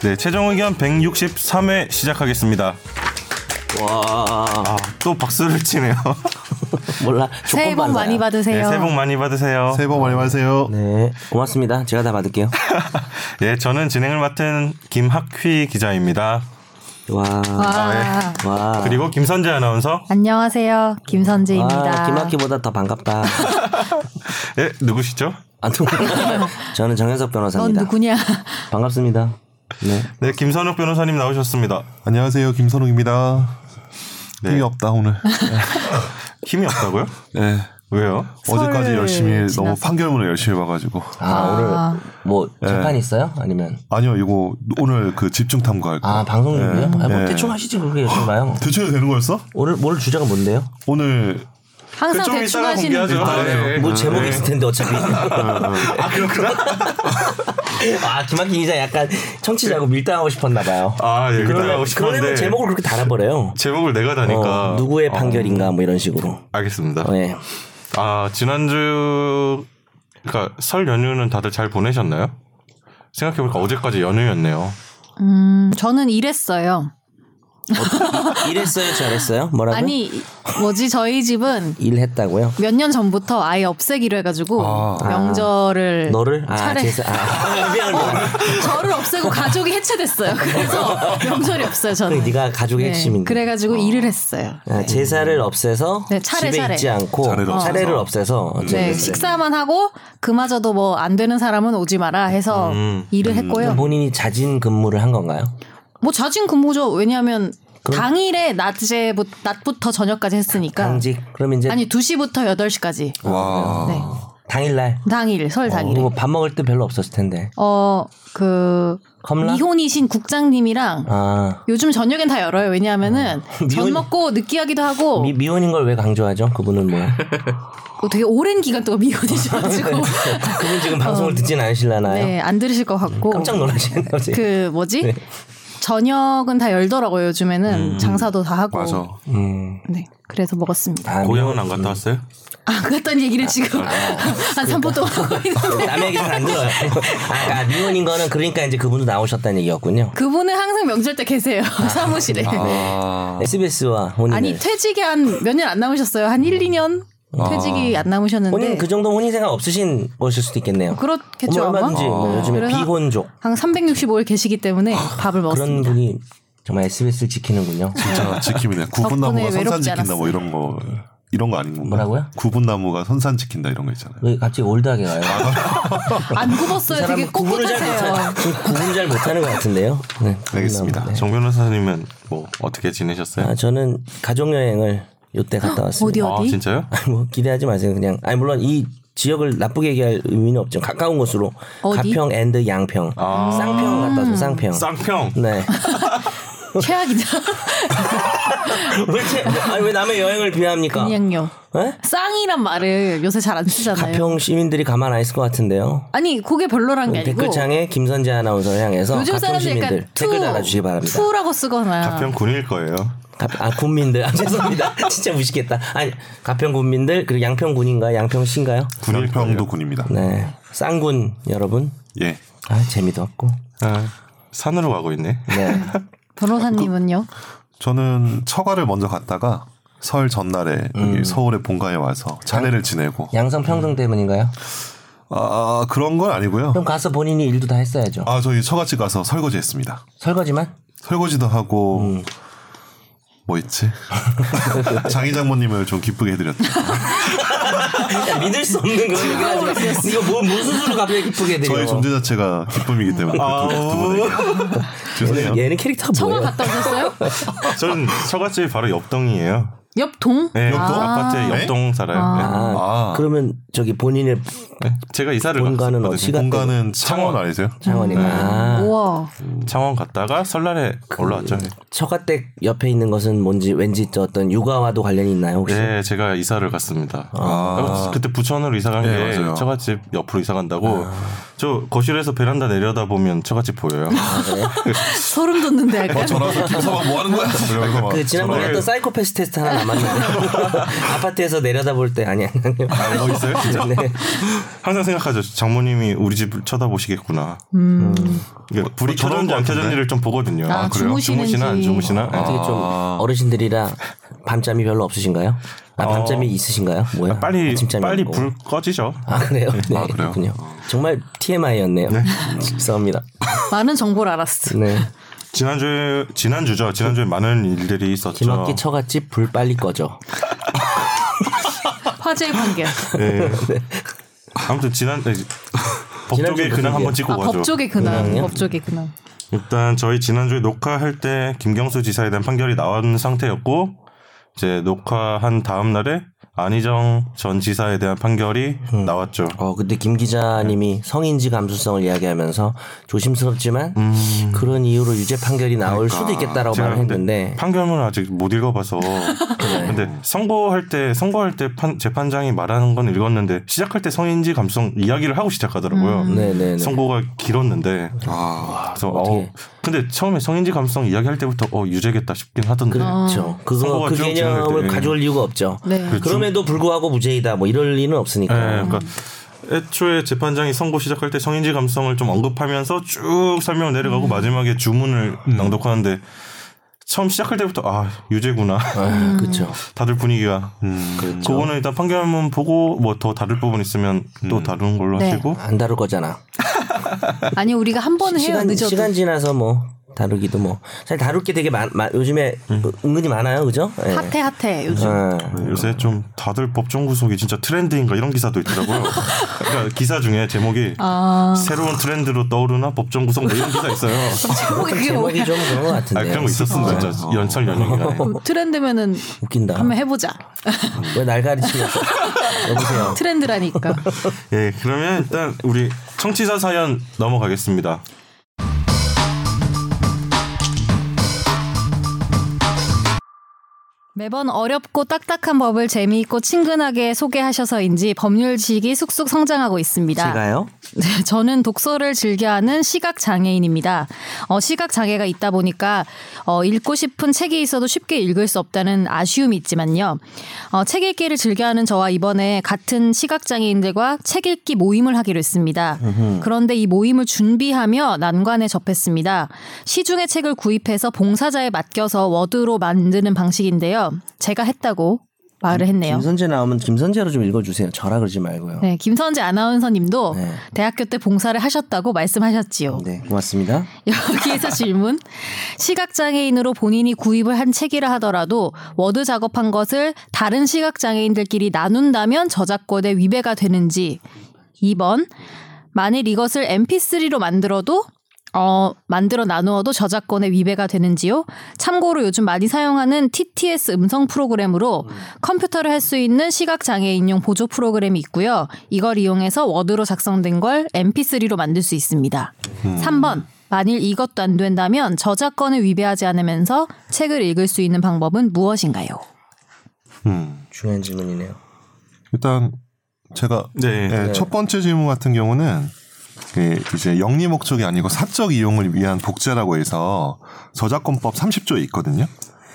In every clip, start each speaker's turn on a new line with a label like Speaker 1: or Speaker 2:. Speaker 1: 네, 최종 의견 163회 시작하겠습니다.
Speaker 2: 와
Speaker 1: 아, 또 박수를 치네요.
Speaker 2: 몰라 조건
Speaker 3: 새해 복
Speaker 2: 받아요.
Speaker 3: 많이
Speaker 1: 네,
Speaker 3: 받으세요.
Speaker 1: 새해 복 많이 받으세요.
Speaker 4: 새해 복 많이 받으세요.
Speaker 2: 네 고맙습니다 제가 다 받을게요
Speaker 1: 예, 저는 진행을 맡은 김학휘 기자입니다.
Speaker 2: 와와
Speaker 3: 와,
Speaker 1: 네. 그리고 김선재 아나운서.
Speaker 3: 안녕하세요. 김선재입니다.
Speaker 2: 아, 김학기보다 더 반갑다
Speaker 1: 예, 누구시죠?
Speaker 2: 아, 누- 저는 정현석
Speaker 3: 넌
Speaker 2: 변호사입니다
Speaker 3: 누구냐?
Speaker 2: 반갑습니다 네
Speaker 1: 네, 김선욱 변호사님 나오셨습니다.
Speaker 4: 안녕하세요, 김선욱입니다. 힘이 없다 오늘.
Speaker 1: 힘이 없다고요?
Speaker 4: 네.
Speaker 1: 왜요?
Speaker 4: 어제까지
Speaker 3: 설을
Speaker 4: 열심히
Speaker 3: 지났어.
Speaker 4: 너무 판결문을 열심히 봐가지고.
Speaker 2: 아, 오늘 뭐
Speaker 1: 네.
Speaker 2: 재판 있어요 아니면
Speaker 4: 아니요, 이거 오늘 그 집중 탐구할 거.
Speaker 2: 아 방송 중이에요 아, 뭐
Speaker 4: 네.
Speaker 2: 대충 하시지 그렇게 열심히 봐요
Speaker 4: 대충 해도 되는 거였어?
Speaker 2: 오늘 오늘 주제가 뭔데요
Speaker 4: 오늘
Speaker 3: 항상
Speaker 1: 좀
Speaker 3: 대충
Speaker 1: 이따가
Speaker 3: 하시는
Speaker 1: 공개하죠.
Speaker 3: 분.
Speaker 1: 아, 네.
Speaker 2: 뭐 제목이 있을 텐데 어차피 아 그렇구나 아 김학기 기자 약간 청취자고 밀당하고 싶었나 봐요
Speaker 1: 아, 예, 밀당하고
Speaker 2: 그러면
Speaker 1: 싶었는데. 그러니까.
Speaker 2: 그러면 제목을 그렇게 달아버려요
Speaker 1: 제목을 내가 다니까.
Speaker 2: 어, 누구의 판결인가 뭐 이런 식으로
Speaker 1: 알겠습니다.
Speaker 2: 어, 예.
Speaker 1: 아, 지난주 그러니까 설 연휴는 다들 잘 보내셨나요? 생각해 보니까 어제까지 연휴였네요.
Speaker 3: 음, 저는 이랬어요.
Speaker 2: 일했어요 잘했어요 뭐라고
Speaker 3: 아니 뭐지 저희 집은
Speaker 2: 일했다고요
Speaker 3: 몇 년 전부터 아예 없애기로 해가지고 명절을
Speaker 2: 아, 너를 아
Speaker 3: 차례
Speaker 2: 제사 아 미안 미안
Speaker 3: 저를 없애고 가족이 해체됐어요. 그래서 명절이 없어요 저는.
Speaker 2: 네가 가족의
Speaker 3: 네,
Speaker 2: 핵심인데
Speaker 3: 그래가지고 일을 했어요.
Speaker 2: 아, 제사를 없애서
Speaker 3: 네, 차례,
Speaker 2: 집에
Speaker 3: 차례.
Speaker 2: 있지 않고
Speaker 4: 차례를 없애서.
Speaker 2: 차례를 없애서
Speaker 3: 네,
Speaker 2: 어쨌든
Speaker 3: 식사만 하고 그마저도 뭐 안 되는 사람은 오지 마라 해서
Speaker 2: 음.
Speaker 3: 일을 했고요.
Speaker 2: 본인이 자진 근무를 한 건가요?
Speaker 3: 뭐 자진 근무죠. 왜냐하면 당일에 낮에부, 낮부터 저녁까지 했으니까.
Speaker 2: 당직 그럼 이제
Speaker 3: 아. 아니 2시부터 8시까지.
Speaker 4: 와.
Speaker 3: 네.
Speaker 2: 당일날
Speaker 3: 당일 설 당일에.
Speaker 2: 그리고 밥 먹을 때 별로 없었을 텐데
Speaker 3: 어, 그
Speaker 2: 컵라?
Speaker 3: 미혼이신 국장님이랑
Speaker 2: 아
Speaker 3: 요즘 저녁엔 다 열어요. 왜냐하면은 전
Speaker 2: 미혼이-
Speaker 3: 먹고 느끼하기도 하고
Speaker 2: 미, 미혼인 걸 왜 강조하죠? 그분은 뭐
Speaker 3: 뭐 되게 오랜 기간 동안 미혼이셔가지고
Speaker 2: 그분 지금 방송을 듣진 않으실라나요?
Speaker 3: 어. 네, 안 들으실 것 같고
Speaker 2: 깜짝 네. 놀라시는 거지.
Speaker 3: 그 뭐지? 저녁은 다 열더라고요. 요즘에는 장사도 다 하고.
Speaker 4: 맞아.
Speaker 2: 음.
Speaker 3: 네, 그래서 먹었습니다.
Speaker 2: 아,
Speaker 1: 어, 고향은 안 갔다 왔어요?
Speaker 3: 아, 그랬던 얘기를 지금 한
Speaker 1: 그러니까.
Speaker 3: 3분 동안 하고 있는데.
Speaker 2: 어, 남의 얘기 잘 안 들어요. 아, 아, 미혼인 거는 그러니까 이제 그분도 나오셨다는 얘기였군요.
Speaker 3: 그분은 항상 명절 때 계세요.
Speaker 1: 아,
Speaker 3: 사무실에.
Speaker 1: 네.
Speaker 4: 아.
Speaker 2: SBS와 혼인.
Speaker 3: 아니, 퇴직이 한 몇 년 안 남으셨어요. 한 1, 2년
Speaker 1: 아.
Speaker 3: 퇴직이 안 남으셨는데.
Speaker 2: 혼인 그 정도 혼인 생활 없으신 것일 수도 있겠네요.
Speaker 3: 그렇겠죠,
Speaker 2: 어머,
Speaker 3: 아마?
Speaker 2: 얼마든지 뭐
Speaker 3: 네.
Speaker 2: 요즘에
Speaker 3: 그래서
Speaker 2: 비혼족
Speaker 3: 한 365일 계시기 때문에
Speaker 1: 아,
Speaker 2: 그런
Speaker 3: 밥을 먹었습니다.
Speaker 2: 분이 정말 SBS를 지키는군요.
Speaker 4: 진짜 지킴이네. 구분나무가
Speaker 3: 덕분에
Speaker 4: 선산
Speaker 3: 외롭지
Speaker 4: 지킨다 뭐
Speaker 3: 않았어요.
Speaker 4: 이런 거 이런 거 아닌 건가?
Speaker 2: 뭐라고요?
Speaker 4: 구분나무가 선산 지킨다 이런 거 있잖아요.
Speaker 2: 왜 갑자기 올드하게 가요?
Speaker 3: 아, 안 굽었어요. 되게
Speaker 2: 그 구분을 잘
Speaker 3: 꼿꼿하세요.
Speaker 2: 못하는 지금 구분 잘 못하는 것 같은데요. 네,
Speaker 4: 알겠습니다.
Speaker 2: 네.
Speaker 1: 정 변호사님은 뭐 어떻게 지내셨어요?
Speaker 2: 아, 저는 가족 여행을 요때 갔다 왔습니다.
Speaker 3: 어디
Speaker 1: 아,
Speaker 3: 어디?
Speaker 1: 진짜요?
Speaker 2: 아니, 뭐 기대하지 마세요. 그냥 아니 물론 이 지역을 나쁘게 얘기할 의미는 없죠. 가까운 곳으로
Speaker 3: 어디?
Speaker 2: 가평 앤드 양평, 쌍평 갔다 왔어요. 쌍평.
Speaker 1: 쌍평.
Speaker 2: 네.
Speaker 3: 최악이다.
Speaker 2: 왜, 제- 아니, 왜 남의 여행을 비하합니까?
Speaker 3: 그냥요.
Speaker 2: 예?
Speaker 3: 쌍이란 말을 요새 잘 안 쓰잖아요.
Speaker 2: 가평 시민들이 가만 안 있을 것 같은데요.
Speaker 3: 아니 그게 별로란 게 아니고
Speaker 2: 댓글창에 김선재 아나운서를 향해서
Speaker 3: 요즘
Speaker 2: 어, 가평
Speaker 3: 사람들
Speaker 2: 시민들
Speaker 3: 약간
Speaker 2: 댓글 달아주시기 바랍니다.
Speaker 3: 투라고 쓰거나
Speaker 1: 가평 군일 거예요.
Speaker 2: 가- 아 군민들 아, 죄송합니다. 진짜 무식했다. 아니 가평 군민들 그리고 양평 군인가 양평 시인가요?
Speaker 4: 군일평도 군입니다.
Speaker 2: 네. 쌍군 여러분.
Speaker 4: 예.
Speaker 2: 아 재미도 없고.
Speaker 1: 아, 산으로 가고 있네.
Speaker 2: 네.
Speaker 1: 아, 그
Speaker 3: 변호사님은요?
Speaker 4: 저는 처가를 먼저 갔다가 설 전날에 여기 서울의 본가에 와서 차례를 지내고
Speaker 2: 양성 평등 때문인가요?
Speaker 4: 아 그런 건 아니고요.
Speaker 2: 그럼 가서 본인이 일도 다 했어야죠.
Speaker 4: 아 저희 처갓집 가서 설거지했습니다.
Speaker 2: 설거지만?
Speaker 4: 설거지도 하고 뭐 있지? 장희 장모님을 좀 기쁘게 해드렸죠.
Speaker 2: 야, 믿을 수 없는 거. 이거 뭐 무슨 수로 갑자기 기쁘게 드려.
Speaker 4: 저희 존재 자체가 기쁨이기 때문에 그 두분에게 죄송해요.
Speaker 2: 얘는 캐릭터가
Speaker 3: 청아
Speaker 2: 뭐예요?
Speaker 3: 갔다 오셨어요?
Speaker 1: 저는 처갓집이 바로 옆동이에요.
Speaker 3: 옆동?
Speaker 1: 네,
Speaker 4: 옆동?
Speaker 1: 아~ 파트
Speaker 4: 네?
Speaker 1: 옆동 살아요.
Speaker 2: 아,
Speaker 4: 아.
Speaker 2: 그러면 저기 본인의
Speaker 1: 네. 네. 제가 이사를
Speaker 2: 본가는
Speaker 1: 갔었거든요.
Speaker 2: 어디가?
Speaker 4: 공간은 창원 아니세요?
Speaker 2: 장원이가
Speaker 4: 음.
Speaker 2: 아,
Speaker 3: 우와.
Speaker 1: 창원 갔다가 설날에 올라왔죠.
Speaker 2: 처가댁 옆에 있는 것은 뭔지 왠지 저 어떤 육아와도 관련이 있나요 혹시?
Speaker 1: 네, 제가 이사를 갔습니다. 아, 그때 부천으로 이사 간 게
Speaker 4: 네, 맞아요.
Speaker 1: 처갓집 옆으로 이사 간다고 저 거실에서 베란다 내려다 보면 처갓집 보여요.
Speaker 3: 소름 돋는데 약간.
Speaker 4: 전화서 김서방 뭐 하는 거야? 이러면서 막
Speaker 2: 그 지난번에
Speaker 4: 전화를-
Speaker 2: 했던 사이코패스 테스트 하나 안 만나요. 아파트에서 내려다볼 때 아니 아니요.
Speaker 4: 아, 여기 있어요? 진짜?
Speaker 2: 네.
Speaker 1: 항상 생각하죠. 장모님이 우리 집 쳐다보시겠구나.
Speaker 3: 음.
Speaker 1: 이게 불이
Speaker 4: 저럴
Speaker 1: 켜졌는지
Speaker 4: 것
Speaker 1: 안
Speaker 4: 같은데?
Speaker 1: 켜졌는지를 좀 보거든요.
Speaker 3: 아, 주무시는지. 아,
Speaker 1: 주무시나 안 주무시나? 네.
Speaker 2: 어떻게 좀
Speaker 4: 아.
Speaker 2: 어르신들이라 밤잠이 별로 없으신가요? 아
Speaker 4: 어.
Speaker 2: 밤잠이 있으신가요? 뭐야?
Speaker 1: 빨리
Speaker 2: 아침잠이
Speaker 1: 빨리
Speaker 2: 없고.
Speaker 1: 불 꺼지죠.
Speaker 2: 아 그래요? 네,
Speaker 4: 아, 그래요?
Speaker 2: 그렇군요. 정말 TMI였네요. 죄송합니다.
Speaker 3: 많은 정보를 알았어.
Speaker 2: 네.
Speaker 1: 지난주에 지난주죠. 지난주에 많은 일들이 있었죠. 예.
Speaker 2: 김학기 처갓집 불 빨리 꺼져.
Speaker 3: 화제의 판결.
Speaker 1: 예. 아무튼 지난 네. 법조계
Speaker 2: 무슨
Speaker 1: 그냥
Speaker 2: 일이야?
Speaker 1: 한번 찍고
Speaker 3: 아,
Speaker 1: 가죠.
Speaker 3: 법조계 근황.
Speaker 2: 근황이요?
Speaker 3: 법조계 근황.
Speaker 1: 일단 저희 지난주에 녹화할 때 김경수 지사에 대한 판결이 나온 상태였고 이제 녹화한 다음 날에 안희정 전 지사에 대한 판결이 나왔죠.
Speaker 2: 어 근데 김 기자님이 성인지 감수성을 이야기하면서 조심스럽지만 그런 이유로 유죄 판결이 나올 수도 있겠다라고
Speaker 1: 제가
Speaker 2: 말을
Speaker 1: 근데
Speaker 2: 했는데
Speaker 1: 판결문을 아직 못 읽어봐서
Speaker 2: 네.
Speaker 1: 근데 선고할 때 선고할 때 판- 재판장이 말하는 건 읽었는데 시작할 때 성인지 감성 이야기를 하고 시작하더라고요.
Speaker 2: 음. 네네네.
Speaker 1: 선고가 길었는데
Speaker 4: 아,
Speaker 1: 그래서 어, 근데 처음에 성인지 감성 이야기할 때부터 어 유죄겠다 싶긴 하던데
Speaker 2: 그렇죠. 그거
Speaker 1: 선고가
Speaker 2: 그
Speaker 1: 쭉 진행될
Speaker 2: 개념을
Speaker 1: 때, 예.
Speaker 2: 가져올 이유가 없죠.
Speaker 3: 네.
Speaker 1: 그렇죠.
Speaker 2: 그럼에도 불구하고 무죄이다 뭐 이럴 리는
Speaker 1: 예,
Speaker 2: 없으니까.
Speaker 1: 그러니까 애초에 재판장이 선고 시작할 때 성인지 감성을 좀 언급하면서 쭉 설명을
Speaker 2: 음.
Speaker 1: 내려가고 마지막에 주문을 낭독하는데 처음 시작할 때부터 아 유죄구나
Speaker 2: 아, 그렇죠.
Speaker 1: 다들 분위기가
Speaker 2: 그렇죠.
Speaker 1: 음, 그거는 일단 판결문 보고 뭐 더 다룰 부분 있으면 또 다른 걸로
Speaker 3: 네.
Speaker 1: 하시고
Speaker 2: 안 다룰 거잖아.
Speaker 3: 아니 우리가 한 번은 해요
Speaker 2: 시간
Speaker 3: 늦어도.
Speaker 2: 시간 지나서 뭐 다루기도 뭐 사실 다룰 게 되게 많, 많- 요즘에 뭐 은근히 많아요, 그죠? 예.
Speaker 3: 핫해 핫해 요즘.
Speaker 2: 아,
Speaker 1: 요새 좀 다들 법정 구속이 진짜 트렌드인가 이런 기사도 있더라고요. 그러니까 기사 중에 제목이
Speaker 3: 아.
Speaker 1: 새로운 트렌드로 떠오르나 법정 구속 뭐 이런 기사 있어요.
Speaker 3: 제목이 아, 그게 뭐야?
Speaker 2: 제목이 좀 그런 것
Speaker 1: 아
Speaker 2: 같은데.
Speaker 1: 그런 거
Speaker 2: 네.
Speaker 1: 있었습니다. 진짜 연설 연예기가
Speaker 3: 어, 트렌드면은
Speaker 2: 웃긴다.
Speaker 3: 한번 해보자.
Speaker 2: 왜 날 가리치냐? 여보세요.
Speaker 3: 트렌드라니까.
Speaker 1: 예, 그러면 일단 우리 청취자 사연 넘어가겠습니다.
Speaker 3: 매번 어렵고 딱딱한 법을 재미있고 친근하게 소개하셔서인지 법률 지식이 쑥쑥 성장하고 있습니다.
Speaker 2: 제가요?
Speaker 3: 네, 저는 독서를 즐겨하는 시각 장애인입니다. 어, 시각 장애가 있다 보니까 어, 읽고 싶은 책이 있어도 쉽게 읽을 수 없다는 아쉬움이 있지만요. 어, 책 읽기를 즐겨하는 저와 이번에 같은 시각 장애인들과 책 읽기 모임을 하기로 했습니다. 그런데 이 모임을 준비하며 난관에 접했습니다. 시중에 책을 구입해서 봉사자에 맡겨서 워드로 만드는 방식인데요. 제가 했다고 말을 했네요.
Speaker 2: 김선재 나오면 김선재로 좀 읽어주세요. 저라 그러지 말고요.
Speaker 3: 네, 김선재 아나운서님도
Speaker 2: 네.
Speaker 3: 대학교 때 봉사를 하셨다고 말씀하셨지요.
Speaker 2: 네, 고맙습니다.
Speaker 3: 여기에서 질문. 시각장애인으로 본인이 구입을 한 책이라 하더라도 워드 작업한 것을 다른 시각장애인들끼리 나눈다면 저작권에 위배가 되는지. 2번. 만일 이것을 mp3로 만들어도 어, 만들어 나누어도 저작권에 위배가 되는지요? 참고로 요즘 많이 사용하는 TTS 음성 프로그램으로 컴퓨터를 할 수 있는 시각장애인용 보조 프로그램이 있고요. 이걸 이용해서 워드로 작성된 걸 mp3로 만들 수 있습니다. 3번. 만일 이것도 안 된다면 저작권을 위배하지 않으면서 책을 읽을 수 있는 방법은 무엇인가요?
Speaker 4: 음.
Speaker 2: 중요한 질문이네요.
Speaker 4: 일단 제가
Speaker 1: 네.
Speaker 4: 예, 첫 번째 질문 같은 경우는 예, 이제 영리 목적이 아니고 사적 이용을 위한 복제라고 해서 저작권법 30조에 있거든요.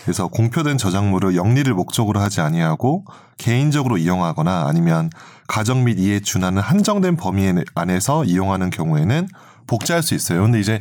Speaker 4: 그래서 공표된 저작물을 영리를 목적으로 하지 아니하고 개인적으로 이용하거나 아니면 가정 및 이에 준하는 한정된 범위 안에서 이용하는 경우에는 복제할 수 있어요. 근데 이제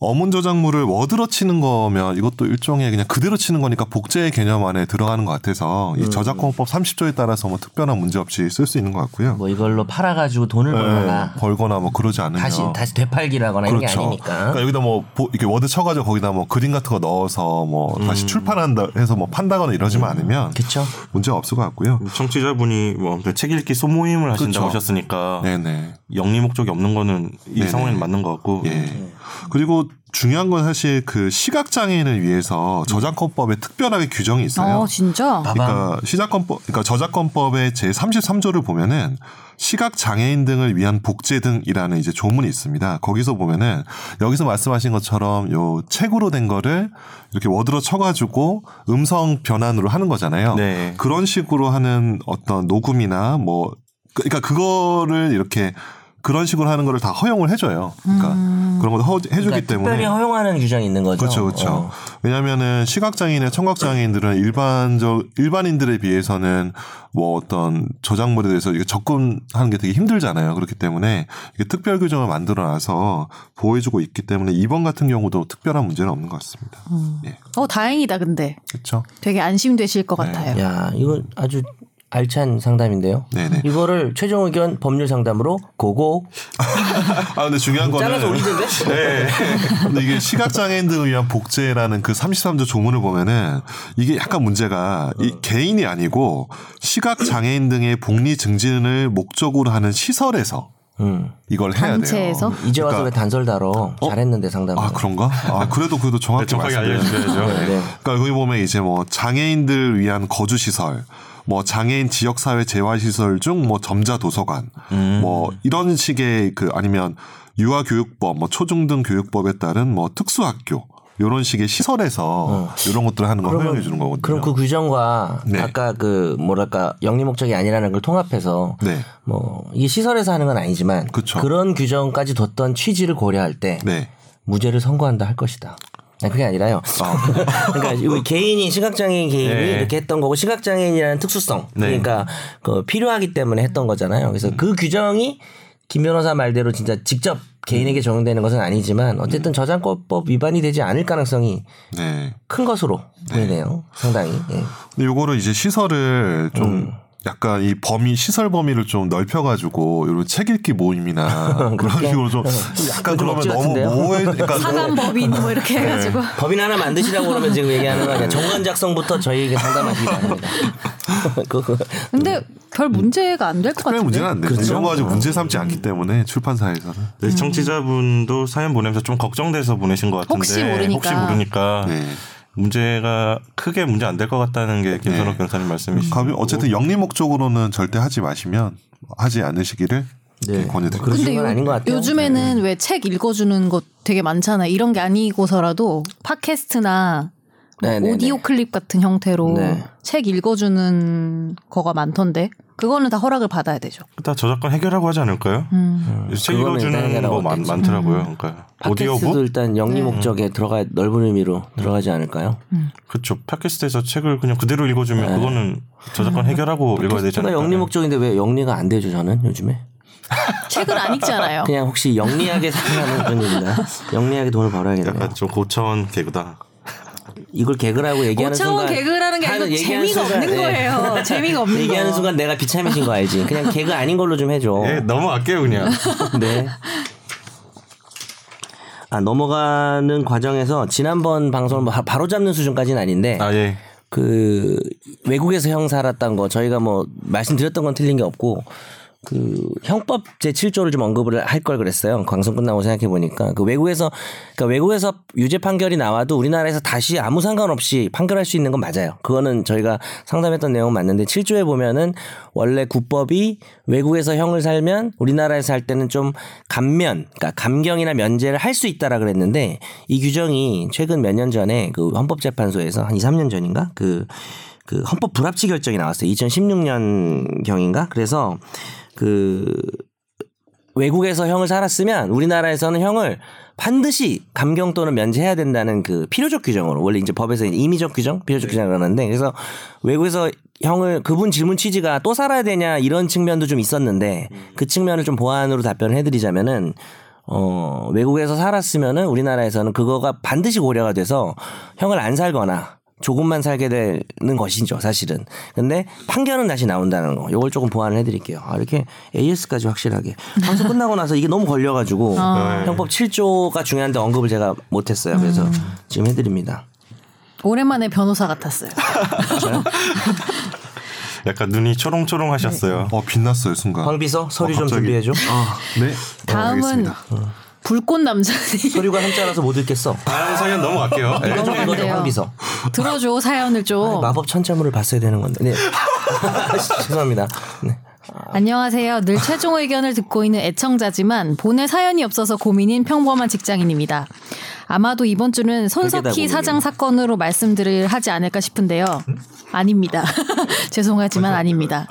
Speaker 4: 어문 저작물을 워드로 치는 거면 이것도 일종의 그냥 그대로 치는 거니까 복제의 개념 안에 들어가는 것 같아서 이 저작권법 30조에 따라서 뭐 특별한 문제 없이 쓸 수 있는 것 같고요.
Speaker 2: 뭐 이걸로 팔아가지고 돈을 벌거나
Speaker 4: 예, 벌거나 뭐 그러지 않으면
Speaker 2: 다시 다시 되팔기라거나 이런 게
Speaker 4: 그렇죠.
Speaker 2: 아니니까.
Speaker 4: 그러니까 여기다 뭐 보- 이렇게 워드 쳐가지고 거기다 뭐 그림 같은 거 넣어서 뭐
Speaker 2: 음.
Speaker 4: 다시 출판한다 해서 뭐 판다거나 이러지만 않으면
Speaker 2: 그렇죠.
Speaker 4: 문제 없을 것 같고요.
Speaker 2: 음.
Speaker 1: 청취자분이 뭐 아무튼 책 읽기 소모임을 하신다고
Speaker 4: 그쵸.
Speaker 1: 하셨으니까
Speaker 4: 네네.
Speaker 1: 영리 목적이 없는 거는 이
Speaker 4: 네네.
Speaker 1: 상황에는 맞는 것 같고
Speaker 2: 음.
Speaker 4: 예. 그리고 중요한 건 사실 그 시각 장애인을 위해서 저작권법에 특별하게 규정이 있어요.
Speaker 3: 어, 진짜?
Speaker 2: 아.
Speaker 4: 그러니까 시작권법, 그러니까 저작권법의 제 33조를 보면은 시각 장애인 등을 위한 복제 등이라는 이제 조문이 있습니다. 거기서 보면은 여기서 말씀하신 것처럼 요 책으로 된 거를 이렇게 워드로 쳐가지고 음성 변환으로 하는 거잖아요.
Speaker 1: 네.
Speaker 4: 그런 식으로 하는 어떤 녹음이나 뭐 그- 그러니까 그거를 이렇게 그런 식으로 하는 거를 다 허용을 해줘요. 그러니까 그런 걸 허, 해주기
Speaker 2: 그러니까
Speaker 4: 때문에
Speaker 2: 특별히 허용하는 규정이 있는 거죠.
Speaker 4: 그렇죠, 그렇죠.
Speaker 2: 어.
Speaker 4: 왜냐하면은 시각장애인의 청각장애인들은 일반적 일반인들에 비해서는 뭐 어떤 저작물에 대해서 이게 접근하는 게 되게 힘들잖아요. 그렇기 때문에 이게 특별 규정을 만들어놔서 보호해주고 있기 때문에 이번 같은 경우도 특별한 문제는 없는 것 같습니다.
Speaker 2: 음.
Speaker 4: 예,
Speaker 3: 어 다행이다 근데
Speaker 4: 그렇죠.
Speaker 3: 되게 안심되실 것 같아요.
Speaker 2: 야, 이거 아주 알찬 상담인데요.
Speaker 4: 네네.
Speaker 2: 이거를 최종 의견 법률 상담으로 고고
Speaker 4: 아 근데 중요한 거는
Speaker 2: 잘라서 올릴 텐데.
Speaker 4: 네. 근데 이게 시각장애인 등을 위한 복제라는 그 33조 조문을 보면은 이게 약간 문제가 이
Speaker 1: 어.
Speaker 4: 개인이 아니고 시각장애인 등의 복리 증진을 목적으로 하는 시설에서
Speaker 2: 음.
Speaker 4: 이걸 해야
Speaker 3: 단체에서?
Speaker 4: 돼요.
Speaker 2: 이제 와서
Speaker 4: 그러니까-
Speaker 2: 왜 단설 다뤄? 잘했는데 상담.
Speaker 4: 아 그런가? 아 그래도 그래도
Speaker 1: 네,
Speaker 4: 정확히
Speaker 1: 정확하게
Speaker 4: 말씀드려요.
Speaker 1: 알려주셔야죠.
Speaker 2: 네.
Speaker 4: 그러니까 여기 보면 이제 뭐 장애인들 위한 거주 시설, 뭐 장애인 지역 사회 재활 시설 중 뭐 점자 도서관, 뭐 이런 식의 그 아니면 유아 교육법, 뭐 초중등 교육법에 따른 뭐 특수학교 요런 식의 시설에서 이런 것들을 하는 걸 허용해 주는 거거든요.
Speaker 2: 그럼 그 규정과
Speaker 4: 네.
Speaker 2: 아까 그 뭐랄까 영리 목적이 아니라는 걸 통합해서
Speaker 4: 네.
Speaker 2: 뭐 이게 시설에서 하는 건 아니지만
Speaker 4: 그쵸.
Speaker 2: 런 규정까지 뒀던 취지를 고려할 때
Speaker 4: 네.
Speaker 2: 무죄를 선고한다 할 것이다. 아니, 그게 아니라요. 그러니까 이 개인이 시각장애인 개인이
Speaker 1: 어. 네.
Speaker 2: 이렇게 했던 거고 시각장애인이라는 특수성
Speaker 1: 네.
Speaker 2: 그러니까 그 필요하기 때문에 했던 거잖아요. 그래서 그 규정이 김 변호사 말대로 진짜 직접 개인에게 적용되는 것은 아니지만 어쨌든 저작권법 위반이 되지 않을 가능성이
Speaker 4: 네.
Speaker 2: 큰 것으로 보이네요. 상당히. 예.
Speaker 4: 근데 요거를 이제 시설을 좀
Speaker 2: 음.
Speaker 4: 약간 이 범위 시설 범위를 좀 넓혀가지고 이런 책 읽기 모임이나 그런
Speaker 2: 그렇게?
Speaker 4: 식으로 좀
Speaker 2: 그건
Speaker 4: 약간
Speaker 2: 좀
Speaker 4: 그러면
Speaker 2: 억지 그러니까.
Speaker 4: 너무
Speaker 2: 어. 같은데요?
Speaker 4: 모호해 그러니까
Speaker 2: 어.
Speaker 3: 사감 법인 뭐 이렇게
Speaker 2: 네.
Speaker 3: 해가지고
Speaker 2: 법인 하나 만드시라고 그러면 지금 얘기하는 거 아니야. 정관 작성부터 저희에게 상담하시기 바랍니다. 그거
Speaker 3: 근데
Speaker 2: 음.
Speaker 3: 별 문제가 안 될 것
Speaker 4: 특별한
Speaker 3: 같은데.
Speaker 4: 문제는 안 돼요. 이런 거 가지고 문제 삼지 않기 때문에 출판사에서는
Speaker 3: 음.
Speaker 1: 네, 청취자분도 사연 보내면서 좀 걱정돼서 보내신 것 같은데
Speaker 3: 혹시 모르니까.
Speaker 1: 혹시 모르니까
Speaker 4: 네.
Speaker 1: 문제가 크게 문제 안 될 것 같다는 게 김선호
Speaker 4: 네.
Speaker 1: 변호사님 말씀이시죠.
Speaker 4: 가비- 어쨌든 영리 목적으로는 절대 하지 마시면 하지 않으시기를
Speaker 2: 네.
Speaker 4: 권해드립니다.
Speaker 3: 그렇죠.
Speaker 2: 그러신 건 아닌 것 같아요. 네.
Speaker 3: 요즘에는 왜 책 읽어주는 것 되게 많잖아. 요 이런 게 아니고서라도 팟캐스트나 뭐
Speaker 2: 네, 네,
Speaker 3: 오디오
Speaker 2: 네.
Speaker 3: 클립 같은 형태로
Speaker 2: 네.
Speaker 3: 책 읽어주는 거가 많던데 그거는 다 허락을 받아야 되죠.
Speaker 1: 다 저작권 해결하고 하지 않을까요? 네.
Speaker 3: 음.
Speaker 1: 책
Speaker 2: 네. 그거는 일단
Speaker 1: 읽어주는 거
Speaker 2: 해결하고
Speaker 1: 많,
Speaker 2: 있겠죠.
Speaker 1: 많더라고요. 그러니까
Speaker 2: 팟캐스트도
Speaker 1: 오디오북 음.
Speaker 2: 일단 영리 목적에 들어가 넓은 의미로 들어가지 않을까요?
Speaker 1: 그렇죠. 팟캐스트에서 책을 그냥 그대로 읽어주면 그거는 저작권
Speaker 3: 음.
Speaker 1: 해결하고 읽어야 되지
Speaker 2: 제가
Speaker 1: 않을까요?
Speaker 2: 네. 영리 목적인데 왜 영리가 안 되죠 저는 요즘에?
Speaker 3: 책을 안 읽잖아요.
Speaker 2: 그냥 혹시 영리하게 사용하는 그런 얘기인가? 영리하게 돈을 벌어야겠네요.
Speaker 1: 약간 아, 좀 고차원 개그다.
Speaker 2: 이걸 개그라고 얘기하는
Speaker 3: 고차원
Speaker 2: 순간
Speaker 3: 개그라는 게 아니고
Speaker 2: 하는- 얘기하는
Speaker 3: 재미가
Speaker 2: 순간-
Speaker 3: 없는
Speaker 2: 예.
Speaker 3: 거예요. 재미가 없는
Speaker 2: 얘기하는
Speaker 3: 거.
Speaker 2: 순간 내가 비참해진 거 알지? 그냥 개그 아닌 걸로 좀 해줘.
Speaker 1: 예, 넘어갈게요 그냥.
Speaker 2: 네. 아 넘어가는 과정에서 지난번 방송을 뭐 바- 바로 잡는 수준까지는 아닌데
Speaker 1: 아 예.
Speaker 2: 그 외국에서 형 살았던 거 저희가 뭐 말씀드렸던 건 틀린 게 없고 그 형법 제 7조를 좀 언급을 할 걸 그랬어요. 방송 끝나고 생각해 보니까 그 외국에서 그러니까 외국에서 유죄 판결이 나와도 우리나라에서 다시 아무 상관없이 판결할 수 있는 건 맞아요. 그거는 저희가 상담했던 내용은 맞는데 7조에 보면은 원래 구법이 외국에서 형을 살면 우리나라에서 할 때는 좀 감면 그러니까 감경이나 면제를 할 수 있다라 그랬는데 이 규정이 최근 몇 년 전에 그 헌법재판소에서 한 2, 3년 전인가 그 그 헌법 불합치 결정이 나왔어요. 2016년 경인가? 그래서 그 외국에서 형을 살았으면 우리나라에서는 형을 반드시 감경 또는 면제해야 된다는 그 필요적 규정으로 원래 이제 법에서 이제 임의적 규정, 필요적 규정을 하는데 그래서 외국에서 형을 그분 질문 취지가 또 살아야 되냐 이런 측면도 좀 있었는데 그 측면을 좀 보완으로 답변을 해드리자면은 어 외국에서 살았으면은 우리나라에서는 그거가 반드시 고려가 돼서 형을 안 살거나 조금만 살게 되는 것이죠, 사실은. 근데 판결은 다시 나온다는 거. 요걸 조금 보완을 해드릴게요. 아, 이렇게 AS까지 확실하게. 방송 끝나고 나서 이게 너무 걸려가지고
Speaker 3: 아.
Speaker 4: 네.
Speaker 2: 형법 7조가 중요한데 언급을 제가 못했어요. 그래서
Speaker 3: 음.
Speaker 2: 지금 해드립니다.
Speaker 3: 오랜만에 변호사 같았어요.
Speaker 1: 약간 눈이
Speaker 2: 네.
Speaker 1: 초롱초롱하셨어요.
Speaker 4: 어 빛났어요 순간.
Speaker 2: 황비서 서류 좀
Speaker 4: 갑자기.
Speaker 2: 준비해줘.
Speaker 4: 아, 네.
Speaker 3: 다음은
Speaker 4: 알겠습니다.
Speaker 3: 불꽃 남자님
Speaker 2: 서류가 한자라서 못 읽겠어.
Speaker 1: 다음 사연 넘어갈게요. 예.
Speaker 2: 이거 좀
Speaker 3: 안
Speaker 2: 읽어줘,
Speaker 3: 돼요.
Speaker 2: 황비서.
Speaker 3: 들어줘 사연을 좀.
Speaker 2: 마법 천자물을 봤어야 되는 건데. 네. 죄송합니다. 네.
Speaker 3: 안녕하세요. 늘 최종 의견을 듣고 있는 애청자지만 보낼 사연이 없어서 고민인 평범한 직장인입니다. 아마도 이번 주는
Speaker 2: 회계다,
Speaker 3: 손석희
Speaker 2: 고객님.
Speaker 3: 사장 사건으로 말씀들을 하지 않을까 싶은데요. 아닙니다. 죄송하지만 아닙니다.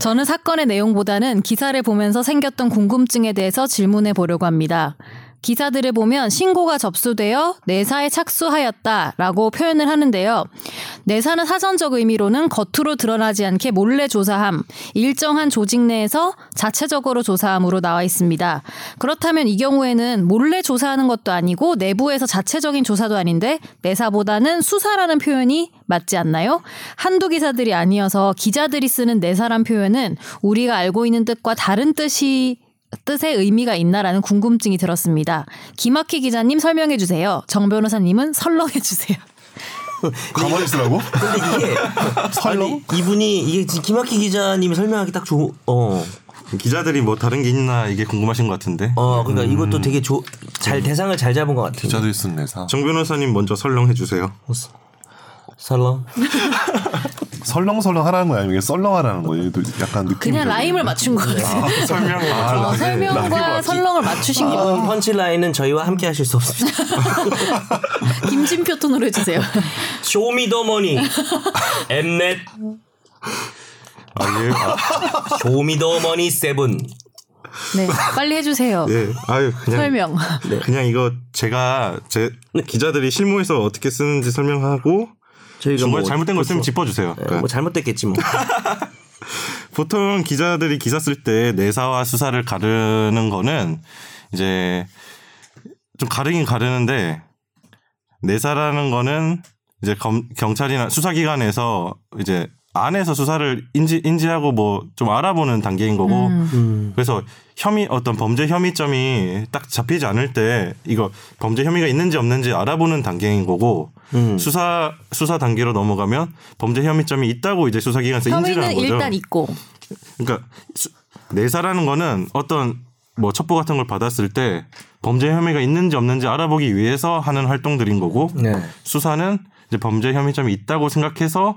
Speaker 3: 저는 사건의 내용보다는 기사를 보면서 생겼던 궁금증에 대해서 질문해 보려고 합니다. 기사들을 보면 신고가 접수되어 내사에 착수하였다라고 표현을 하는데요. 내사는 사전적 의미로는 겉으로 드러나지 않게 몰래 조사함, 일정한 조직 내에서 자체적으로 조사함으로 나와 있습니다. 그렇다면 이 경우에는 몰래 조사하는 것도 아니고 내부에서 자체적인 조사도 아닌데 내사보다는 수사라는 표현이 맞지 않나요? 한두 기사들이 아니어서 기자들이 쓰는 내사란 표현은 우리가 알고 있는 뜻과 다른 뜻이 뜻의 의미가 있나라는 궁금증이 들었습니다. 김학희 기자님 설명해 주세요. 정 변호사님은 설명해 주세요.
Speaker 4: 그 가만히 있으라고?
Speaker 2: 근데 이게
Speaker 4: 설렁?
Speaker 2: 아니, 이분이 이게 지금 김학희 기자님이 설명하기 딱 좋. 어.
Speaker 1: 기자들이 뭐 다른 게 있나 이게 궁금하신 것 같은데.
Speaker 2: 어, 그러니까 이것도 되게 조, 잘 대상을 잘 잡은 것 같아요. 어,
Speaker 4: 기자들이 쓴 내사.
Speaker 1: 정 변호사님 먼저 설명해 주세요.
Speaker 2: 설렁.
Speaker 4: 설렁설렁 하라는 거야 아니면 이게 썰렁하라는 거예요? 얘도 약간 음, 느낌.
Speaker 3: 그냥 라임을 맞춘 거 같아요.
Speaker 1: 설명.
Speaker 4: 아,
Speaker 3: 어,
Speaker 4: 라임. 라임
Speaker 3: 설명과
Speaker 4: 맞지.
Speaker 3: 설명을 맞추신 거.
Speaker 4: 아.
Speaker 2: 이번 펀치라인은 저희와 함께 하실 수 없습니다.
Speaker 3: 김진표 톤으로 해주세요.
Speaker 2: 쇼미더머니, 엠넷,
Speaker 1: 아 예. 아,
Speaker 2: 쇼미더머니 세븐.
Speaker 3: 네, 빨리 해주세요.
Speaker 1: 예. 아유
Speaker 2: 네.
Speaker 1: 그냥
Speaker 3: 설명.
Speaker 1: 그냥 이거 제가 제 기자들이 실무에서 어떻게 쓰는지 설명하고
Speaker 2: 저희가
Speaker 1: 정말
Speaker 2: 뭐
Speaker 1: 잘못된 거 있으면 짚어주세요.
Speaker 2: 예,
Speaker 1: 그러니까
Speaker 2: 뭐 잘못됐겠지 뭐.
Speaker 1: 보통 기자들이 기사 쓸 때 내사와 수사를 가르는 거는 이제 좀 가르긴 가르는데 내사라는 거는 이제 검, 경찰이나 수사기관에서 이제 안에서 수사를 인지 인지하고 뭐 좀 알아보는 단계인
Speaker 2: 뭐,
Speaker 1: 거고
Speaker 3: 음.
Speaker 2: 음.
Speaker 1: 그래서 혐의 어떤 범죄 혐의점이 딱 잡히지 않을 때 이거 범죄 혐의가 있는지 없는지 알아보는 단계인 거고
Speaker 3: 음.
Speaker 2: 음.
Speaker 1: 수사 수사 단계로 넘어가면 범죄 혐의점이 있다고 이제 수사기관에서
Speaker 2: 뭐
Speaker 1: 인지를
Speaker 3: 혐의는
Speaker 1: 하는 거죠.
Speaker 3: 일단 있고.
Speaker 1: 그러니까 수- 내사라는 거는 어떤 뭐 첩보 같은 걸 받았을 때 범죄 혐의가 있는지 없는지 알아보기 위해서 하는 활동들인 거고
Speaker 2: 네.
Speaker 1: 수사는 이제 범죄 혐의점이 있다고 생각해서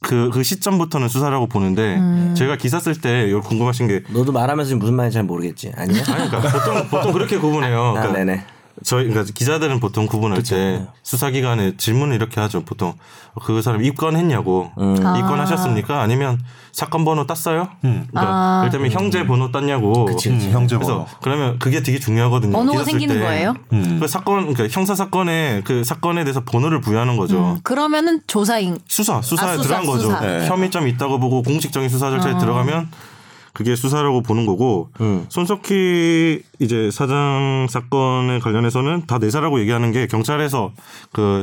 Speaker 1: 그, 그 시점부터는 수사라고 보는데
Speaker 3: 음.
Speaker 1: 제가 기사 쓸 때 궁금하신 게
Speaker 2: 너도 말하면서 지금 무슨 말인지 잘 모르겠지. 아니야?
Speaker 1: 아니 그러니까 보통 보통 그렇게 구분해요.
Speaker 2: 아,
Speaker 1: 그러니까
Speaker 2: 네네.
Speaker 1: 저희 그러니까 기자들은 보통 구분할 때 수사기관에 질문을 이렇게 하죠. 보통 그 사람 입건했냐고
Speaker 3: 아.
Speaker 1: 입건하셨습니까? 아니면 사건 번호 땄어요? 그러니까
Speaker 3: 아.
Speaker 1: 그를테면 형제 번호 땄냐고.
Speaker 4: 음, 형제
Speaker 1: 그래서
Speaker 4: 번호.
Speaker 1: 그러면 그게 되게 중요하거든요.
Speaker 3: 번호가
Speaker 1: 기사 쓸
Speaker 3: 생기는
Speaker 1: 때.
Speaker 3: 거예요?
Speaker 1: 그 사건 그러니까 형사 사건에 그 사건에 대해서 번호를 부여하는
Speaker 2: 어.
Speaker 3: 음.
Speaker 1: 거죠.
Speaker 3: 그러면은 조사인.
Speaker 1: 수사 수사에
Speaker 3: 아, 수사,
Speaker 1: 들어간 거죠.
Speaker 3: 수사. 아.
Speaker 4: 네.
Speaker 1: 혐의점이 있다고 보고 공식적인 수사 절차에 들어가면 그게 수사라고 보는 거고
Speaker 2: 음.
Speaker 1: 손석희 이제 사장 사건에 관련해서는 다 내사라고 얘기하는 게 경찰에서 그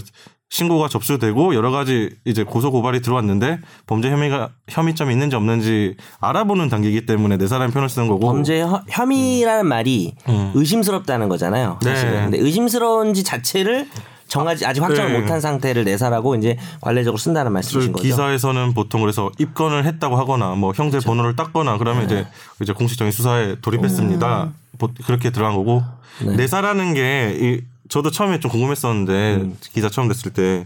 Speaker 1: 신고가 접수되고 여러 가지 이제 고소 고발이 들어왔는데 범죄 혐의가 혐의점이 있는지 없는지 알아보는 단계이기 때문에 내사라는 표현을 쓰는 거고
Speaker 2: 범죄 허- 혐의라는 말이 의심스럽다는 거잖아요.
Speaker 1: 음. 네.
Speaker 2: 사실은. 근데 의심스러운지 자체를 정하지 아직 확정을
Speaker 1: 네.
Speaker 2: 못한 상태를 내사라고 이제 관례적으로 쓴다는 말씀이신 거죠.
Speaker 1: 기사에서는 보통 그래서 입건을 했다고 하거나 뭐 형제 번호를 땄거나 그러면
Speaker 2: 네.
Speaker 1: 이제 이제 공식적인 수사에 돌입했습니다. 보- 그렇게 들어간 거고
Speaker 2: 네.
Speaker 1: 네 내사라는 게 이, 저도 처음에 좀 궁금했었는데 기사 처음 됐을 때네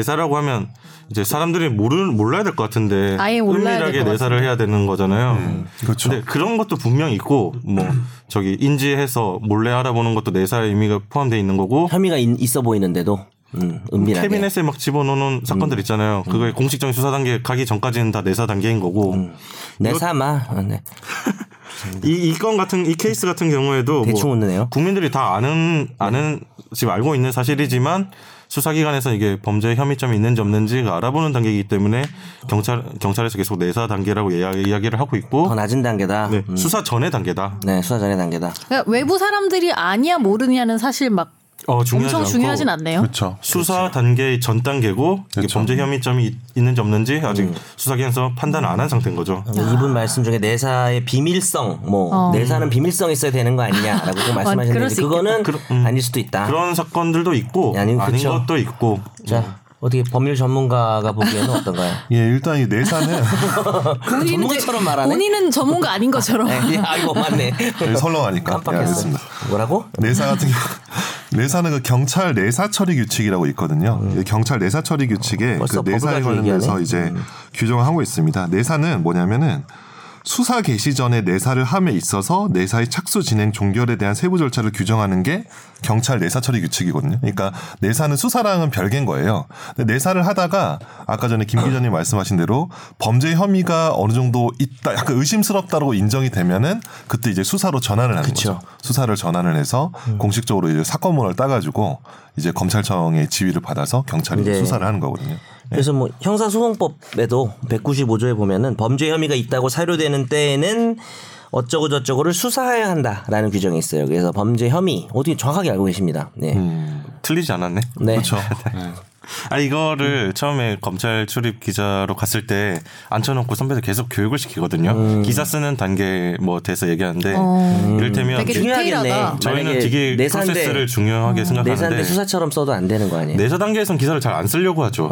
Speaker 1: 내사라고 하면 이제 사람들이 모르 몰라야 될 것 같은데
Speaker 3: 아예 몰라야 될것
Speaker 1: 은밀하게 네 내사를 해야 되는 거잖아요.
Speaker 2: 음.
Speaker 4: 그렇죠.
Speaker 1: 근데 그런 것도 분명 있고 뭐 저기 인지해서 몰래 알아보는 것도 네 내사의 의미가 포함되어 있는 거고
Speaker 2: 혐의가 있, 있어 보이는데도 음,
Speaker 4: 예.
Speaker 2: 은밀하게.
Speaker 1: 캐비넷에 막 집어넣는
Speaker 4: 음.
Speaker 1: 사건들 있잖아요. 그게 공식적인 수사 단계 가기 전까지는 다 내사 단계인 거고
Speaker 4: 음.
Speaker 2: 내사마 아, 네.
Speaker 1: 이 이 건 같은 이 케이스 같은 경우에도 뭐
Speaker 2: 대충 웃네요.
Speaker 1: 국민들이 다 아는 아는 지금 알고 있는 사실이지만 수사기관에서 이게 범죄 혐의점이 있는지 없는지 알아보는 단계이기 때문에 경찰 경찰에서 계속 내사 단계라고 이야- 이야기를 하고
Speaker 2: 더
Speaker 1: 있고
Speaker 2: 낮은 단계다.
Speaker 1: 네,
Speaker 2: 네.
Speaker 4: 음.
Speaker 1: 수사 전의 단계다.
Speaker 2: 수사 전의 단계다.
Speaker 3: 그러니까 외부 사람들이 아니야 모르냐는 사실 막
Speaker 1: 어, 중요하지
Speaker 3: 엄청
Speaker 1: 않고
Speaker 3: 중요하진 않네요.
Speaker 4: 그렇죠.
Speaker 1: 수사 단계의 전 단계고 이게
Speaker 4: 그렇죠. 음.
Speaker 1: 범죄 혐의점이 있- 있는지 없는지 아직 수사기관에서 판단을 안 한 상태인 거죠.
Speaker 2: 이분 말씀 중에 내사의 비밀성, 뭐 내사는 비밀성 있어야 되는 거 아니냐라고 좀
Speaker 3: 어. 그럴
Speaker 2: 말씀하셨는데
Speaker 3: 수
Speaker 2: 그거는
Speaker 1: 있겠다. 그러- 음.
Speaker 2: 아닐 수도 있다.
Speaker 1: 그런 사건들도 있고 아닌
Speaker 2: 아니, 그쵸.
Speaker 1: 것도 있고
Speaker 2: 자 어떻게 법률 전문가가 보기에는 어떤가요?
Speaker 4: 예, 일단 이 내사는
Speaker 3: 본인은 이제-
Speaker 2: 그 전문가처럼 말하네.
Speaker 3: 본인은 전문가 아닌 것처럼.
Speaker 2: 네, 아이고 맞네.
Speaker 4: 네, 설렁하니까. 예,
Speaker 2: 깜빡했어.
Speaker 4: 알겠습니다.
Speaker 2: 뭐라고?
Speaker 4: 내사 같은 경우 내사는 그 경찰 내사 처리 규칙이라고 있거든요. 이 경찰 내사 처리 규칙에
Speaker 2: 음. 벌써
Speaker 4: 그 내사에
Speaker 2: 법을 가지고 음.
Speaker 4: 관련해서
Speaker 2: 얘기하네.
Speaker 4: 이제 규정을 하고 있습니다. 내사는 뭐냐면은 수사 개시 전에 내사를 함에 있어서 내사의 착수 진행 종결에 대한 세부 절차를 규정하는 게 경찰 내사 처리 규칙이거든요. 그러니까 내사는 수사랑은 별개인 거예요. 근데 내사를 하다가 아까 전에 김 기자님 말씀하신 대로 범죄 혐의가 어느 정도 있다, 약간 의심스럽다고 인정이 되면은 그때 이제 수사로 전환을 하는
Speaker 2: 그쵸. 음.
Speaker 4: 거죠. 수사를 전환을 해서 공식적으로 이제 사건문을 따가지고 이제 검찰청의 지휘를 받아서 경찰이
Speaker 2: 네.
Speaker 4: 수사를 하는 거거든요.
Speaker 2: 그래서 뭐 형사소송법에도 195조에 보면은 범죄 혐의가 있다고 사료되는 때에는 어쩌고 저쩌고를 수사해야 한다라는 규정이 있어요. 그래서 범죄 혐의 어떻게 정확하게 알고 계십니다. 네.
Speaker 1: 음, 틀리지 않았네.
Speaker 2: 네.
Speaker 4: 그렇죠.
Speaker 1: 아 이거를 처음에 검찰 출입 기자로 갔을 때 앉혀놓고 선배들 계속 교육을 시키거든요.
Speaker 2: 음.
Speaker 1: 기사 쓰는 단계 뭐 대해서 얘기하는데
Speaker 3: 어.
Speaker 1: 이를테면
Speaker 3: 되게
Speaker 1: 이제
Speaker 3: 음. 디테일하다.
Speaker 2: 중요하겠네.
Speaker 1: 저희는
Speaker 2: 만약에
Speaker 1: 되게 그
Speaker 2: 내사인데-
Speaker 1: 프로세스를 중요하게
Speaker 2: 내사인데
Speaker 1: 생각하는데 네,
Speaker 2: 수사처럼 써도 안 되는 거 아니에요?
Speaker 1: 내사 단계에선 기사를 잘 안 쓰려고 하죠.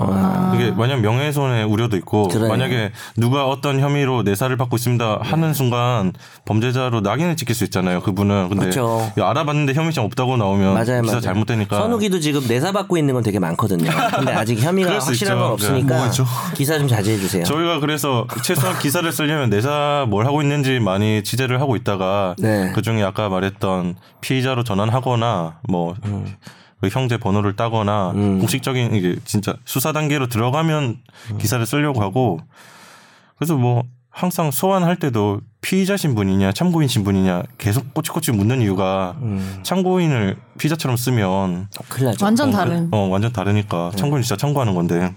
Speaker 1: 이게 만약 명예훼손의 우려도 있고
Speaker 2: 아. 그러네요.
Speaker 1: 만약에 누가 어떤 혐의로 내사를 받고 있습니다
Speaker 2: 네.
Speaker 1: 하는 순간 범죄자로 낙인을 찍힐 수 있잖아요. 그분은 근데
Speaker 2: 그쵸.
Speaker 1: 이거 알아봤는데 혐의점 없다고 나오면
Speaker 2: 그렇죠. 맞아요,
Speaker 1: 기사
Speaker 2: 맞아요.
Speaker 1: 잘못되니까
Speaker 2: 선우기도 지금 내사 받고 있는 건 되게 많거든요. 근데 아직 혐의가
Speaker 1: 그럴 수
Speaker 2: 확실한
Speaker 1: 있죠.
Speaker 2: 건 없으니까
Speaker 4: 네. 뭐죠?
Speaker 2: 기사 좀 자제해 주세요.
Speaker 1: 저희가 그래서 최소한 기사를 쓰려면 내사 뭘 하고 있는지 많이 취재를 하고 있다가
Speaker 2: 네.
Speaker 1: 그중에 아까 말했던 피의자로 전환하거나 뭐 그 형제 번호를 따거나 공식적인 이게 진짜 수사 단계로 들어가면 기사를 쓰려고 하고 그래서 뭐 항상 소환할 때도 피의자 신분이냐 참고인 신분이냐 계속 꼬치꼬치 묻는 이유가 참고인을 피의자처럼 쓰면
Speaker 2: 큰일 나죠.
Speaker 3: 완전
Speaker 2: 음.
Speaker 3: 다른.
Speaker 1: 어, 완전 다르니까
Speaker 2: 네.
Speaker 1: 참고인 진짜 참고하는 건데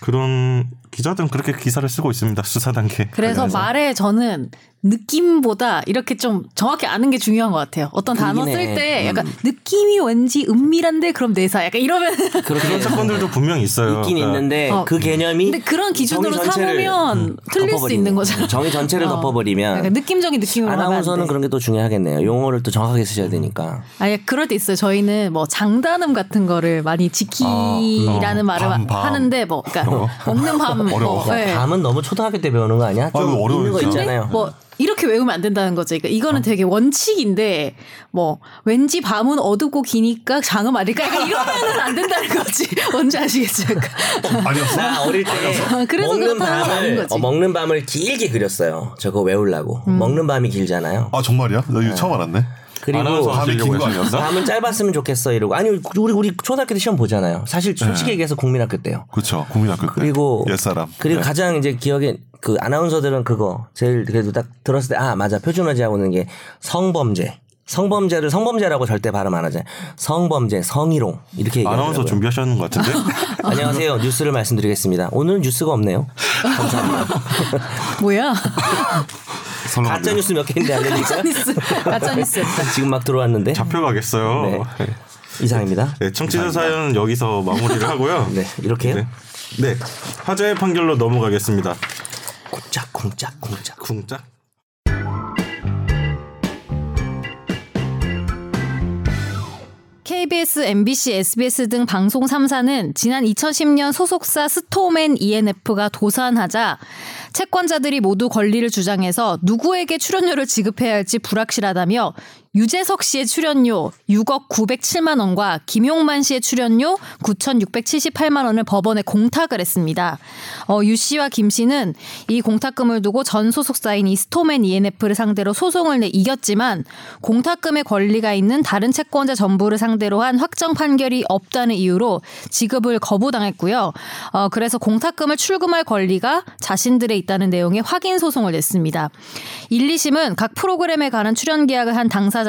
Speaker 1: 그런 기자들은 그렇게 기사를 쓰고 있습니다 수사 단계.
Speaker 3: 그래서
Speaker 1: 관련해서.
Speaker 3: 말에 저는 느낌보다 이렇게 좀 정확히 아는 게 중요한 것 같아요. 어떤 단어
Speaker 2: 그러긴 해.
Speaker 3: 쓸 때 약간 느낌이 왠지 은밀한데 그럼 내사 약간 이러면
Speaker 2: 그렇게
Speaker 1: 그런 사건들도 분명 있어요.
Speaker 2: 있긴
Speaker 1: 그러니까
Speaker 2: 있는데
Speaker 3: 어.
Speaker 2: 그 개념이
Speaker 3: 근데 그런 기준으로
Speaker 2: 정의 전체를, 음,
Speaker 3: 삼으면 틀릴 수
Speaker 2: 덮어버리는
Speaker 3: 있는 거잖아.
Speaker 2: 정의 전체를
Speaker 3: 어.
Speaker 2: 덮어버리면
Speaker 3: 약간 느낌적인 느낌으로 가면 안 돼. 음.
Speaker 2: 아나운서는 그런 게 또 중요하겠네요. 용어를 또 정확하게 쓰셔야 되니까.
Speaker 3: 아니 예, 그럴 때 있어요. 저희는 뭐 장단음 같은 거를 많이 지키라는 말을
Speaker 4: 밤, 밤.
Speaker 3: 하는데 뭐 그러니까 먹는 밤
Speaker 4: 어려워.
Speaker 3: 뭐,
Speaker 2: 감은
Speaker 3: 예.
Speaker 2: 그러니까 너무 초등학교 때 배우는 거 아니야? 좀
Speaker 4: 아유, 어려워요,
Speaker 2: 있는 거
Speaker 4: 진짜.
Speaker 3: 근데
Speaker 2: 있잖아요.
Speaker 3: 뭐 이렇게 외우면 안 된다는 거죠. 그러니까 이거는 되게 원칙인데 뭐 왠지 밤은 어둡고 기니까 장음 아닐까 약간 이러면은 안 된다는 거지. 뭔지 아시겠죠? 약간.
Speaker 4: 아니었어.
Speaker 2: 나 어릴 때
Speaker 3: 그래서
Speaker 2: 먹는
Speaker 3: 그렇다는 건 아닌
Speaker 2: 밤을
Speaker 3: 거지. 음.
Speaker 2: 어, 먹는 밤을 길게 그렸어요. 저거 외우려고. 먹는 밤이 길잖아요.
Speaker 4: 아 정말이야? 나 이거 처음 알았네.
Speaker 1: 아나운서
Speaker 2: 그리고
Speaker 4: 밤이
Speaker 1: 하시려고
Speaker 4: 긴거
Speaker 1: 하셨어?
Speaker 2: 밤은 짧았으면 좋겠어 이러고 아니 우리 우리 초등학교 때 시험 보잖아요. 사실 솔직히 얘기해서 국민학교 때요.
Speaker 4: 그렇죠. 국민학교 때.
Speaker 1: 예,
Speaker 2: 그리고
Speaker 4: 옛사람.
Speaker 2: 그리고
Speaker 4: 네.
Speaker 2: 가장 이제 기억에 그 아나운서들은 그거 제일 그래도 딱 들었을 때 아 맞아 표준어지하고 있는 게 성범죄. 성범죄를 성범죄라고 절대 발음 안 하잖아요. 성범죄, 성희롱 이렇게 얘기하더라고요.
Speaker 1: 아나운서 준비하셨는 것 같은데
Speaker 2: 안녕하세요. 뉴스를 말씀드리겠습니다. 오늘은 뉴스가 없네요.
Speaker 3: 뭐야?
Speaker 4: 설렁하네요.
Speaker 2: 가짜 뉴스 몇 개인데 알려드릴까요?
Speaker 3: 가짜뉴스. 가짜뉴스.
Speaker 2: 지금 막 들어왔는데
Speaker 1: 잡혀가겠어요.
Speaker 2: 네.
Speaker 1: 네.
Speaker 2: 이상입니다.
Speaker 1: 청취자 사연은 여기서 마무리를 하고요.
Speaker 2: 네 이렇게요.
Speaker 1: 네. 네. 화제의 판결로 넘어가겠습니다.
Speaker 2: 쿵짝 쿵짝 쿵짝.
Speaker 1: 궁짝.
Speaker 3: KBS, MBC, SBS 등 방송 3사는 지난 2010년 소속사 스톰앤 ENF가 도산하자 채권자들이 모두 권리를 주장해서 누구에게 출연료를 지급해야 할지 불확실하다며 유재석 씨의 출연료 6억 907만 원과 김용만 씨의 출연료 9,678만 원을 법원에 공탁을 했습니다. 어, 유 씨와 김 씨는 이 공탁금을 두고 전 소속사인 이 스톰앤 ENF를 상대로 소송을 내 이겼지만 공탁금의 권리가 있는 다른 채권자 전부를 상대로 한 확정 판결이 없다는 이유로 지급을 거부당했고요. 어, 그래서 공탁금을 출금할 권리가 자신들에 있다는 내용의 확인 소송을 냈습니다. 1, 2심은 각 프로그램에 관한 출연 계약을 한 당사자는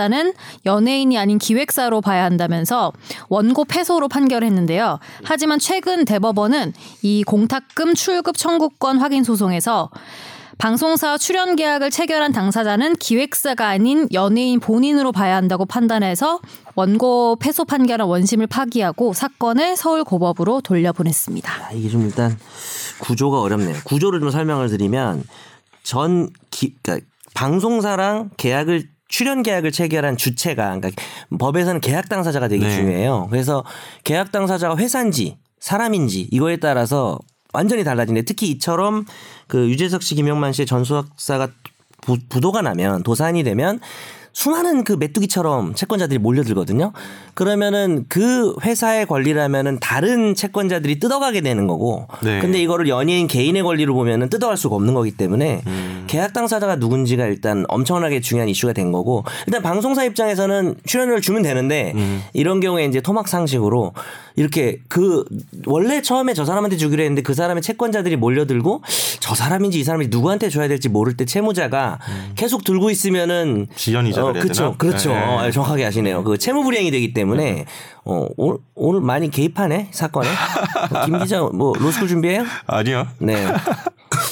Speaker 3: 연예인이 아닌 기획사로 봐야 한다면서 원고 패소로 판결했는데요. 하지만 최근 대법원은 이 공탁금 출급 청구권 확인 소송에서 방송사 출연 계약을 체결한 당사자는 기획사가 아닌 연예인 본인으로 봐야 한다고 판단해서 원고 패소 판결한 원심을 파기하고 사건을 서울고법으로 돌려보냈습니다.
Speaker 2: 아, 이게 좀 일단 구조가 어렵네요. 구조를 좀 설명을 드리면 전 기, 그러니까 방송사랑 계약을 출연 계약을 체결한 주체가 그러니까 법에서는 계약 당사자가 되게 중요해요. 그래서 계약 당사자가 회사인지 사람인지 이거에 따라서 완전히 달라지는데 특히 이처럼 그 유재석 씨, 김영만 씨의 전수학사가 부, 부도가 나면 도산이 되면 수많은 그 메뚜기처럼 채권자들이 몰려들거든요. 그러면은 그 회사의 권리라면은 다른 채권자들이 뜯어가게 되는 거고.
Speaker 1: 네.
Speaker 2: 근데 이거를 연예인 개인의 권리로 보면은 뜯어갈 수가 없는 거기 때문에
Speaker 1: 음.
Speaker 2: 계약 당사자가 누군지가 일단 엄청나게 중요한 이슈가 된 거고 일단 방송사 입장에서는 출연료를 주면 되는데
Speaker 1: 음.
Speaker 2: 이런 경우에 이제 토막 상식으로 이렇게 그 원래 처음에 저 사람한테 주기로 했는데 그 사람의 채권자들이 몰려들고 저 사람인지 이 사람이 누구한테 줘야 될지 모를 때 채무자가 계속 들고 있으면은
Speaker 1: 음. 지연 이자를
Speaker 2: 어,
Speaker 1: 해야
Speaker 2: 그렇죠
Speaker 1: 되나?
Speaker 2: 그렇죠
Speaker 1: 네.
Speaker 2: 어, 정확하게 아시네요 그 채무 불이행이 되기
Speaker 3: 네.
Speaker 2: 때문에 어 오늘, 오늘 많이 개입하네 사건에 어, 김 기자 뭐 로스쿨 준비해요?
Speaker 1: 아니요.
Speaker 2: 네.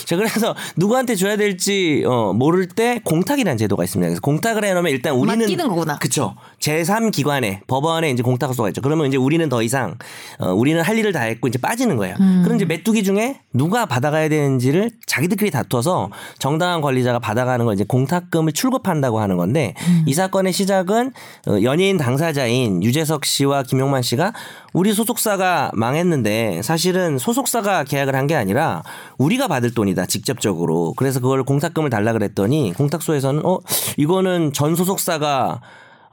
Speaker 2: 자, 그래서 누구한테 줘야 될지 어, 모를 때 공탁이라는 제도가 있습니다. 그래서 공탁을 해놓으면 일단 우리는
Speaker 3: 맡기는 거구나.
Speaker 2: 그쵸. 제3기관에 법원에 이제 공탁소가 있죠. 그러면 이제 우리는 더 이상 어, 우리는 할 일을 다 했고 이제 빠지는 거예요. 그럼 이제 메뚜기 중에 누가 받아가야 되는지를 자기들끼리 다투어서 정당한 권리자가 받아가는 걸 이제 공탁금을 출급한다고 하는 건데 이 사건의 시작은 어, 연예인 당사자인 유재석 씨와 김용만 씨가 우리 소속사가 망했는데 사실은 소속사가 계약을 한 게 아니라 우리가 받을 돈이다 직접적으로 그래서 그걸 공탁금을 달라 그랬더니 공탁소에서는 어 이거는 전 소속사가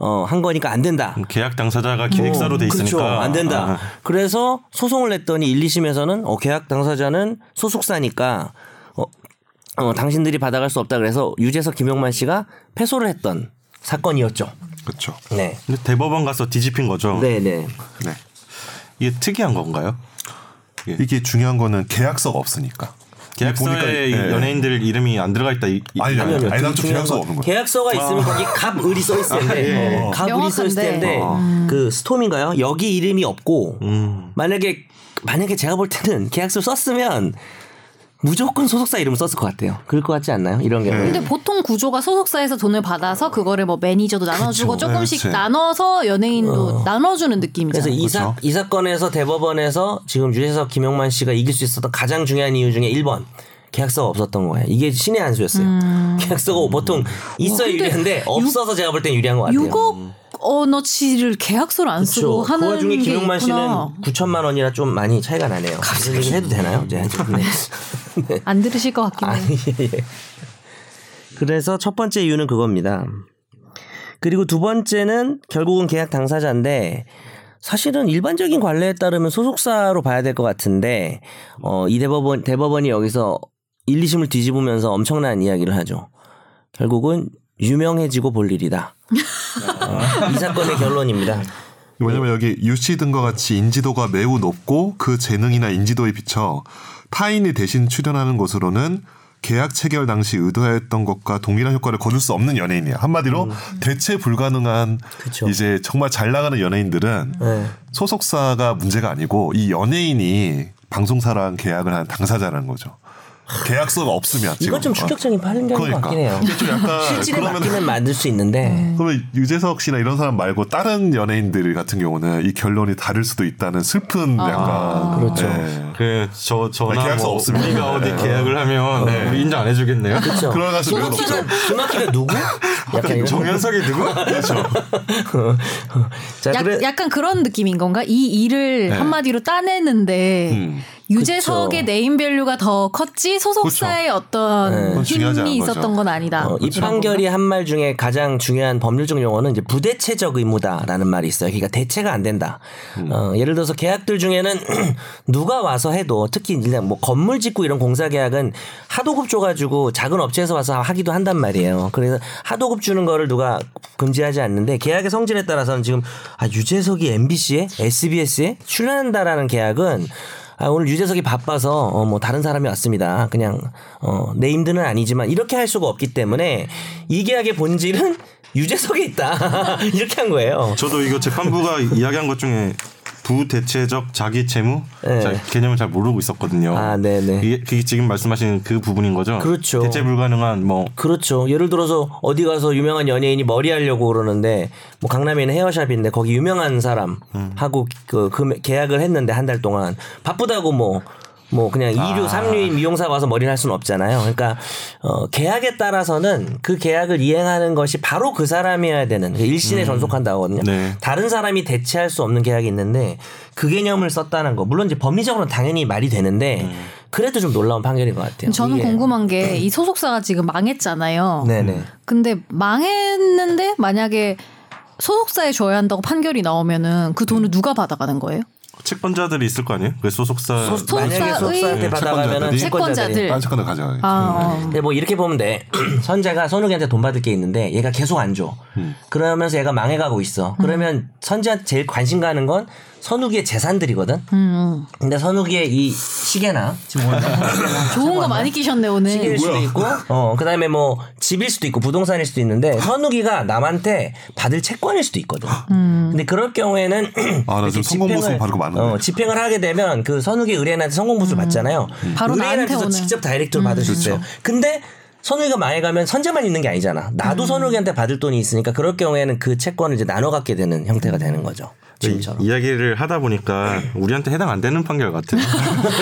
Speaker 2: 어, 한 거니까 안 된다.
Speaker 1: 계약 당사자가 기획사로 음, 돼 있으니까
Speaker 2: 그렇죠. 안
Speaker 1: 아,
Speaker 2: 된다. 그래서 소송을 냈더니 1, 2심에서는 어, 계약 당사자는 소속사니까 어, 어, 당신들이 받아갈 수 없다 그래서 유재석 김용만 씨가 패소를 했던 사건이었죠.
Speaker 4: 그렇죠.
Speaker 2: 네.
Speaker 1: 근데 대법원 가서 뒤집힌 거죠.
Speaker 2: 네, 네.
Speaker 4: 네.
Speaker 1: 이게 특이한 건가요?
Speaker 4: 예. 이게 중요한 거는 계약서가 없으니까.
Speaker 1: 계약서에
Speaker 4: 보니까, 예.
Speaker 1: 연예인들 이름이 안 들어가 있다. 이, 이-
Speaker 4: 아니요, 아니요. 아니, 아니, 당초 계약서가 없는 거예요.
Speaker 2: 그 계약서가 있으면 거기 갑을이 써 있을 텐데
Speaker 1: 예.
Speaker 2: 어, 갑을이 써 있을
Speaker 3: 명확한데. 어.
Speaker 2: 텐데
Speaker 3: 음.
Speaker 2: 그 스톰인가요? 여기 이름이 없고
Speaker 4: 음.
Speaker 2: 만약에 만약에 제가 볼 때는 계약서 썼으면 무조건 소속사 이름 을 썼을 것 같아요. 그럴 것 같지 않나요? 이런 경우.
Speaker 3: 근데 보통 구조가 소속사에서 돈을 받아서 그거를 뭐 매니저도 나눠주고
Speaker 4: 그쵸. 네,
Speaker 3: 조금씩
Speaker 4: 그치. 어.
Speaker 3: 나눠서 연예인도 나눠주는 느낌이잖아요.
Speaker 2: 그래서 이, 사,
Speaker 4: 그렇죠.
Speaker 2: 이 사건에서 대법원에서 지금 유재석 김영만 씨가 이길 수 있었던 가장 중요한 이유 중에 1번 계약서가 없었던 거예요. 이게 신의 한 수였어요.
Speaker 3: 음.
Speaker 2: 계약서가 보통 있어야
Speaker 3: 근데
Speaker 2: 유리한데 없어서 제가 볼 땐 유리한 것 같아요.
Speaker 3: 6억 언어치를 계약서를 안 쓰고
Speaker 2: 그렇죠.
Speaker 3: 하는
Speaker 2: 그 와중에
Speaker 3: 게
Speaker 2: 김용만
Speaker 3: 있구나.
Speaker 2: 씨는 9천만 원이라 좀 많이 차이가 나네요. 무슨 얘기 해도 되나요? 이제 좀, 네. 예.
Speaker 3: 안 들으실 것
Speaker 2: 아,
Speaker 3: 같긴 해요.
Speaker 2: 그래서 첫 번째 이유는 그겁니다. 그리고 두 번째는 결국은 계약 당사자인데 사실은 일반적인 관례에 따르면 소속사로 봐야 될 것 같은데 어, 이 대법원 대법원이 여기서 1, 2심을 뒤집으면서 엄청난 이야기를 하죠. 결국은 유명해지고 볼 일이다. 어, 이 사건의 결론입니다.
Speaker 4: 왜냐면 여기 유씨 등과 같이 인지도가 매우 높고 그 재능이나 인지도에 비춰 타인이 대신 출연하는 것으로는 계약 체결 당시 의도하였던 것과 동일한 효과를 거둘 수 없는 연예인이야. 한마디로 대체 불가능한
Speaker 2: 음. 그쵸.
Speaker 4: 이제 정말 잘 나가는 연예인들은
Speaker 2: 네.
Speaker 4: 소속사가 문제가 아니고 이 연예인이 방송사랑 계약을 한 당사자라는 거죠. 계약서가 없으면 지금. 어. 그러니까.
Speaker 2: 이건 좀 충격적인 판결인 것 같긴 해요.
Speaker 4: 이게 좀 약간
Speaker 2: 실질에
Speaker 4: 그러면
Speaker 2: 맞기는 만들 수 있는데
Speaker 4: 그러면 유재석 씨나 이런 사람 말고 다른 연예인들 같은 경우는 이 결론이 다를 수도 있다는 슬픈
Speaker 3: 아.
Speaker 4: 약간
Speaker 2: 그렇죠.
Speaker 4: 예.
Speaker 1: 그저
Speaker 4: 아니,
Speaker 1: 저나
Speaker 4: 계약서
Speaker 1: 뭐
Speaker 4: 없습니다.
Speaker 1: 우리가 어디
Speaker 4: 네.
Speaker 1: 계약을 하면 우리 인정 안 해주겠네요.
Speaker 2: 그렇죠.
Speaker 4: 그럴 가능성이 매우 높죠.
Speaker 2: 김학기가 김학기가 누구? 약간 이런.
Speaker 1: 정현석이 누구? 그렇죠.
Speaker 2: 자
Speaker 3: 약,
Speaker 2: 그래 네.
Speaker 3: 약간 그런 느낌인 건가? 이 일을 한마디로 따내는데
Speaker 2: 음.
Speaker 3: 유재석의 네임밸류가 더 컸지 소속사의 어떤
Speaker 4: 그건 중요하지 않은
Speaker 3: 힘이
Speaker 4: 거죠.
Speaker 3: 있었던 건 아니다.
Speaker 2: 네.
Speaker 3: 그렇죠.
Speaker 2: 어, 이 판결이 한 말 중에 가장 중요한 법률적 용어는 이제 부대체적 의무다라는 말이 있어요. 그러니까 대체가 안 된다. 어, 예를 들어서 계약들 중에는 누가 와서 해도 특히 그냥 뭐 건물 짓고 이런 공사 계약은 하도급 줘가지고 작은 업체에서 와서 하기도 한단 말이에요. 그래서 하도급 주는 거를 누가 금지하지 않는데 계약의 성질에 따라서는 지금 아, 유재석이 MBC에 SBS에 출연한다라는 계약은 아, 오늘 유재석이 바빠서 어, 뭐 다른 사람이 왔습니다. 그냥 어, 네임드는 아니지만 이렇게 할 수가 없기 때문에 이 계약의 본질은 유재석에 있다 이렇게 한 거예요.
Speaker 1: 저도 이거 재판부가 이야기한 것 중에 부대체적 자기 채무
Speaker 2: 네.
Speaker 1: 자, 개념을 잘 모르고 있었거든요.
Speaker 2: 아, 네네.
Speaker 1: 이게, 그게 지금 말씀하신 그 부분인 거죠.
Speaker 2: 그렇죠.
Speaker 1: 대체 불가능한 뭐
Speaker 2: 그렇죠. 예를 들어서 어디 가서 유명한 연예인이 머리 하려고 그러는데 뭐 강남에 있는 헤어샵인데 거기 유명한 사람 하고 그, 금- 계약을 했는데 한 달 동안 바쁘다고 뭐. 뭐 그냥 2류, 삼 3류인 미용사 와서 머리를 할 수는 없잖아요. 그러니까 어 계약에 따라서는 그 계약을 이행하는 것이 바로 그 사람이어야 되는 그 일신에 전속한다고 하거든요.
Speaker 1: 네.
Speaker 2: 다른 사람이 대체할 수 없는 계약이 있는데 그 개념을 썼다는 거. 물론 이제 법리적으로 는 당연히 말이 되는데 그래도 좀 놀라운 판결인 것 같아요.
Speaker 3: 음, 저는
Speaker 2: 이게.
Speaker 3: 궁금한 게 이 소속사가 지금 망했잖아요.
Speaker 2: 예. 네. 네네.
Speaker 3: 근데 망했는데 만약에 소속사에 줘야 한다고 판결이 나오면은 그
Speaker 2: 음.
Speaker 3: 돈을 누가 받아가는 거예요?
Speaker 1: 채권자들이 있을 거 아니에요? 그 소속사
Speaker 3: 소속사-
Speaker 2: 만약에 소속사한테
Speaker 4: 네,
Speaker 2: 받아가면은
Speaker 4: 채권자들이.
Speaker 3: 채권자들이.
Speaker 2: 채권자들이.
Speaker 4: 딴 채권을 가져가겠죠.
Speaker 3: 네. 아,
Speaker 2: 근데 뭐 이렇게 보면 돼. 선재가 선욱이한테 돈 받을 게 있는데 얘가 계속 안 줘.
Speaker 4: 음.
Speaker 2: 그러면서 얘가 망해가고 있어.
Speaker 3: 음.
Speaker 2: 그러면 선재한테 제일 관심 가는 건 선욱이의 재산들이거든.
Speaker 3: 음,
Speaker 2: 근데 선욱이의 이 시계나 지금 오늘
Speaker 3: 좋은 거 많이 끼셨네 오늘.
Speaker 2: 시계일 수도 있고, 어 그다음에 뭐 집일 수도 있고 부동산일 수도 있는데 선욱이가 남한테 받을 채권일 수도 있거든.
Speaker 3: 음.
Speaker 2: 근데 그럴 경우에는
Speaker 4: 아, 나
Speaker 2: 이렇게
Speaker 4: 지금 성공보수
Speaker 2: 집행을-
Speaker 4: 바르고 많은데.
Speaker 2: 어, 집행을 하게 되면 그 선욱이 의뢰인한테 성공보수를 받잖아요.
Speaker 3: 음. 바로 나한테
Speaker 2: 의뢰인한테서
Speaker 3: 오는. 음.
Speaker 2: 직접 다이렉트로 받을 수 있어요.
Speaker 4: 그렇죠.
Speaker 2: 근데 선욱이가 망해가면 선재만 있는 게 아니잖아.
Speaker 3: 음.
Speaker 2: 나도 선욱이한테 받을 돈이 있으니까 그럴 경우에는 그 채권을 이제 나눠 갖게 되는 형태가 되는 거죠.
Speaker 4: 네.
Speaker 2: 지금처럼.
Speaker 1: 이야기를 하다 보니까 우리한테 해당 안 되는 판결 같아요.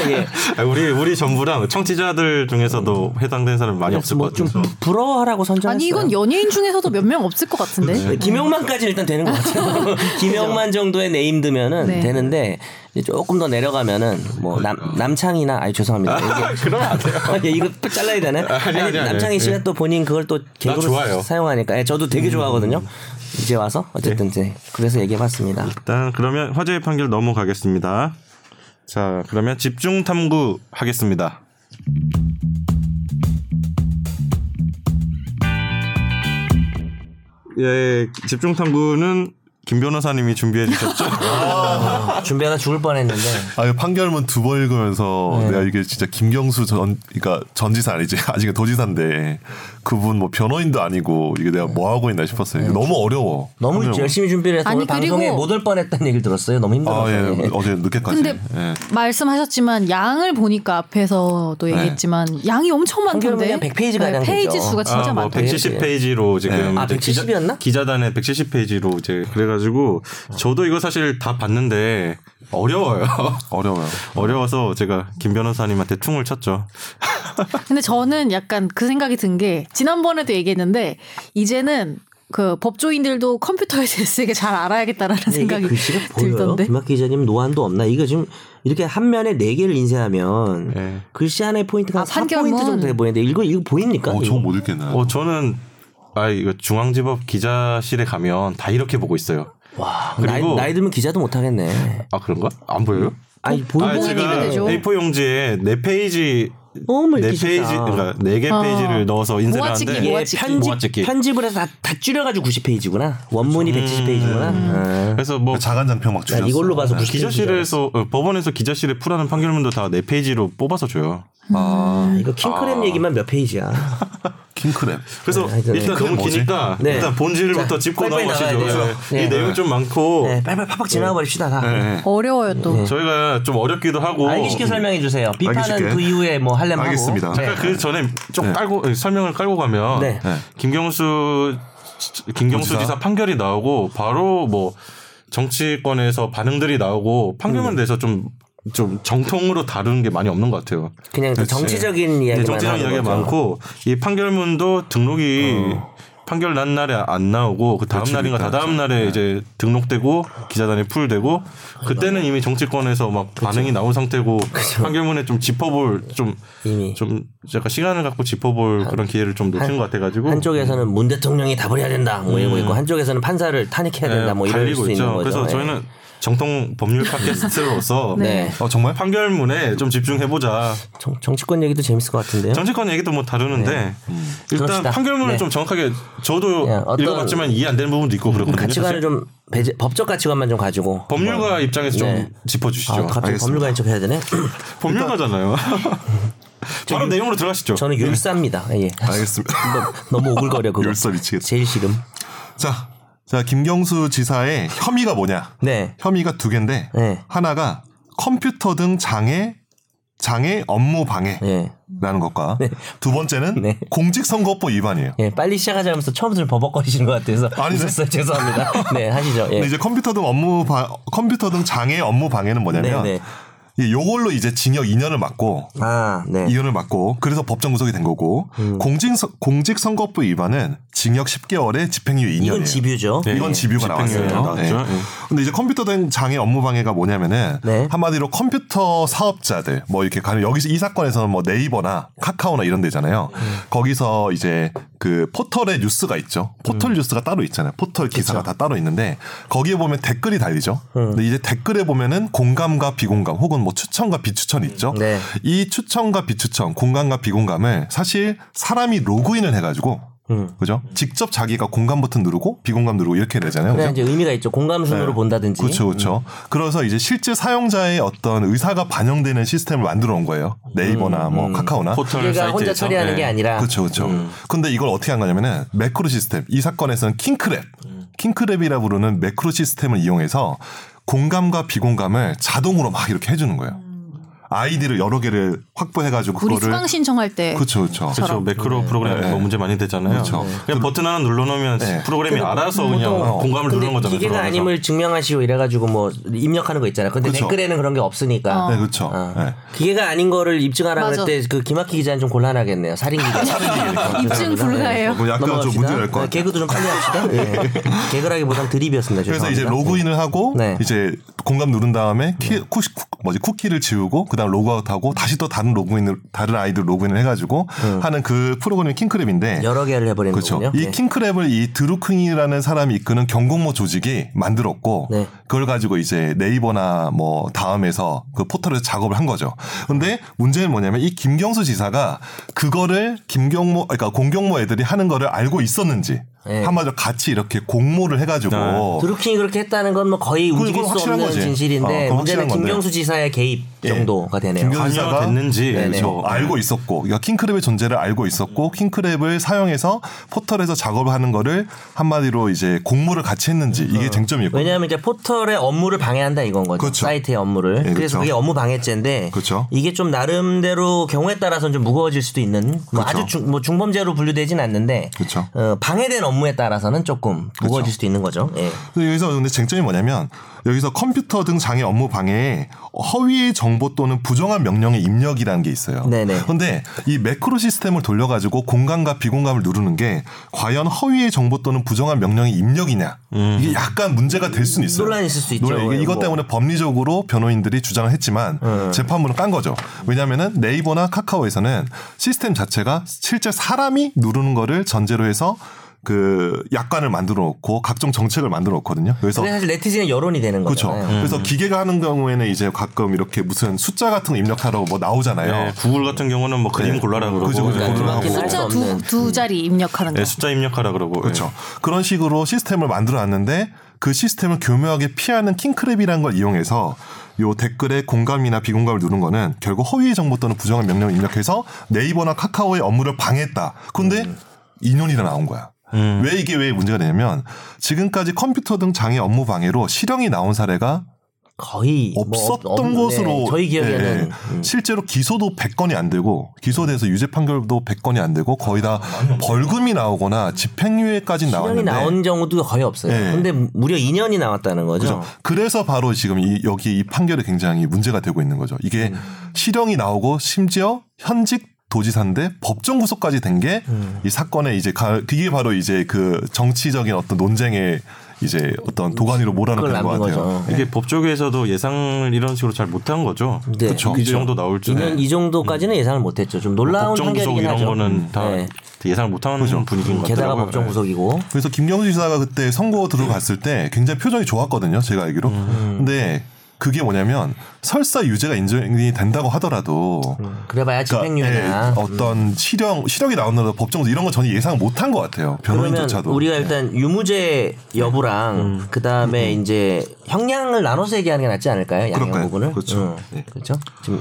Speaker 2: 네. 예.
Speaker 1: 아, 우리 우리 전부랑 청취자들 중에서도 해당된 사람 많이 없을 것
Speaker 2: 음. 네, 뭐 좀
Speaker 1: 같아서
Speaker 2: 부러워하라고 선전했어요. 네.
Speaker 3: 아니 이건 연예인 중에서도 몇 명 없을 것 같은데.
Speaker 2: 김영만까지 일단 되는 것 같아요. 김영만 정도의 네임 드면은
Speaker 3: 네.
Speaker 2: 되는데 이제 조금 더 내려가면은 뭐 남, 남창이나 아이 죄송합니다. 이게
Speaker 1: 그러니까. 그러면 안 돼요.
Speaker 2: 예, 이거 또 잘라야 되나? 아니,
Speaker 1: 아니, 아니.
Speaker 2: 남창희 씨가 또 본인 그걸 또 개그로
Speaker 1: 좋아요. 음.
Speaker 2: 사용하니까 예, 저도 되게 좋아하거든요. 이제 와서
Speaker 1: 네.
Speaker 2: 어쨌든 이제 그래서 얘기해봤습니다.
Speaker 1: 일단 그러면 화제의 판결 넘어가겠습니다. 자, 그러면 집중 탐구 하겠습니다. 예, 집중 탐구는 김 변호사님이 준비해 주셨죠?
Speaker 2: 아, 준비하다 죽을 뻔했는데
Speaker 4: 아, 이거 판결문 두 번 읽으면서
Speaker 2: 네.
Speaker 4: 내가 이게 진짜 김경수 전, 그러니까 전지사 아니지 아직 도지사인데 그분 뭐 변호인도 아니고 이게 내가 뭐 하고 있나 싶었어요. 이게 너무 어려워.
Speaker 2: 네. 너무
Speaker 4: 판결문.
Speaker 2: 열심히 준비를 해서
Speaker 3: 아니,
Speaker 2: 오늘 방송에
Speaker 3: 그리고-
Speaker 2: 못 올 뻔했다는 얘기를 들었어요. 너무
Speaker 4: 아,
Speaker 2: 힘들어서.
Speaker 4: 예,
Speaker 2: 예.
Speaker 4: 어제 늦게까지.
Speaker 3: 근데
Speaker 2: 네.
Speaker 4: 예.
Speaker 3: 말씀하셨지만 양을 보니까 앞에서도 얘기했지만 양이 엄청
Speaker 2: 한겨레는
Speaker 3: 많던데. 네,
Speaker 2: 그냥 100페이지 가량
Speaker 3: 페이지
Speaker 2: 되죠.
Speaker 3: 수가 진짜
Speaker 1: 아, 뭐
Speaker 3: 많대요.
Speaker 1: 170페이지로 지금
Speaker 2: 아,
Speaker 1: 이제
Speaker 2: 170 이었나?
Speaker 1: 기자, 단의 170페이지로 이제 그래가지고 저도 이거 사실 다 봤는데 어려워요.
Speaker 4: 어려워요.
Speaker 1: 어려워서 제가 김 변호사님한테 퉁을 쳤죠.
Speaker 3: 근데 저는 약간 그 생각이 든 게 지난번에도 얘기했는데 이제는 그 법조인들도 컴퓨터에서 쓰게 잘 알아야겠다라는
Speaker 2: 근데 네, 이게
Speaker 3: 생각이
Speaker 2: 글씨가 보여요. 네.
Speaker 3: 들던데.
Speaker 2: 김학 기자님 노안도 없나? 이거 지금 이렇게 한 면에 네 개를 인쇄하면
Speaker 1: 예.
Speaker 2: 글씨 하나의 포인트가
Speaker 3: 아,
Speaker 2: 한 3포인트
Speaker 3: 판결문.
Speaker 2: 정도 돼 보이는데 이거 이거 보입니까?
Speaker 4: 어,
Speaker 2: 이거?
Speaker 4: 저못 읽겠나.
Speaker 1: 어, 저는 아 이거 중앙지법 기자실에 가면 다 이렇게 보고 있어요.
Speaker 2: 와
Speaker 1: 그리고-
Speaker 2: 나이, 나이 들면 기자도 못 하겠네.
Speaker 1: 아 그런가? 안 보여요?
Speaker 2: 아니 보이는
Speaker 1: 아,
Speaker 3: 보이게
Speaker 1: 제가
Speaker 3: 되죠.
Speaker 1: A4 용지에 네 페이지
Speaker 2: 너무
Speaker 1: 네
Speaker 2: 읽기
Speaker 1: 페이지
Speaker 2: 쉽다.
Speaker 1: 그러니까 네개
Speaker 3: 어.
Speaker 1: 페이지를 넣어서 인쇄를
Speaker 3: 모아찍기,
Speaker 1: 하는데
Speaker 2: 이게
Speaker 3: 모아찍기.
Speaker 2: 편집
Speaker 1: 모아찍기.
Speaker 2: 편집을 해서 다, 다 줄여가지고 90페이지구나. 원문이 170페이지구나. 아,
Speaker 1: 그래서 뭐
Speaker 4: 자간장평 막 주셨어.
Speaker 2: 이걸로 봐서 90페이지.
Speaker 1: 기자실에서 어, 법원에서 기자실에 풀하는 판결문도 다 네 페이지로 뽑아서 줘요.
Speaker 4: 아,
Speaker 2: 이거 킹크랩 얘기만 몇 페이지야.
Speaker 4: 킹크랩.
Speaker 1: 그래서
Speaker 2: 네, 하여튼
Speaker 1: 일단
Speaker 4: 그게
Speaker 1: 너무
Speaker 4: 뭐지?
Speaker 1: 기니까
Speaker 2: 네.
Speaker 1: 일단 본질부터
Speaker 2: 자,
Speaker 1: 짚고
Speaker 2: 빨리빨리
Speaker 1: 넘어가시죠.
Speaker 2: 나가야 돼요.
Speaker 1: 예.
Speaker 2: 네.
Speaker 1: 이 내용 좀 많고
Speaker 2: 네, 빨리 빨리 팍팍 지나가 버립시다.
Speaker 4: 예,
Speaker 2: 다.
Speaker 4: 네.
Speaker 3: 어려워요 또.
Speaker 2: 네.
Speaker 1: 저희가 좀 네. 어렵기도 하고
Speaker 2: 알기 쉽게 설명해 주세요. 비판은
Speaker 4: 쉽게.
Speaker 2: 그 이후에 뭐 할렘 하고.
Speaker 4: 알겠습니다.
Speaker 1: 잠깐 그 전에 좀 깔고 예, 설명을 깔고 가면
Speaker 2: 네.
Speaker 4: 네.
Speaker 1: 김경수 김경수
Speaker 4: 지사?
Speaker 1: 지사? 판결이 나오고 바로 뭐 정치권에서 반응들이 나오고
Speaker 2: 음.
Speaker 1: 판결문 대해서 좀 좀 정통으로 다루는 게 많이 없는 것 같아요.
Speaker 2: 그냥 그 정치적인 이야기만
Speaker 1: 네, 정치적
Speaker 2: 하는
Speaker 1: 이야기가
Speaker 2: 거죠. 어.
Speaker 1: 많고 이 판결문도 등록이 판결 난 날에 안 나오고 그 다음
Speaker 2: 그렇죠.
Speaker 1: 날인가 다다음
Speaker 2: 네.
Speaker 1: 날에 이제 등록되고 기자단에 풀되고 그때는 이미 정치권에서 막
Speaker 2: 그렇죠.
Speaker 1: 반응이 나온 상태고 판결문에 좀 짚어볼
Speaker 2: 이미.
Speaker 1: 좀좀 약간 시간을 갖고 짚어볼 그런 기회를 좀 놓친 것 같아가지고
Speaker 2: 한쪽에서는
Speaker 4: 음.
Speaker 2: 문 대통령이 답을 해야 된다 뭐 이러고 있고 한쪽에서는 판사를 탄핵해야 된다
Speaker 4: 네,
Speaker 2: 뭐 이럴
Speaker 1: 네, 달리고
Speaker 2: 수 있는
Speaker 1: 있죠.
Speaker 2: 거죠.
Speaker 1: 그래서
Speaker 2: 예.
Speaker 1: 저희는 정통 법률 팟캐스트로서
Speaker 2: 네.
Speaker 4: 어, 정말?
Speaker 1: 판결문에 좀 집중해보자.
Speaker 2: 정, 정치권 얘기도 재밌을 것 같은데요.
Speaker 1: 정치권 얘기도 뭐 다루는데 일단
Speaker 2: 네? 그럽시다.
Speaker 1: 판결문을
Speaker 2: 네.
Speaker 1: 좀 정확하게 저도
Speaker 2: 예, 어떤-
Speaker 1: 읽어봤지만 이해 안 되는 부분도 있고 그렇거든요.
Speaker 2: 음, 가치관을
Speaker 1: 사실.
Speaker 2: 좀 배제, 법적 가치관만 좀 가지고.
Speaker 1: 법률가 입장에서
Speaker 2: 네.
Speaker 1: 좀 짚어주시죠.
Speaker 2: 아, 갑자기 법률가인 척 해야 되네.
Speaker 1: 법률가잖아요. 바로 내용으로 들어가시죠.
Speaker 2: 저는 율사입니다. 예. 뭐,
Speaker 4: 알겠습니다.
Speaker 2: 너무 오글거려 그거.
Speaker 4: 율사 미치겠다.
Speaker 2: 제일 싫음.
Speaker 4: 자, 자 김경수 지사의 혐의가 뭐냐?
Speaker 2: 네.
Speaker 4: 혐의가 두 개인데
Speaker 2: 네.
Speaker 4: 하나가 컴퓨터 등 장애 장애 업무 방해라는
Speaker 2: 예.
Speaker 4: 것과 두 번째는
Speaker 2: 네.
Speaker 4: 공직선거법 위반이에요.
Speaker 2: 예, 빨리 시작하자면서 처음부터 버벅거리시는 것 같아서
Speaker 4: 아니, 네.
Speaker 2: 웃었어요. 죄송합니다. 네, 하시죠. 예.
Speaker 4: 근데 이제 컴퓨터 등 업무 바- 컴퓨터 등 장애 업무 방해는 뭐냐면
Speaker 2: 네, 네.
Speaker 4: 이 요걸로 이제 징역 2년을 맞고
Speaker 2: 아, 네. 음.
Speaker 4: 이혼을 맞고 그래서 법정 구속이 된 거고 공직 공직선거법 위반은 징역 10개월에 집행유 2년이에요.
Speaker 2: 이건 집유죠.
Speaker 1: 네.
Speaker 4: 이건 집유가
Speaker 1: 집행유예가
Speaker 4: 나왔어요. 네.
Speaker 1: 나왔죠. 예.
Speaker 4: 근데 이제 컴퓨터 된 장애 업무 방해가 뭐냐면은
Speaker 2: 네.
Speaker 4: 한마디로 컴퓨터 사업자들 뭐 이렇게 가는 여기서 이 사건에서는 뭐 네이버나 카카오나 이런 데잖아요.
Speaker 2: 음.
Speaker 4: 거기서 이제 그 포털에 뉴스가 있죠.
Speaker 2: 음.
Speaker 4: 포털 뉴스가 따로 있잖아요. 포털
Speaker 2: 그렇죠.
Speaker 4: 기사가 다 따로 있는데 거기에 보면 댓글이 달리죠.
Speaker 2: 음.
Speaker 4: 근데 이제 댓글에 보면은 공감과 비공감 혹은 뭐 추천과 비추천이 있죠.
Speaker 2: 네.
Speaker 4: 이 추천과 비추천, 공감과 비공감을 사실 사람이 로그인을 해가지고
Speaker 2: 음.
Speaker 4: 그죠? 직접 자기가 공감 버튼 누르고 비공감 누르고 이렇게 되잖아요.
Speaker 2: 그냥 네,
Speaker 4: 그죠?
Speaker 2: 이제 음. 의미가 있죠. 공감순으로
Speaker 4: 네.
Speaker 2: 본다든지.
Speaker 4: 그렇죠, 그렇죠. 그래서 이제 실제 사용자의 어떤 의사가 반영되는 시스템을 만들어 온 거예요. 네이버나 뭐 카카오나.
Speaker 1: 포털
Speaker 2: 얘가
Speaker 1: 사이트에서.
Speaker 2: 혼자 처리하는
Speaker 1: 예.
Speaker 2: 게 음, 아니라 음.
Speaker 4: 그렇죠, 그렇죠. 근데 이걸 어떻게 한 거냐면은 매크로 시스템. 이 사건에서는 킹크랩,
Speaker 2: 음.
Speaker 4: 킹크랩이라 부르는 매크로 시스템을 이용해서 공감과 비공감을 자동으로 막 이렇게 해주는 거예요.
Speaker 2: 음.
Speaker 4: 아이디를 여러 개를 확보해가지고
Speaker 3: 우리
Speaker 4: 그거를
Speaker 3: 수강 신청할 때
Speaker 4: 그렇죠, 그렇죠.
Speaker 1: 그렇죠. 매크로 프로그램
Speaker 4: 네.
Speaker 1: 뭐 문제 많이 되잖아요.
Speaker 4: 그렇죠.
Speaker 1: 그냥 버튼 하나 눌러놓으면
Speaker 4: 네.
Speaker 1: 프로그램이 알아서 그냥
Speaker 4: 보통-
Speaker 1: 공감을
Speaker 2: 뭐 근데
Speaker 1: 누르는 거잖아요.
Speaker 2: 기계가
Speaker 1: 들어가면서.
Speaker 2: 아님을 증명하시오 이래가지고 뭐 입력하는 거 있잖아. 근데
Speaker 4: 그쵸.
Speaker 2: 댓글에는 그런 게 없으니까.
Speaker 4: 네, 그렇죠.
Speaker 2: 어.
Speaker 4: 네.
Speaker 2: 기계가 아닌 거를 입증하라
Speaker 3: 맞아.
Speaker 2: 그럴 때그 김학기 기자는 좀 곤란하겠네요. 살인
Speaker 4: 아,
Speaker 2: 기자.
Speaker 3: 입증 불가해요.
Speaker 4: 그럼 뭐 약간 좀 문제 낼것 같아요.
Speaker 2: 개그도 좀 빨리 합시다. 예. 개그라기보단 드립이었습니다.
Speaker 4: 그래서 이제
Speaker 2: 죄송합니다.
Speaker 4: 로그인을 하고
Speaker 2: 네.
Speaker 4: 이제 공감 누른 다음에 키, 쿠시, 쿠, 뭐지 쿠키를 지우고 그다음 로그아웃하고 다시 또 다른 로그인을 다른 아이들 로그인을 해가지고
Speaker 2: 네.
Speaker 4: 하는 그 프로그램이 킹크랩인데
Speaker 2: 예. 여러 개를 해버리는
Speaker 4: 그렇죠.
Speaker 2: 거군요.
Speaker 4: 이
Speaker 2: 예.
Speaker 4: 킹크랩을 이 드루킹이라는 사람이 이끄는 경공모 조직이 만들었고
Speaker 2: 네.
Speaker 4: 그걸 가지고 이제 네이버나 뭐 다음에서 그 포털에서 작업을 한 거죠. 근데 문제는 뭐냐면 이 김경수 지사가 그거를 김경모 그러니까 공경모 애들이 하는 거를 알고 있었는지
Speaker 2: 네.
Speaker 4: 한마디로 같이 이렇게 공모를 해가지고
Speaker 1: 네.
Speaker 2: 드루킹이 그렇게 했다는 건 뭐 거의
Speaker 4: 뭐. 그건
Speaker 2: 움직일 수
Speaker 4: 확실한
Speaker 2: 없는
Speaker 4: 거지. 어,
Speaker 2: 진실인데 문제는
Speaker 4: 그건 확실한
Speaker 2: 김경수
Speaker 4: 건데.
Speaker 2: 지사의 개입
Speaker 4: 예.
Speaker 2: 정도가 되네요.
Speaker 4: 김경수
Speaker 1: 관여가 됐는지
Speaker 4: 네,
Speaker 1: 뭐,
Speaker 4: 그렇죠. 알고 있었고 그러니까 킹크랩의 존재를 알고 있었고 킹크랩을 사용해서 포털에서 작업을 하는 거를 한마디로 이제 공모를 같이 했는지
Speaker 2: 어.
Speaker 4: 이게 쟁점이었고
Speaker 2: 뭐. 왜냐하면 이제 포털의 업무를 방해한다 이건 거죠.
Speaker 4: 그렇죠.
Speaker 2: 사이트의 업무를.
Speaker 4: 예,
Speaker 2: 그래서
Speaker 4: 그렇죠.
Speaker 2: 그게 업무 방해죄인데
Speaker 4: 그렇죠.
Speaker 2: 이게 좀 나름대로 경우에 따라서는 좀 무거워질 수도 있는 뭐 아주 중, 뭐 중범죄로 분류되진 않는데
Speaker 4: 그렇죠.
Speaker 2: 어, 방해된 업무에 따라서는 조금 무거워질 수도 있는 거죠. 예.
Speaker 4: 근데 여기서 근데 쟁점이 뭐냐면 여기서 컴퓨터 등 장애 업무 방해에 허위의 정보 또는 부정한 명령의 입력이라는 게 있어요.
Speaker 2: 네네.
Speaker 4: 근데 이 매크로 시스템을 돌려가지고 공감과 비공감을 누르는 게 과연 허위의 정보 또는 부정한 명령의 입력이냐 이게 약간 문제가 될 수는
Speaker 2: 음.
Speaker 4: 있어요.
Speaker 2: 논란이 있을 수 있죠.
Speaker 4: 논란이- 이게
Speaker 2: 예,
Speaker 4: 이것
Speaker 2: 뭐.
Speaker 4: 때문에 법리적으로 변호인들이 주장을 했지만 재판부는 깐 거죠. 왜냐하면은 네이버나 카카오에서는 시스템 자체가 실제 사람이 누르는 거를 전제로 해서 그 약관을 만들어 놓고 각종 정책을 만들어 놓거든요. 그래서
Speaker 2: 근데 사실 네티즌의 여론이 되는 예.
Speaker 4: 그렇죠.
Speaker 2: 거잖아요.
Speaker 4: 그래서 기계가 하는 경우에는 이제 가끔 이렇게 무슨 숫자 같은 거 입력하라고 뭐 나오잖아요.
Speaker 1: 예, 구글 같은 경우는 뭐 그림
Speaker 4: 네.
Speaker 1: 골라라 그러고
Speaker 4: 그죠, 그죠.
Speaker 1: 예.
Speaker 4: 고르라고.
Speaker 2: 정확히 말할 수
Speaker 3: 숫자 두,
Speaker 2: 없는.
Speaker 3: 두 자리 입력하는 거.
Speaker 1: 예, 숫자 입력하라 그러고. 네.
Speaker 4: 그렇죠. 그런 식으로 시스템을 만들어놨는데 그 시스템을 교묘하게 피하는 킹크랩이라는 걸 이용해서 요 댓글에 공감이나 비공감을 누른 거는 결국 허위의 정보 또는 부정한 명령을 입력해서 네이버나 카카오의 업무를 방해했다. 근데 인원이나 나온 거야. 왜 이게 왜 문제가 되냐면 지금까지 컴퓨터 등 장애 업무 방해로 실형이 나온 사례가
Speaker 2: 거의 뭐 없-
Speaker 4: 없었던
Speaker 2: 없는데
Speaker 4: 것으로
Speaker 2: 저희
Speaker 4: 예,
Speaker 2: 기억에는 음.
Speaker 4: 예. 실제로 기소도 100건이 안 되고 기소돼서 유죄 판결도 100건이 안 되고 거의 다
Speaker 2: 아,
Speaker 4: 벌금이 나오거나 집행유예까지
Speaker 2: 실형이
Speaker 4: 나왔는데
Speaker 2: 나온 경우도 거의 없어요.
Speaker 4: 예. 그렇죠.
Speaker 2: 근데 무려 2년이 나왔다는 거죠.
Speaker 4: 그죠. 그래서 바로 지금 이, 여기 이 판결이 굉장히 문제가 되고 있는 거죠. 이게
Speaker 2: 음.
Speaker 4: 실형이 나오고 심지어 현직 도지사인데 법정 구속까지 된 게 이
Speaker 2: 음.
Speaker 4: 사건의 이제 가, 그게 바로 이제 그 정치적인 어떤 논쟁의 이제 어떤 도가니로
Speaker 2: 그걸
Speaker 4: 몰아넣는 것
Speaker 2: 남긴
Speaker 4: 같아요.
Speaker 2: 거죠.
Speaker 1: 이게 법조계에서도 예상을 이런 식으로 잘 못한 거죠.
Speaker 2: 네. 그쵸.
Speaker 1: 이 정도 나올 줄.
Speaker 4: 예.
Speaker 2: 2년 이 정도까지는 예상을 못했죠. 좀
Speaker 4: 뭐
Speaker 2: 놀라운
Speaker 1: 법정 구속
Speaker 2: 판결이긴
Speaker 1: 이런
Speaker 2: 하죠.
Speaker 1: 거는 다
Speaker 2: 예.
Speaker 1: 예상을 못하는 분위기인 것
Speaker 2: 게다가
Speaker 1: 같더라고요.
Speaker 2: 법정 구속이고
Speaker 4: 그래서 김경수 지사가 그때 선거 들어갔을 때 굉장히 표정이 좋았거든요. 제가 알기로.
Speaker 2: 음.
Speaker 4: 근데 그게 뭐냐면 설사 유죄가 인정이 된다고 하더라도 그러니까
Speaker 2: 그래봐야 집행유예나 음.
Speaker 4: 예, 어떤 실형 실형이 나오는 법정 이런 거 저는 예상 못한 것 같아요.
Speaker 2: 그러면
Speaker 4: 변호인조차도.
Speaker 2: 우리가 일단 유무죄 여부랑 그 다음에 이제 형량을 나눠서 얘기하는 게 낫지 않을까요? 양형
Speaker 4: 그럴까요?
Speaker 2: 부분을 음.
Speaker 4: 그렇죠. 네.
Speaker 2: 그렇죠.
Speaker 1: 네.
Speaker 2: 지금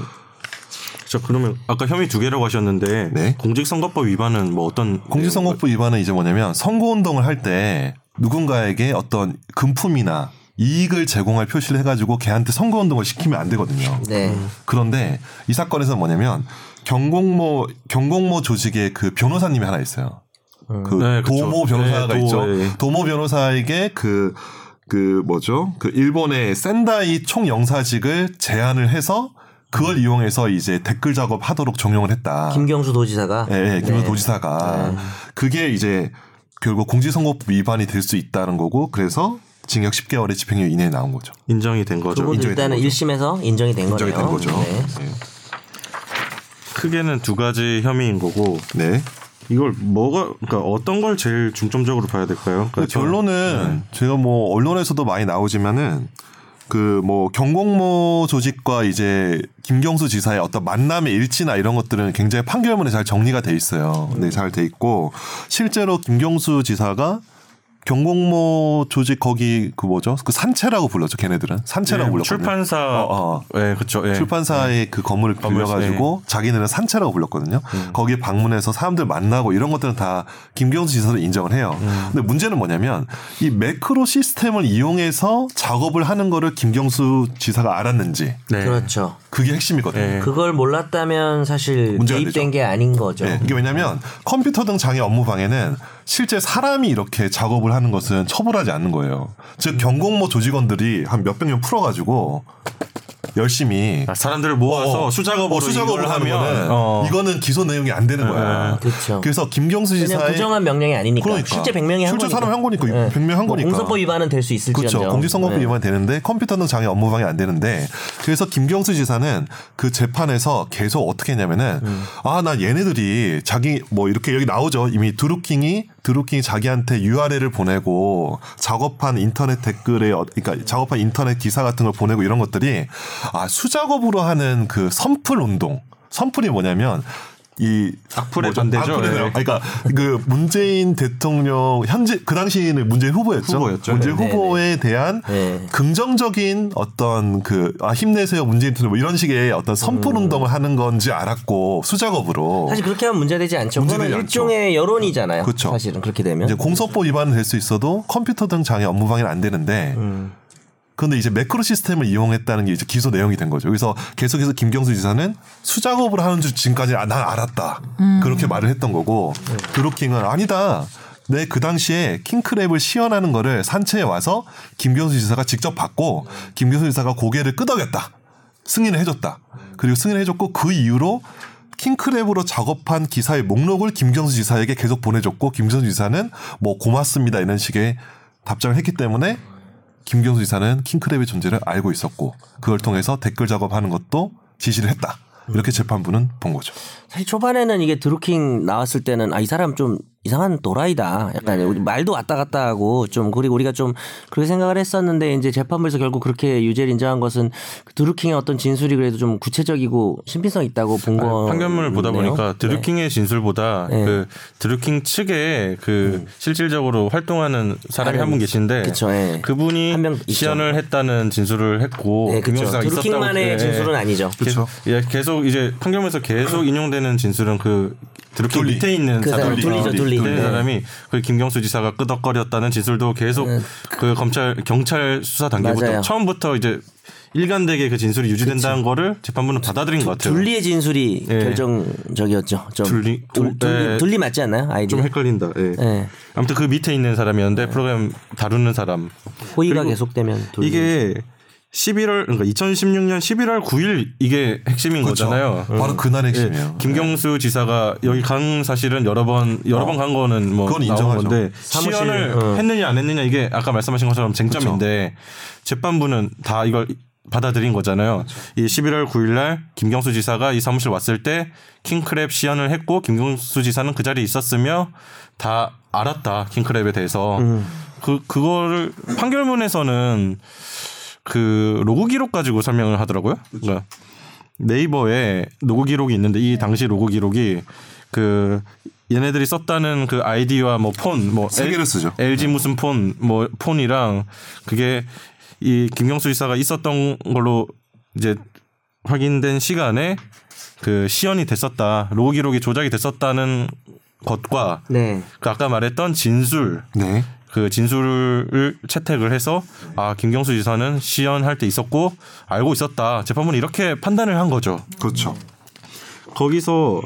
Speaker 1: 자, 그러면 아까 혐의 두 개라고 하셨는데
Speaker 4: 네.
Speaker 1: 공직선거법 위반은 뭐 어떤
Speaker 4: 공직선거법 위반은 이제 뭐냐면 선거운동을 할 때 누군가에게 어떤 금품이나 이익을 제공할 표시를 해가지고 걔한테 선거운동을 시키면 안 되거든요.
Speaker 2: 네.
Speaker 4: 그런데 이 사건에서 뭐냐면 경공모 경공모 조직의 그 변호사님이 하나 있어요.
Speaker 2: 음.
Speaker 4: 그
Speaker 1: 네, 그쵸.
Speaker 4: 도모 변호사가
Speaker 1: 네, 도-
Speaker 4: 있죠.
Speaker 1: 예, 예.
Speaker 4: 도모 변호사에게 그, 그 뭐죠? 그 일본의 센다이 총영사직을 제안을 해서 그걸 이용해서 이제 댓글 작업 하도록 정용을 했다.
Speaker 2: 김경수 도지사가
Speaker 4: 예, 예, 김
Speaker 2: 네.
Speaker 4: 도지사가 그게 이제 결국 공지선거법 위반이 될 수 있다는 거고 그래서 징역 10개월의 집행유예 이내에 나온 거죠.
Speaker 1: 인정이 된 거죠.
Speaker 2: 그건
Speaker 4: 인정이 된
Speaker 2: 일단은
Speaker 4: 거죠.
Speaker 2: 1심에서 인정이 된
Speaker 4: 인정이 된
Speaker 2: 거네요.
Speaker 4: 거죠.
Speaker 2: 네.
Speaker 1: 크게는 두 가지 혐의인 거고
Speaker 4: 네. 네.
Speaker 1: 이걸 뭐가 그러니까 어떤 걸 제일 중점적으로 봐야 될까요? 그러니까
Speaker 4: 그 결론은 제가 뭐 언론에서도 많이 나오지만은 그 뭐 경공모 조직과 이제 김경수 지사의 어떤 만남의 일치나 이런 것들은 굉장히 판결문에 잘 정리가 돼 있어요.
Speaker 1: 음.
Speaker 4: 네, 잘 돼 있고 실제로 김경수 지사가 경공모 조직 거기 그 뭐죠? 그 산채라고 불렀죠. 걔네들은 산채라고
Speaker 1: 예,
Speaker 4: 불렀거든요.
Speaker 1: 출판사
Speaker 4: 어, 어.
Speaker 1: 예, 그렇죠. 예.
Speaker 4: 출판사의 그 건물을
Speaker 1: 건물,
Speaker 4: 빌려가지고 자기네는 산채라고 불렀거든요. 거기에 방문해서 사람들 만나고 이런 것들은 다 김경수 지사를 인정을 해요. 근데 문제는 뭐냐면 이 매크로 시스템을 이용해서 작업을 하는 거를 김경수 지사가 알았는지
Speaker 1: 네.
Speaker 2: 그렇죠.
Speaker 4: 그게 핵심이거든요.
Speaker 1: 네.
Speaker 2: 그걸 몰랐다면 사실
Speaker 4: 네. 문제가 되죠.
Speaker 2: 개입된 게 아닌 거죠.
Speaker 4: 네, 이게 왜냐면 컴퓨터 등 장애 업무 방해는 실제 사람이 이렇게 작업을 하는 것은 처벌하지 않는 거예요. 즉 경공모 조직원들이 한 몇백 명 풀어가지고 열심히
Speaker 1: 아, 사람들을 모아서
Speaker 4: 어,
Speaker 1: 수작업으로
Speaker 4: 어, 수작업을
Speaker 1: 이걸
Speaker 4: 하면
Speaker 1: 하면 어.
Speaker 4: 이거는 기소 내용이 안 되는 거야.
Speaker 2: 그쵸.
Speaker 4: 그래서 김경수
Speaker 2: 그냥
Speaker 4: 지사의
Speaker 2: 부정한 명령이 아니니까
Speaker 4: 그러니까.
Speaker 2: 실제 100명이 한
Speaker 4: 실제
Speaker 2: 거니까.
Speaker 4: 사람 한 거니까 100명 한
Speaker 2: 뭐
Speaker 4: 거니까.
Speaker 2: 공소법 위반은 될 수 있을지언정.
Speaker 4: 그렇죠. 공직선거법
Speaker 2: 네.
Speaker 4: 위반 되는데 컴퓨터 등 장애 업무 방해 안 되는데 그래서 김경수 지사는 그 재판에서 계속 어떻게 했냐면은 아 나 얘네들이 자기 뭐 이렇게 여기 나오죠 이미 드루킹이 드루킹이 자기한테 URL을 보내고 작업한 인터넷 댓글에 어- 그러니까 작업한 인터넷 기사 같은 걸 보내고 이런 것들이 아 수작업으로 하는 그 선풀 운동 선풀이 뭐냐면 이
Speaker 1: 악플의
Speaker 4: 뭐죠?
Speaker 1: 반대죠.
Speaker 4: 악플의
Speaker 1: 예.
Speaker 4: 아니, 그러니까 그 문재인 대통령 현재 그 당시에는 문재인 후보였죠.
Speaker 1: 후보였죠.
Speaker 4: 문재인
Speaker 2: 네, 네,
Speaker 4: 후보에 대한
Speaker 2: 네.
Speaker 4: 긍정적인 어떤 그 아, 힘내세요 문재인 대통령 뭐 이런 식의 어떤 선풀 운동을 하는 건지 알았고
Speaker 1: 어.
Speaker 4: 수작업으로
Speaker 2: 음. 사실 그렇게 하면 문제되지 않죠.
Speaker 4: 문제되지
Speaker 2: 그거는
Speaker 4: 않죠.
Speaker 2: 일종의 여론이잖아요.
Speaker 4: 그쵸.
Speaker 2: 사실은 그렇게 되면.
Speaker 4: 이제 공소법 위반은 될 수 있어도 컴퓨터 등 장애 업무 방해는 안 되는데
Speaker 2: 음.
Speaker 4: 그런데 이제 매크로 시스템을 이용했다는 게 이제 기소 내용이 된 거죠. 그래서 계속해서 김경수 지사는 수작업을 하는 줄 지금까지 아, 난 알았다. 그렇게 말을 했던 거고 드로킹은 아니다. 내 그 당시에 킹크랩을 시연하는 거를 산채에 와서 김경수 지사가 직접 봤고 김경수 지사가 고개를 끄덕였다. 승인을 해줬다. 그리고 승인을 해줬고 그 이후로 킹크랩으로 작업한 기사의 목록을 김경수 지사에게 계속 보내줬고 김경수 지사는 뭐 고맙습니다 이런 식의 답장을 했기 때문에 김경수 지사는 킹크랩의 존재를 알고 있었고 그걸 통해서 댓글 작업하는 것도 지시를 했다. 이렇게 재판부는 본 거죠.
Speaker 2: 사실 초반에는 이게 드루킹 나왔을 때는 아 이 사람 좀 이상한 도라이다.
Speaker 1: 네.
Speaker 2: 약간 우리 말도 왔다 갔다 하고 좀 그리고 우리가 좀 그렇게 생각을 했었는데 이제 재판부에서 결국 그렇게 유죄를 인정한 것은 그 드루킹의 어떤 진술이 그래도 좀 구체적이고 신빙성 있다고 본
Speaker 1: 아니,
Speaker 2: 거.
Speaker 1: 판결문을 보다 보니까
Speaker 2: 네.
Speaker 1: 드루킹의 진술보다 그 드루킹 측에
Speaker 2: 음.
Speaker 1: 그 실질적으로 활동하는 사람이
Speaker 2: 다른-
Speaker 1: 한 분 계신데
Speaker 2: 그쵸, 예.
Speaker 1: 분이
Speaker 2: 한명 있죠.
Speaker 1: 시연을 했다는 진술을 했고
Speaker 2: 네, 그렇죠.
Speaker 1: 김영수가 있었다고
Speaker 2: 드루킹만의
Speaker 1: 예,
Speaker 2: 진술은 아니죠.
Speaker 1: 계속, 예, 계속 이제 판결문에서 계속 인용되는 진술은 그 드루킹
Speaker 4: 둘리.
Speaker 1: 밑에 있는
Speaker 2: 그 사람,
Speaker 1: 사람,
Speaker 2: 둘리죠, 둘리.
Speaker 1: 밑에 있는
Speaker 2: 네.
Speaker 1: 사람이 그 김경수 지사가 끄덕거렸다는 진술도 계속 그 검찰 경찰 수사 단계부터
Speaker 2: 네. 맞아요.
Speaker 1: 처음부터 이제 일관되게 그 진술이 유지된다는 거를 재판부는 받아들인 것 같아요.
Speaker 2: 둘리의 진술이
Speaker 1: 예.
Speaker 2: 결정적이었죠. 좀
Speaker 1: 둘리-
Speaker 2: 둘, 둘리,
Speaker 1: 예.
Speaker 2: 둘리 맞지 않나요? 아이디.
Speaker 1: 좀 헷갈린다. 예.
Speaker 2: 예.
Speaker 1: 아무튼 그 밑에 있는 사람이었는데 프로그램 다루는 사람.
Speaker 2: 호의가
Speaker 1: 그리고
Speaker 2: 계속되면 둘리.
Speaker 1: 이게 11월 그러니까 2016년 11월 9일 이게 핵심인 거잖아요.
Speaker 4: 그렇죠. 바로 그날
Speaker 1: 예,
Speaker 4: 핵심이에요.
Speaker 1: 김경수 지사가 여기 간 사실은 여러 번 여러 번 간 거는 뭐
Speaker 4: 어. 그건
Speaker 1: 나온
Speaker 4: 인정하죠.
Speaker 1: 건데
Speaker 2: 사무실,
Speaker 1: 시연을
Speaker 2: 어.
Speaker 1: 했느냐 안 했느냐 이게 아까 말씀하신 것처럼 쟁점인데
Speaker 4: 그렇죠.
Speaker 1: 재판부는 다 이걸 받아들인 거잖아요. 이 11월 9일 날 김경수 지사가 이 사무실 왔을 때 킹크랩 시연을 했고 김경수 지사는 그 자리에 있었으며 다 알았다 킹크랩에 대해서
Speaker 4: 음.
Speaker 1: 그 그거를 판결문에서는 그 로고 기록 가지고 설명을 하더라고요.
Speaker 4: 그렇죠.
Speaker 1: 그러니까 네이버에 로고 기록이 있는데 이 당시 로고 기록이 그 얘네들이 썼다는 그 아이디와 뭐 폰, 뭐
Speaker 4: 세 개를 쓰죠. 네.
Speaker 1: LG 무슨 폰, 뭐 폰이랑 그게 이 김경수 지사가 있었던 걸로 이제 확인된 시간에 그 시연이 됐었다, 로고 기록이 조작이 됐었다는 것과
Speaker 2: 네.
Speaker 1: 그 아까 말했던 진술
Speaker 4: 네.
Speaker 1: 그 진술을 채택을 해서 아 김경수 지사는 시연할 때 있었고 알고 있었다 재판부는 이렇게 판단을 한 거죠.
Speaker 4: 그렇죠.
Speaker 1: 거기서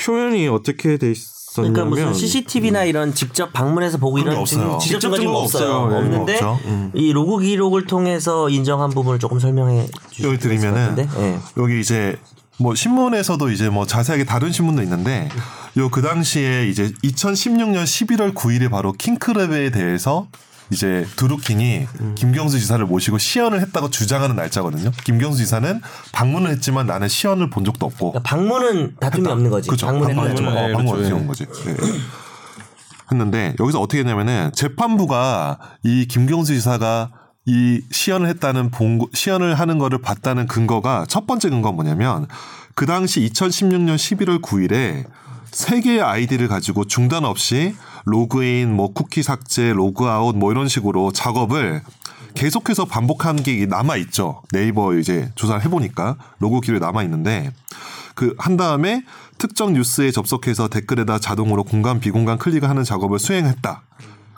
Speaker 1: 표현이 어떻게 돼 있었냐면
Speaker 2: 그러니까 무슨 CCTV나 이런 직접 방문해서 보고
Speaker 4: 음. 그런 게
Speaker 2: 이런
Speaker 4: 없어요.
Speaker 2: 직접
Speaker 1: 직접
Speaker 2: 증거가
Speaker 1: 증거가
Speaker 2: 뭐 없어요.
Speaker 1: 없어요. 예.
Speaker 2: 없는데
Speaker 4: 없죠. 음.
Speaker 2: 이 로그 기록을 통해서 인정한 부분을 조금 설명해 주실
Speaker 4: 여기
Speaker 2: 수 있을 것
Speaker 4: 드리면은
Speaker 2: 같은데? 예.
Speaker 4: 여기 이제 뭐 신문에서도 이제 뭐 자세하게 다른 신문도 있는데 요 그 당시에 이제 2016년 11월 9일에 바로 킹크랩에 대해서 이제 두루킹이 김경수 지사를 모시고 시연을 했다고 주장하는 날짜거든요. 김경수 지사는 방문을 했지만 나는 시연을 본 적도 없고
Speaker 2: 그러니까 방문은 다툼이 없는 거지.
Speaker 4: 그렇죠.
Speaker 2: 방문은
Speaker 4: 방문을
Speaker 1: 했죠.
Speaker 4: 좀- 어,
Speaker 1: 네,
Speaker 4: 방문을
Speaker 1: 그렇죠.
Speaker 4: 해온 거지. 예. 했는데 여기서 어떻게 했냐면은 재판부가 이 김경수 지사가 이 시연을 했다는 본고, 시연을 하는 거를 봤다는 근거가 첫 번째 근거가 뭐냐면 그 당시 2016년 11월 9일에 세 개의 아이디를 가지고 중단 없이 로그인, 뭐 쿠키 삭제, 로그아웃 뭐 이런 식으로 작업을 계속해서 반복한 게 남아 있죠. 네이버 이제 조사를 해보니까 로그 기록이 남아 있는데 그 한 다음에 특정 뉴스에 접속해서 댓글에다 자동으로 공간 비공간 클릭을 하는 작업을 수행했다.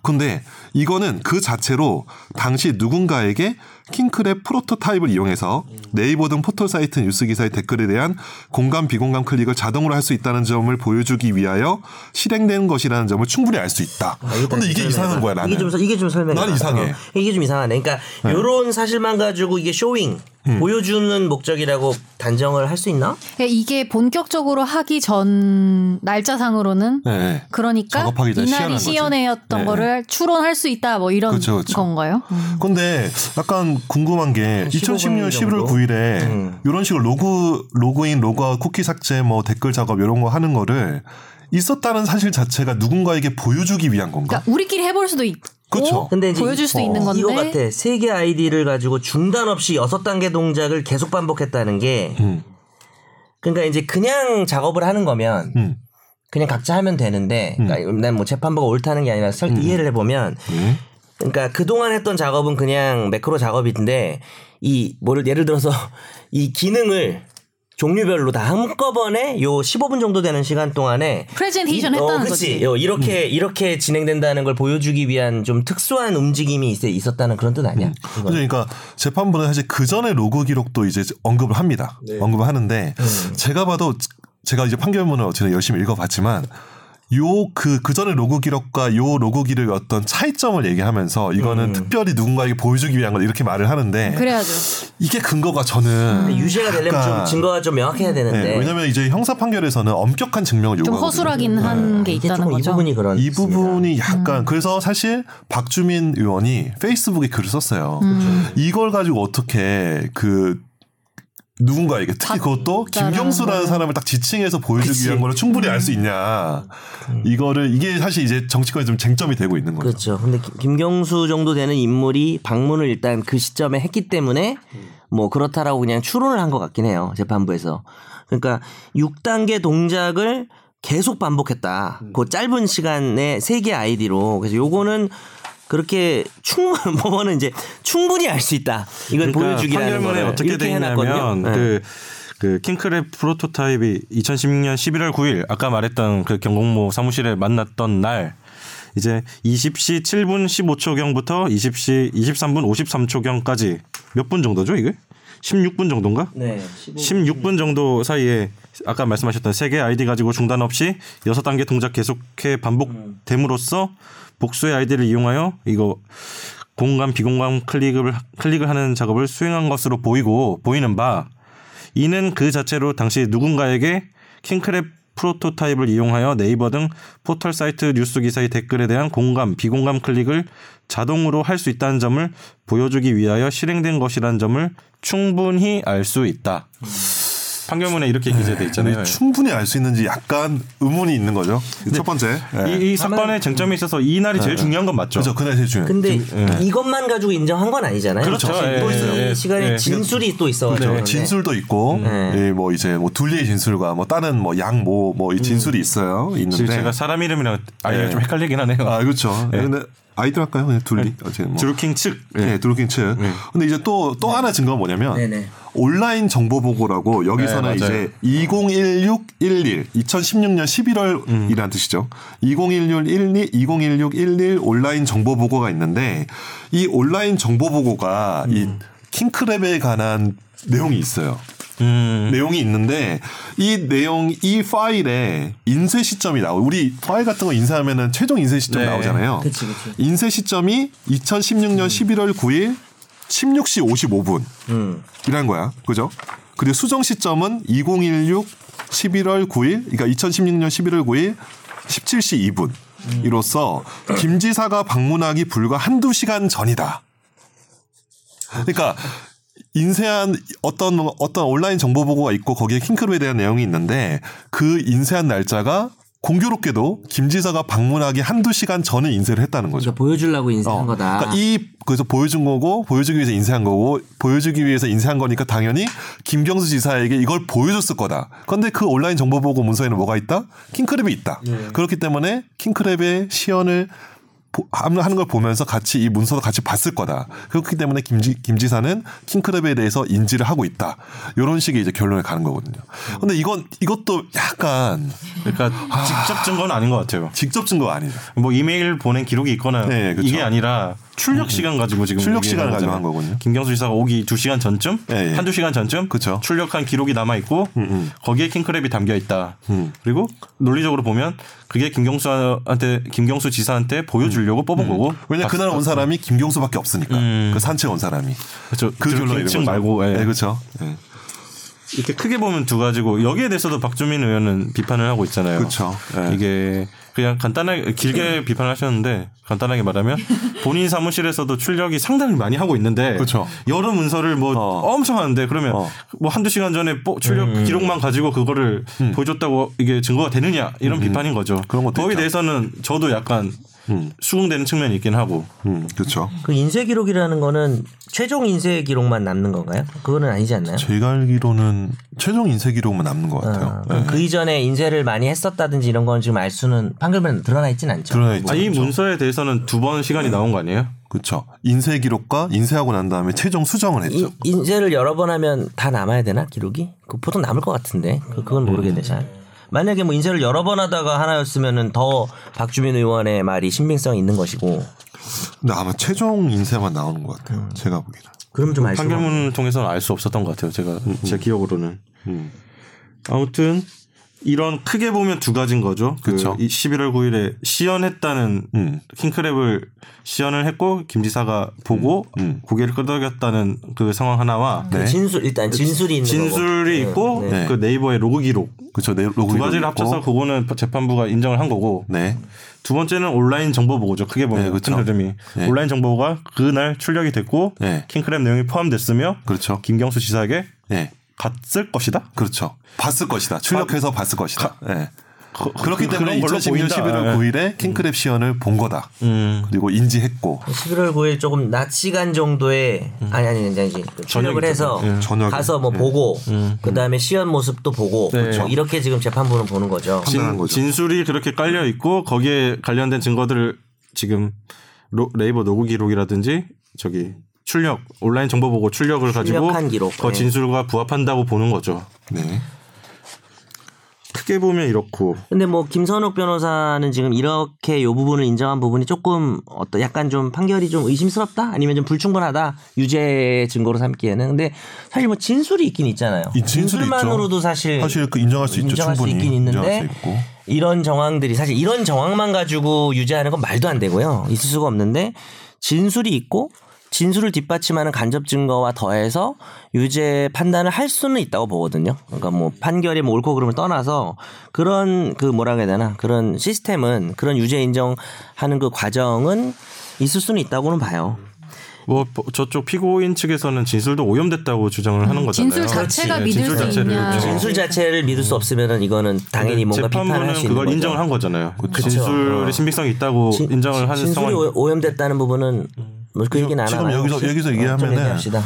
Speaker 4: 근데 이거는 그 자체로 당시 누군가에게 킹크랩 프로토타입을 이용해서 네이버 등 포털 사이트 뉴스 기사의 댓글에 대한 공간 비공간 클릭을 자동으로 할 수 있다는 점을 보여주기 위하여 실행된 것이라는 점을 충분히 알 수 있다. 근데 이게 이상한 거야 나는.
Speaker 2: 아, 이게 좀 서- 이게 좀 설명해.
Speaker 4: 난 이상해.
Speaker 2: 어, 이게 좀 이상하네. 그러니까 이런 사실만 가지고 이게 쇼잉
Speaker 4: 음.
Speaker 2: 보여주는 목적이라고 단정을 할 수 있나?
Speaker 3: 그러니까 이게 본격적으로 하기 전 날짜상으로는
Speaker 4: 예, 예.
Speaker 3: 그러니까
Speaker 4: 작업하기 전에 시연한
Speaker 3: 이날이
Speaker 4: 거죠.
Speaker 3: 시연회였던
Speaker 4: 네.
Speaker 3: 거를 추론할 수 있다 뭐 이런
Speaker 4: 그렇죠, 그렇죠.
Speaker 3: 건가요? 음.
Speaker 4: 근데 약간 궁금한 게 2016년 11월
Speaker 2: 정도? 음.
Speaker 4: 9일에 이런 식으로 로그 로그인 로그아웃 쿠키 삭제 뭐 댓글 작업 이런 거 하는 거를 있었다는 사실 자체가 누군가에게 보여주기 위한 건가?
Speaker 3: 그러니까 우리끼리 해볼 수도 있고
Speaker 4: 그렇죠.
Speaker 2: 근데 이제
Speaker 3: 보여줄 수도
Speaker 4: 어.
Speaker 3: 있는 건데
Speaker 2: 이거 같아. 세 개 아이디를 가지고 중단 없이 여섯 단계 동작을 계속 반복했다는 게
Speaker 4: 음.
Speaker 2: 그러니까 이제 그냥 작업을 하는 거면
Speaker 4: 음.
Speaker 2: 그냥 각자 하면 되는데 그러니까 난뭐 재판부가 옳다는 게 아니라
Speaker 4: 음.
Speaker 2: 설 이해를 해보면
Speaker 4: 예.
Speaker 2: 그러니까 그동안 했던 작업은 그냥 매크로 작업인데 이 뭐를 예를 들어서 이 기능을 종류별로 다 한꺼번에 요 15분 정도 되는 시간 동안에
Speaker 3: 프레젠테이션
Speaker 2: 이- 어,
Speaker 3: 했다는
Speaker 2: 그치.
Speaker 3: 거지. 음.
Speaker 2: 요, 이렇게 이렇게 진행된다는 걸 보여주기 위한 좀 특수한 움직임이 있, 있었다는 그런 뜻
Speaker 3: 음.
Speaker 2: 아니야? 이건.
Speaker 4: 그러니까 재판부는 사실 그 전에 로그 기록도 이제 언급을 합니다. 언급을 하는데 제가 봐도 제가 이제 판결문을 어쨌든 열심히 읽어봤지만 요 그 그전의 로그 기록과 요 로그 기록의 어떤 차이점을 얘기하면서 이거는 특별히 누군가에게 보여주기 위한 걸 이렇게 말을 하는데
Speaker 3: 그래야죠.
Speaker 4: 이게 근거가 저는
Speaker 2: 근데 유죄가 되려면
Speaker 4: 약간-
Speaker 2: 좀 증거가 좀 명확해야 되는데
Speaker 4: 네, 왜냐하면 이제 형사 판결에서는 엄격한 증명을
Speaker 3: 좀
Speaker 4: 요구하거든요.
Speaker 3: 허술하긴 한 음,
Speaker 4: 네.
Speaker 3: 게
Speaker 2: 이게
Speaker 3: 있다는
Speaker 2: 조금 이
Speaker 3: 거죠.
Speaker 2: 부분이 그런
Speaker 4: 이 부분이 약간 그래서 사실 박주민 의원이 페이스북에 글을 썼어요. 이걸 가지고 어떻게 그 누군가에게 특히 그것도
Speaker 3: 따라하는
Speaker 4: 김경수라는
Speaker 3: 거예요. 사람을
Speaker 4: 사람을 딱 지칭해서 보여주기
Speaker 2: 그치.
Speaker 4: 위한 거를 충분히 알 수 있냐 이거를 이게 사실 이제 정치권에 좀 쟁점이 되고 있는 거죠.
Speaker 2: 그렇죠. 근데 김- 김경수 정도 되는 인물이 방문을 일단 그 시점에 했기 때문에 뭐 그렇다라고 그냥 추론을 한 것 같긴 해요. 재판부에서. 그러니까 6단계 동작을 계속 반복했다.
Speaker 1: 음.
Speaker 2: 그 짧은 시간에 세 개 아이디로. 그래서 요거는 그렇게 충 법원은 이제 충분히 알 수 있다. 이건 보여주기라는
Speaker 1: 그러니까 판결문에
Speaker 2: 거를
Speaker 1: 어떻게
Speaker 2: 이렇게
Speaker 1: 돼
Speaker 2: 해놨거든요.
Speaker 1: 있냐면
Speaker 2: 네.
Speaker 1: 그, 그 킹크랩 프로토타입이 2016년 11월 9일 아까 말했던 그 경공모 사무실에 만났던 날 이제 20시 7분 15초경부터 20시 23분 53초경까지 몇 분 정도죠 이게? 16분 정도인가?
Speaker 2: 네.
Speaker 1: 16분 정도 사이에 아까 말씀하셨던 세개 아이디 가지고 중단 없이 여섯 단계 동작 계속해 반복됨으로써 복수의 아이디를 이용하여 이거 공간 비공간 클릭을 클릭을 하는 작업을 수행한 것으로 보이고 보이는 바 이는 그 자체로 당시 누군가에게 킹크랩 프로토타입을 이용하여 네이버 등 포털 사이트 뉴스 기사의 댓글에 대한 공감, 비공감 클릭을 자동으로 할 수 있다는 점을 보여주기 위하여 실행된 것이라는 점을 충분히 알 수 있다. 판결문에
Speaker 4: 네.
Speaker 1: 이렇게 기재돼 있잖아요.
Speaker 4: 근데 충분히 알 수 있는지 약간 의문이 있는 거죠. 첫 번째. 예.
Speaker 1: 이, 이 사건의 쟁점에 있어서 이 날이 제일 중요한 건 맞죠.
Speaker 4: 그렇죠. 그날 제일 중요한.
Speaker 2: 근데 이것만 가지고 인정한 건 아니잖아요.
Speaker 1: 네. 그렇죠.
Speaker 2: 사실 또
Speaker 1: 예,
Speaker 2: 있어요.
Speaker 1: 예,
Speaker 2: 이 시간에
Speaker 1: 예.
Speaker 2: 진술이 또 있어가지고.
Speaker 4: 네, 진술도 있고, 예, 뭐 이제 뭐 둘리의 진술과 뭐 다른 뭐 양 뭐 뭐 이 진술이 있어요.
Speaker 1: 지금
Speaker 4: 있는데
Speaker 1: 제가 사람 이름이랑 아이가 좀 헷갈리긴 하네요.
Speaker 4: 네. 아 그렇죠. 근데 아이들 할까요? 그냥 둘리. 어쨌든 뭐.
Speaker 1: 드루킹 측
Speaker 4: 네, 드루킹 측. 근데 이제 또 또 하나 증거가 뭐냐면
Speaker 2: 네네.
Speaker 4: 온라인 정보 보고라고
Speaker 1: 네,
Speaker 4: 여기서는 이제 201611 2016년 11월이라는 뜻이죠. 201611 201611 온라인 정보 보고가 있는데 이 온라인 정보 보고가 이 킹크랩에 관한 내용이 있어요. 내용이 있는데 이 내용 이 파일에 인쇄 시점이 나오. 우리 파일 같은 거 인쇄하면은 최종 인쇄 시점
Speaker 1: 네.
Speaker 4: 나오잖아요.
Speaker 2: 그치, 그치.
Speaker 4: 인쇄 시점이 2016년 11월 9일 16시 55분. 이라는 거야. 그죠? 그리고 수정 시점은 2016 11월 9일, 그러니까 2016년 11월 9일 17시 2분. 이로써 김 지사가 방문하기 불과 한두 시간 전이다. 그러니까 인쇄한 어떤 어떤 온라인 정보 보고가 있고 거기에 킹크루에 대한 내용이 있는데 그 인쇄한 날짜가 공교롭게도 김 지사가 방문하기 한두 시간 전에 인쇄를 했다는 거죠.
Speaker 2: 그러니까 보여주려고 인쇄한
Speaker 4: 어,
Speaker 2: 거다.
Speaker 4: 그러니까 이 그래서 보여준 거고 보여주기 위해서 인쇄한 거고 보여주기 위해서 인쇄한 거니까 당연히 김경수 지사에게 이걸 보여줬을 거다. 그런데 그 온라인 정보 보고 문서에는 뭐가 있다? 킹크랩이 있다.
Speaker 2: 네.
Speaker 4: 그렇기 때문에 킹크랩의 시연을 보- 하는 걸 보면서 같이 이 문서도 같이 봤을 거다. 그렇기 때문에 김지, 김 지사는 킹크랩에 대해서 인지를 하고 있다. 이런 식의 이제 결론에 가는 거거든요. 근데 이건 이것도 약간
Speaker 1: 그러니까
Speaker 4: 아.
Speaker 1: 직접 증거는 아닌 것 같아요.
Speaker 4: 직접 증거가 아니죠.
Speaker 1: 뭐 이메일 보낸 기록이 있거나
Speaker 4: 네, 그쵸. 음,
Speaker 1: 이게 아니라 출력 시간 가지고 지금
Speaker 4: 출력
Speaker 1: 얘기하는
Speaker 4: 시간을 가지고
Speaker 1: 거잖아요.
Speaker 4: 한 거군요.
Speaker 1: 김경수 지사가 오기 2시간 전쯤,
Speaker 4: 예, 예.
Speaker 1: 한두 시간 전쯤
Speaker 4: 그쵸. 음,
Speaker 1: 출력한 기록이 남아 있고 거기에 킹크랩이 담겨 있다. 그리고 논리적으로 보면 그게 김경수한테 김경수 지사한테 보여주려고 뽑은 거고.
Speaker 4: 음. 왜냐 그날 온 사람이 김경수밖에 없으니까
Speaker 2: 음.
Speaker 4: 그 산책 온 사람이
Speaker 1: 그렇죠.
Speaker 4: 그 결론이 되는
Speaker 1: 킹층
Speaker 4: 거죠.
Speaker 1: 말고 예.
Speaker 4: 네, 그렇죠.
Speaker 1: 이렇게 크게 보면 두 가지고 여기에 대해서도 박주민 의원은 비판을 하고 있잖아요.
Speaker 4: 그쵸. 예.
Speaker 1: 이게 그냥 간단하게
Speaker 4: 네.
Speaker 1: 길게 비판하셨는데 간단하게 말하면 본인 사무실에서도 출력이 상당히 많이 하고 있는데
Speaker 4: 그쵸.
Speaker 1: 여러 문서를 뭐
Speaker 4: 그렇죠. 어.
Speaker 1: 엄청 하는데 그러면
Speaker 4: 어. 음.
Speaker 1: 뭐 한두 시간 전에 뽀- 출력 기록만 가지고 그거를 보여줬다고 이게 증거가 되느냐 이런 비판인 거죠.
Speaker 4: 음. 그런 것도
Speaker 1: 거기에
Speaker 4: 있죠.
Speaker 1: 대해서는 저도 약간 수긍되는 측면이 있긴 하고
Speaker 4: 음, 그렇죠.
Speaker 2: 그 인쇄 기록이라는 거는 최종 인쇄 기록만 남는 건가요? 그거는 아니지 않나요?
Speaker 4: 제가 알기로는 최종 인쇄 기록만 남는 것 같아요.
Speaker 2: 아, 그럼 그 이전에 인쇄를 많이 했었다든지 이런 건 지금 알 수는 판결문에 드러나 있진 않죠.
Speaker 4: 드러나 있죠. 네.
Speaker 1: 아, 이 문서에 대해서는 두 번 시간이 나온 거 아니에요?
Speaker 4: 그렇죠. 인쇄 기록과 인쇄하고 난 다음에 최종 수정을
Speaker 2: 이,
Speaker 4: 했죠.
Speaker 2: 인쇄를 여러 번 하면 다 남아야 되나 기록이? 그 보통 남을 것 같은데 그,
Speaker 4: 음.
Speaker 2: 그건 모르겠네 잘. 만약에 뭐 인쇄를 여러 번 하다가 하나였으면은 더 박주민 의원의 말이 신빙성 이 있는 것이고
Speaker 4: 근데 아마 최종 인쇄만 나오는 것 같아요.
Speaker 2: 음.
Speaker 4: 제가 보기에는.
Speaker 2: 그럼 좀알 수가 없-
Speaker 1: 판결문을 통해서는 알 수 없었던 것 같아요. 제가
Speaker 4: 음,
Speaker 1: 제 기억으로는 아무튼 이런 크게 보면 두 가지인 거죠. 그
Speaker 4: 그쵸.
Speaker 1: 이 11월 9일에 시연했다는
Speaker 4: 음.
Speaker 1: 킹크랩을 시연을 했고 김 지사가 보고
Speaker 4: 음,
Speaker 1: 고개를 끄덕였다는 그 상황 하나와
Speaker 2: 그 진술 일단 진술이 있는
Speaker 1: 진술이
Speaker 2: 거고.
Speaker 1: 있고
Speaker 2: 네,
Speaker 4: 아, 네.
Speaker 1: 그 네이버의 로그 기록
Speaker 4: 그렇죠. 네, 로그
Speaker 1: 두 가지를
Speaker 4: 기록이
Speaker 1: 합쳐서
Speaker 4: 있고.
Speaker 1: 그거는 재판부가 인정을 한 거고
Speaker 4: 네.
Speaker 1: 두 번째는 온라인 정보 보고죠. 크게 보면
Speaker 4: 네, 그쵸.
Speaker 1: 큰 흐름이
Speaker 4: 네.
Speaker 1: 온라인 정보가 그날 출력이 됐고
Speaker 4: 네.
Speaker 1: 킹크랩 내용이 포함됐으며
Speaker 4: 그렇죠.
Speaker 1: 김경수 지사에게
Speaker 4: 네.
Speaker 1: 갔을 것이다.
Speaker 4: 그렇죠. 봤을 것이다. 출력해서 봤을 것이다. 네.
Speaker 1: 그-
Speaker 4: 그렇기
Speaker 1: 그-
Speaker 4: 때문에
Speaker 1: 그런 걸로
Speaker 4: 2016년
Speaker 1: 보인다.
Speaker 4: 11월
Speaker 1: 예.
Speaker 4: 9일에 킹크랩 시연을 본 거다. 그리고 인지했고
Speaker 2: 11월 9일 조금 낮 시간 정도에
Speaker 4: 음.
Speaker 2: 아니 아니 아니 아니 저녁을 해서
Speaker 4: 예. 저녁에.
Speaker 2: 가서 뭐 보고 그 다음에 시연 모습도 보고 뭐 이렇게 지금 재판부는 보는 거죠.
Speaker 4: 네. 그렇죠.
Speaker 1: 음,
Speaker 4: 판단한 거죠.
Speaker 1: 진술이 그렇게 깔려 있고 거기에 관련된 증거들을 지금 로- 레이버 노고 기록이라든지 저기 출력 온라인 정보 보고 출력을 가지고
Speaker 2: 출력한 기록.
Speaker 1: 그
Speaker 2: 네.
Speaker 1: 진술과 부합한다고 보는 거죠.
Speaker 4: 네.
Speaker 1: 크게 보면 이렇고
Speaker 2: 근데 뭐 김선욱 변호사는 지금 이렇게 요 부분을 인정한 부분이 조금 어떤 약간 좀 판결이 좀 의심스럽다 아니면 좀 불충분하다 유죄 증거로 삼기에는 근데 사실 뭐 진술이 있긴 있잖아요.
Speaker 4: 이 진술이
Speaker 2: 진술만으로도
Speaker 4: 있죠.
Speaker 2: 사실
Speaker 4: 사실 그 인정할 수 있죠,
Speaker 2: 인정할 수
Speaker 4: 충분히.
Speaker 2: 있긴
Speaker 4: 인정할
Speaker 2: 있는데
Speaker 4: 수 있고.
Speaker 2: 이런 정황들이 사실 이런 정황만 가지고 유죄하는 건 말도 안 되고요. 있을 수가 없는데 진술이 있고 진술을 뒷받침하는 간접 증거와 더해서 유죄 판단을 할 수는 있다고 보거든요. 그러니까 뭐 판결이 뭐 옳고 그름을 떠나서 그런 그 뭐라 해야 되나 그런 시스템은 그런 유죄 인정하는 그 과정은 있을 수는 있다고는 봐요.
Speaker 1: 뭐 보- 저쪽 피고인 측에서는 진술도 오염됐다고 주장을 하는 거잖아요.
Speaker 3: 음, 진술 자체가
Speaker 1: 예,
Speaker 3: 믿을
Speaker 1: 진술
Speaker 3: 수
Speaker 1: 자체를
Speaker 3: 있냐.
Speaker 1: 주장하고.
Speaker 2: 진술 자체를 믿을 수 없으면은 이거는 당연히 뭔가 비판할
Speaker 1: 네, 재판부는
Speaker 2: 수 있는
Speaker 1: 그걸
Speaker 2: 거죠. 어.
Speaker 1: 인정을 한 거잖아요. 진술이 신빙성이
Speaker 4: 뭐
Speaker 1: 있다고
Speaker 2: 진-
Speaker 1: 인정을 하는
Speaker 2: 진술이
Speaker 1: 상황.
Speaker 2: 오- 오염됐다는 부분은 뭐그 얘기는 안
Speaker 4: 음. 지금
Speaker 2: 하나요?
Speaker 4: 여기서-
Speaker 2: 혹시?
Speaker 4: 여기서
Speaker 2: 어, 좀
Speaker 4: 얘기하면은 네.
Speaker 2: 얘기합시다. 음.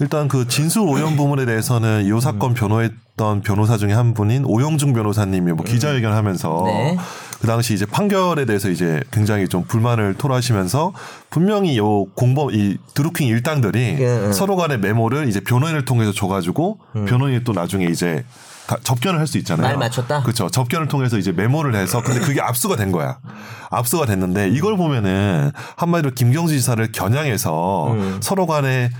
Speaker 4: 일단 그 진술 오염 부분에 대해서는 이 사건 변호했던 변호사 중에 한 분인 오영중 변호사님이 뭐 기자회견하면서
Speaker 2: 네.
Speaker 4: 그 당시 이제 판결에 대해서 이제 굉장히 좀 불만을 토로하시면서 분명히 요 공범 이 드루킹 일당들이
Speaker 2: 예, 음. 예.
Speaker 4: 서로 간의 메모를 이제 변호인을 통해서 줘가지고 변호인이 또 나중에 이제 가- 접견을 할 수 있잖아요.
Speaker 2: 말 맞췄다?
Speaker 4: 그렇죠. 접견을 통해서 이제 메모를 해서 근데 그게 압수가 된 거야. 압수가 됐는데 이걸 보면은 한마디로 김경수 지사를 겨냥해서 서로 간에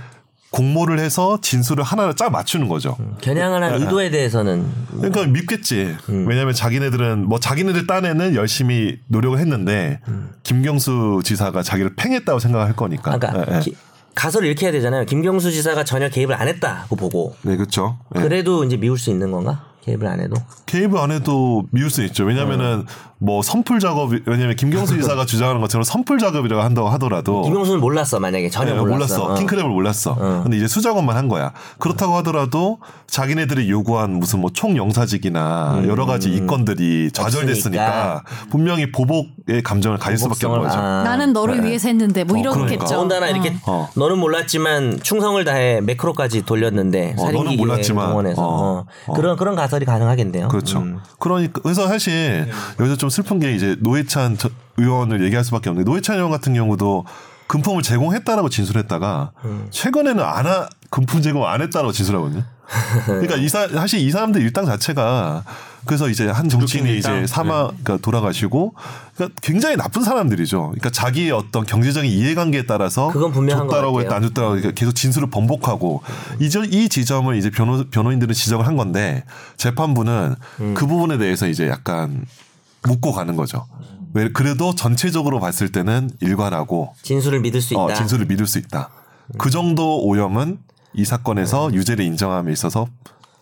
Speaker 4: 공모를 해서 진술을 하나를 짝 맞추는 거죠.
Speaker 2: 음. 겨냥을
Speaker 4: 아,
Speaker 2: 한 의도에 대해서는
Speaker 4: 그러니까 믿겠지. 왜냐하면 자기네들은 뭐 자기네들 딴에는 열심히 노력을 했는데 김경수 지사가 자기를 팽했다고 생각할 거니까.
Speaker 2: 아까
Speaker 4: 예, 예.
Speaker 2: 기- 가설을 이렇게 해야 되잖아요. 김경수 지사가 전혀 개입을 안 했다고 보고
Speaker 4: 네, 그렇죠. 네.
Speaker 2: 그래도 이제 미울 수 있는 건가? 개입을 안 해도
Speaker 4: 개입 안 해도 미울 수 있죠. 왜냐면은 뭐 선풀 작업 왜냐면 김경수 이사가 주장하는 것처럼 선풀 작업이라고 한다고 하더라도
Speaker 2: 김경수는 몰랐어 만약에 전혀
Speaker 4: 아니,
Speaker 2: 몰랐어.
Speaker 4: 뭐. 네, 몰랐어.
Speaker 2: 어.
Speaker 4: 킹크랩을 몰랐어. 어. 근데 이제 수작업만 한 거야. 그렇다고 하더라도 자기네들이 요구한 무슨 뭐 총영사직이나 여러 가지 이건들이 좌절됐으니까 분명히 보복의 감정을 가질 수밖에 없는
Speaker 2: 복성을-
Speaker 4: 거죠.
Speaker 2: 아.
Speaker 3: 나는 너를 위해서 했는데 뭐
Speaker 4: 그러니까.
Speaker 3: 이렇겠죠.
Speaker 2: 더군다나 이렇게
Speaker 4: 어.
Speaker 2: 너는 몰랐지만 충성을 다해 매크로까지 돌렸는데
Speaker 4: 어,
Speaker 2: 살인기
Speaker 4: 너는 몰랐지만.
Speaker 2: 동원해서
Speaker 4: 어.
Speaker 2: 어. 그런 그런 가설이 가능하겠네요. 음.
Speaker 4: 그렇죠. 그러니까 그래서 사실 여기서 좀 슬픈 게 이제 노회찬 저- 의원을 얘기할 수밖에 없는 게 노회찬 의원 같은 경우도 금품을 제공했다라고 진술했다가 최근에는 안 하, 금품 제공 안 했다라고 진술하거든요. 그러니까 이 사, 사실 이 사람들 일당 자체가 그래서 이제 한 정치인이 이제 사마 그러니까 돌아가시고 그러니까 굉장히 나쁜 사람들이죠. 그러니까 자기의 어떤 경제적인 이해관계에 따라서
Speaker 2: 그건 분명한 것
Speaker 4: 어? 줬다라고
Speaker 2: 같아요. 음.
Speaker 4: 했다 안 줬다라고 그러니까 계속 진술을 번복하고 이저 이 지점을 이제 변호 변호인들은 지적을 한 건데 재판부는
Speaker 2: 음.
Speaker 4: 그 부분에 대해서 이제 약간 묻고 가는 거죠. 왜 그래도 전체적으로 봤을 때는 일관하고
Speaker 2: 진술을 믿을 수 있다. 음.
Speaker 4: 어, 진술을 믿을 수 있다. 그 정도 오염은 이 사건에서 유죄를 인정함에 있어서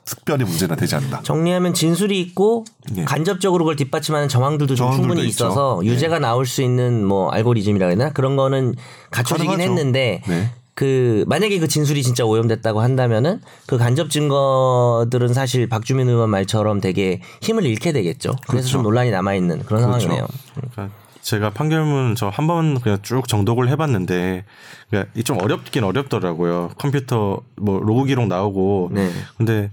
Speaker 4: 특별히 문제가 되지 않다.
Speaker 2: 정리하면 진술이 있고
Speaker 1: 네.
Speaker 4: 예.
Speaker 2: 간접적으로 그걸 뒷받침하는 정황들도 좀
Speaker 4: 정황들도
Speaker 2: 충분히
Speaker 4: 있죠.
Speaker 2: 있어서 유죄가 나올 수 있는 뭐 알고리즘이라 해나 그런 거는 갖춰지긴
Speaker 4: 가능하죠.
Speaker 2: 했는데
Speaker 4: 네.
Speaker 2: 그 만약에 그 진술이 진짜 오염됐다고 한다면은 그 간접 증거들은 사실 박주민 의원 말처럼 되게 힘을 잃게 되겠죠. 그래서
Speaker 1: 그렇죠.
Speaker 2: 좀 논란이 남아 있는 그런 상황이네요.
Speaker 1: 그러니까 제가 판결문 저 한 번 그냥 쭉 정독을 해봤는데 그러니까 이좀 어렵긴 어렵더라고요. 컴퓨터 뭐 로그 기록 나오고
Speaker 2: 네.
Speaker 1: 근데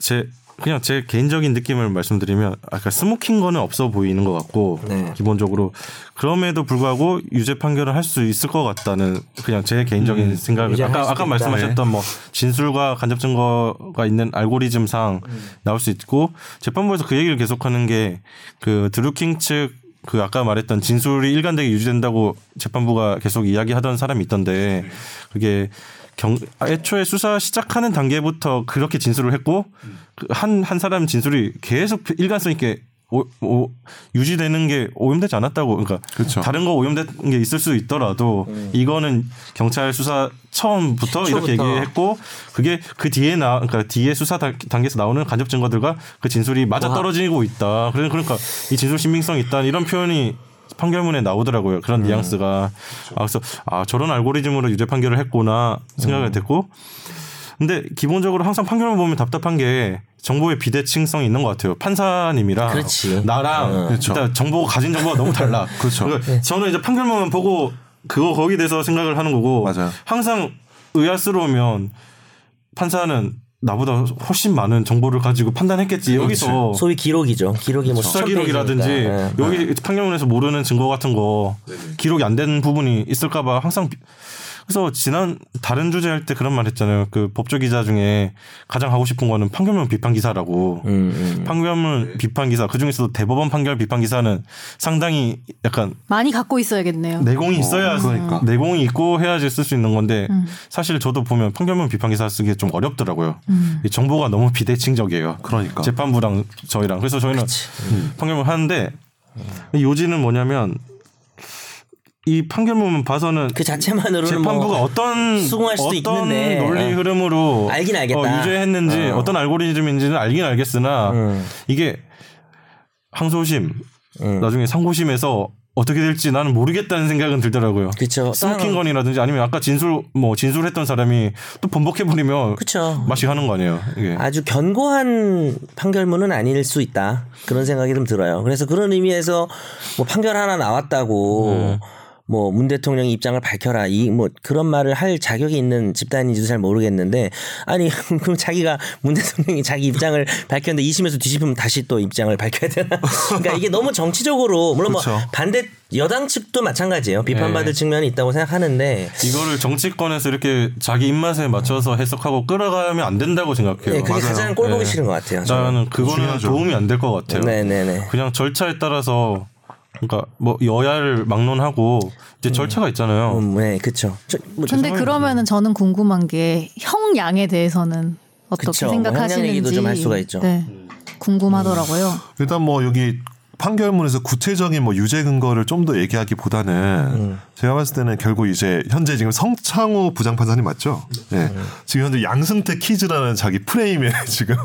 Speaker 1: 제 그냥 제 개인적인 느낌을 말씀드리면 아까 스모킹 거는 없어 보이는 것 같고
Speaker 2: 네.
Speaker 1: 기본적으로 그럼에도 불구하고 유죄 판결을 할 수 있을 것 같다는 그냥 제 개인적인 생각을
Speaker 2: 음, 유죄할
Speaker 1: 아까
Speaker 2: 수도
Speaker 1: 아까
Speaker 2: 있다.
Speaker 1: 말씀하셨던 뭐 진술과 간접 증거가 있는 알고리즘상 나올 수 있고 재판부에서 그 얘기를 계속하는 게 그 드루킹 측 그 아까 말했던 진술이 일관되게 유지된다고 재판부가 계속 이야기하던 사람이 있던데 그게 경 애초에 수사 시작하는 단계부터 그렇게 진술을 했고 그 한 한 사람 진술이 계속 일관성 있게 오, 오, 유지되는 게 오염되지 않았다고 그러니까
Speaker 4: 그쵸.
Speaker 1: 다른 거 오염된 게 있을 수 있더라도 이거는 경찰 수사 처음부터 이렇게
Speaker 2: 최초부터.
Speaker 1: 얘기했고 그게 그 뒤에 나 그러니까 뒤에 수사 단- 단계에서 나오는 간접 증거들과 그 진술이 맞아 떨어지고 있다. 그래- 그러니까 이 진술 신빙성 이 있다 이런 표현이 판결문에 나오더라고요. 그런
Speaker 2: 음.
Speaker 1: 뉘앙스가 아, 그래서 아 저런 알고리즘으로 유죄 판결을 했구나
Speaker 2: 음.
Speaker 1: 생각이 됐고 근데 기본적으로 항상 판결문 보면 답답한 게 정보의 비대칭성이 있는 것 같아요. 판사님이랑
Speaker 2: 그렇지.
Speaker 1: 나랑
Speaker 4: 그렇죠.
Speaker 1: 일단 정보가 가진 정보가 너무 달라.
Speaker 4: 그렇죠.
Speaker 1: 그러니까 저는 이제 판결문만 보고 그거 거기 대해서 생각을 하는 거고
Speaker 4: 맞아요.
Speaker 1: 항상 의아스러우면 판사는 나보다 훨씬 많은 정보를 가지고 판단했겠지 여기서
Speaker 2: 소위 기록이죠. 기록이 뭐
Speaker 1: 뭐 수사
Speaker 2: 수천
Speaker 1: 기록이라든지
Speaker 2: 페이지니까. 예.
Speaker 1: 여기 판결문에서 모르는 증거 같은 거 기록이 안 된 부분이 있을까봐 항상 비- 그래서 지난 다른 주제 할 때 그런 말 했잖아요. 그 법조 기자 중에 가장 하고 싶은 거는 판결문 비판 기사라고.
Speaker 2: 음,
Speaker 1: 판결문
Speaker 2: 네.
Speaker 1: 비판 기사 그 중에서도 대법원 판결 비판 기사는 상당히 약간
Speaker 3: 많이 갖고 있어야겠네요.
Speaker 1: 내공이 있어야
Speaker 4: 그러니까. 음.
Speaker 1: 내공이 있고 해야지 쓸 수 있는 건데 사실 저도 보면 판결문 비판 기사 쓰기 좀 어렵더라고요.
Speaker 4: 음.
Speaker 1: 이 정보가 너무 비대칭적이에요.
Speaker 4: 그러니까.
Speaker 1: 재판부랑 저희랑 그래서 저희는 음. 판결문 하는데 이 요지는 뭐냐면 이 판결문 봐서는
Speaker 2: 그 자체만으로는
Speaker 1: 재판부가
Speaker 2: 뭐
Speaker 1: 어떤
Speaker 2: 수긍할 수도
Speaker 1: 어떤
Speaker 2: 있는데.
Speaker 1: 논리
Speaker 2: 어.
Speaker 1: 흐름으로
Speaker 2: 알긴 알겠다.
Speaker 1: 어, 유죄했는지
Speaker 2: 어. 음.
Speaker 1: 어. 떤 알고리즘인지는 알긴 알겠으나 이게 항소심 나중에 상고심에서 어떻게 될지 나는 모르겠다는 생각은 들더라고요.
Speaker 2: 그쵸.
Speaker 1: 스모킹건이라든지 아니면 아까 진술 뭐 진술했던 사람이 또 번복해 버리면
Speaker 2: 그쵸.
Speaker 1: 맛이 가는 거 아니에요. 이게
Speaker 2: 아주 견고한 판결문은 아닐 수 있다 그런 생각이 좀 들어요. 그래서 그런 의미에서 뭐 판결 하나 나왔다고 뭐 문 대통령이 입장을 밝혀라 이 뭐 그런 말을 할 자격이 있는 집단인지도 잘 모르겠는데 아니 그럼 자기가 문 대통령이 자기 입장을 밝혔는데 2심에서 뒤집으면 다시 또 입장을 밝혀야 되나? 그러니까 이게 너무 정치적으로 물론 뭐
Speaker 4: 그쵸.
Speaker 2: 반대 여당 측도 마찬가지예요. 비판받을 측면이 있다고 생각하는데
Speaker 1: 이거를 정치권에서 이렇게 자기 입맛에 맞춰서 해석하고 끌어가면 안 된다고 생각해요.
Speaker 2: 네, 그게 가장 꼴 보기 싫은 것 같아요. 저는.
Speaker 1: 나는 그거는
Speaker 4: 중요하죠.
Speaker 1: 도움이 안 될 것 같아요.
Speaker 2: 네네네.
Speaker 1: 그냥 절차에 따라서 그러니까 뭐 여야를 막론하고 이제 절차가 있잖아요.
Speaker 2: 음, 네, 그렇죠.
Speaker 3: 근데 그러면은 저는 궁금한 게 형량에 대해서는 어떻게
Speaker 2: 그쵸, 뭐 형량
Speaker 3: 생각하시는지
Speaker 2: 음. 얘기도 좀할 수가 있죠.
Speaker 3: 네. 궁금하더라고요.
Speaker 4: 일단 뭐 여기 판결문에서 구체적인 뭐 유죄 근거를 좀 더 얘기하기보다는
Speaker 2: 음.
Speaker 4: 제가 봤을 때는 결국 이제 현재 지금 성창호 부장판사님 맞죠? 예.
Speaker 2: 음.
Speaker 4: 지금 현재 양승태 키즈라는 자기 프레임에 지금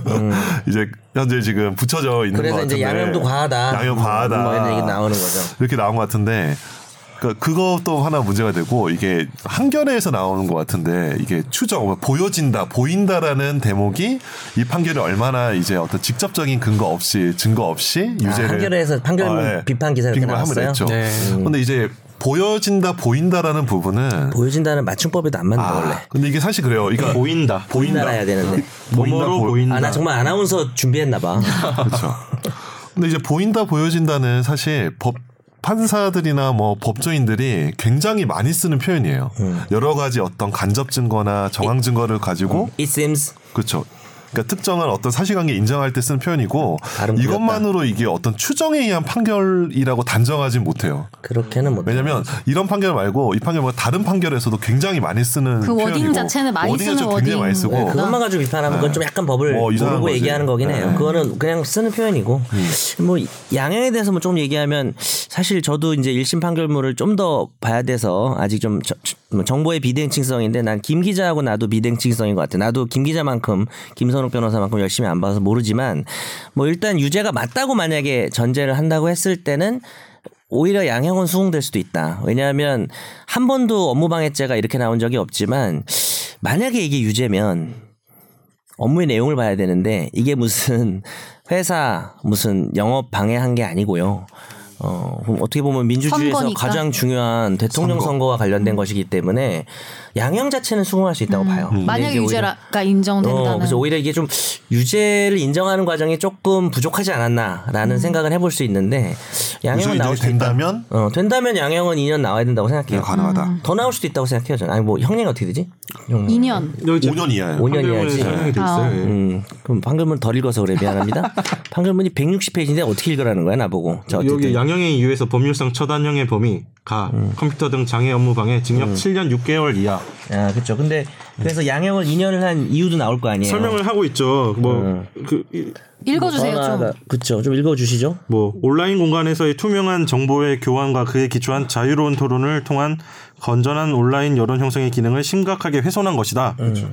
Speaker 4: 이제 현재 지금 붙여져 있는 것
Speaker 2: 음. 그래서
Speaker 4: 같은데
Speaker 2: 이제 양형도 과하다.
Speaker 4: 양형
Speaker 2: 뭐 이런 얘기
Speaker 4: 과하다.
Speaker 2: 나오는 거죠.
Speaker 4: 이렇게 나온 것 같은데 그러니까 그것도 하나 문제가 되고 이게 한겨레에서 나오는 것 같은데 이게 추정 뭐 보여진다 보인다라는 대목이 이 판결이 얼마나 이제 어떤 직접적인 근거 없이 증거 없이 유죄를
Speaker 2: 아,
Speaker 4: 어, 예,
Speaker 2: 한겨레에서 판결문 비판 기사가 이렇게
Speaker 4: 비판을
Speaker 2: 나왔어요?
Speaker 4: 했죠. 음.
Speaker 5: 네.
Speaker 4: 근데 이제 보여진다 보인다라는 부분은
Speaker 2: 보여진다는 맞춤법에도 안 맞는 거 원래.
Speaker 4: 근데 이게 사실 그래요. 그러니까
Speaker 1: 보인다.
Speaker 4: 아, 보인다.
Speaker 2: 알아야 되는데.
Speaker 1: 몸으로 네. 보인다.
Speaker 2: 아 나 정말 아나운서 준비했나 봐.
Speaker 4: 그렇죠. 근데 이제 보인다 보여진다는 사실 법 판사들이나 뭐 법조인들이 굉장히 많이 쓰는 표현이에요.
Speaker 2: 음.
Speaker 4: 여러 가지 어떤 간접 증거나 정황 증거를 가지고
Speaker 2: It seems
Speaker 4: 그렇죠. 그러니까 특정한 어떤 사실관계 인정할 때 쓰는 표현이고
Speaker 2: 발음 그렸다.
Speaker 4: 이것만으로 이게 어떤 추정에 의한 판결이라고 단정하진 못해요.
Speaker 2: 그렇게는 못.
Speaker 4: 왜냐면 이런 판결 말고 이 판결 말고 다른 판결에서도 굉장히 많이 쓰는
Speaker 3: 그 워딩
Speaker 4: 표현이고
Speaker 3: 자체는 많이
Speaker 4: 워딩
Speaker 3: 쓰는
Speaker 4: 자체는 굉장히 많이
Speaker 3: 워딩.
Speaker 4: 쓰고
Speaker 2: 네, 그것만 가지고 비판하면 그건 좀 약간 법을
Speaker 4: 어. 뭐 이상한
Speaker 2: 모르고
Speaker 4: 거지.
Speaker 2: 얘기하는 거긴 해요.
Speaker 4: 네. 음.
Speaker 2: 그거는 그냥 쓰는 표현이고 뭐 양형에 대해서 뭐 조금 얘기하면 사실 저도 이제 1심 판결문을 좀 더 봐야 돼서 아직 좀 저- 뭐 정보의 비대칭성인데 난 김 기자하고 나도 비대칭성인 것 같아. 나도 김 기자만큼 김선욱 변호사만큼 열심히 안 봐서 모르지만 뭐 일단 유죄가 맞다고 만약에 전제를 한다고 했을 때는 오히려 양형은 수긍될 수도 있다. 왜냐하면 한 번도 업무방해죄가 이렇게 나온 적이 없지만 만약에 이게 유죄면 업무의 내용을 봐야 되는데 이게 무슨 회사 무슨 영업 방해한 게 아니고요. 어, 그럼 어떻게 보면 민주주의에서
Speaker 3: 선거니까.
Speaker 2: 가장 중요한 대통령 선거. 와
Speaker 4: 음.
Speaker 2: 관련된 것이기 때문에 양형 자체는 수긍할 수 있다고 봐요.
Speaker 4: 음.
Speaker 2: 근데
Speaker 3: 음. 만약
Speaker 2: 이제 오히려-
Speaker 3: 유죄가 인정된다면
Speaker 2: 어, 그래서 오히려 이게 좀 유죄를 인정하는 과정이 조금 부족하지 않았나라는
Speaker 3: 음.
Speaker 2: 생각은 해볼 수 있는데 양형은
Speaker 4: 유죄
Speaker 2: 나올
Speaker 4: 인정이 네,
Speaker 2: 수 있다.
Speaker 4: 된다면
Speaker 2: 어, 된다면 양형은 2년 나와야 된다고 생각해요. 음.
Speaker 4: 가능하다. 네,
Speaker 2: 더 나올 수도 있다고 생각해요. 저는. 아니 뭐 형량이 어떻게 되지? 형량.
Speaker 3: 2년
Speaker 1: 여기 지금
Speaker 4: 5년 이하예요.
Speaker 2: 5년이야지.
Speaker 1: 설명이 돼 있어요. 예.
Speaker 2: 음, 그럼 판결문 덜 읽어서 그래 미안합니다. 판결문이 160페이지인데 어떻게 읽으라는 거야 나보고. 자,
Speaker 1: 여기
Speaker 2: 어쨌든 음.
Speaker 1: 양형에 이유에서 법률상 처단형의 범위 가 컴퓨터 등 장애 업무 방해 징역 7년 6개월 이하
Speaker 2: 아 그렇죠. 근데 그래서 양형을 2년을 한 이유도 나올 거 아니에요.
Speaker 1: 설명을 하고 있죠.
Speaker 2: 음.
Speaker 1: 뭐 그, 이-
Speaker 3: 읽어주세요 좀.
Speaker 2: 그렇죠. 좀 읽어주시죠.
Speaker 1: 뭐 온라인 공간에서의 투명한 정보의 교환과 그에 기초한 자유로운 토론을 통한 건전한 온라인 여론 형성의 기능을 심각하게 훼손한 것이다.
Speaker 2: 네, 그렇죠.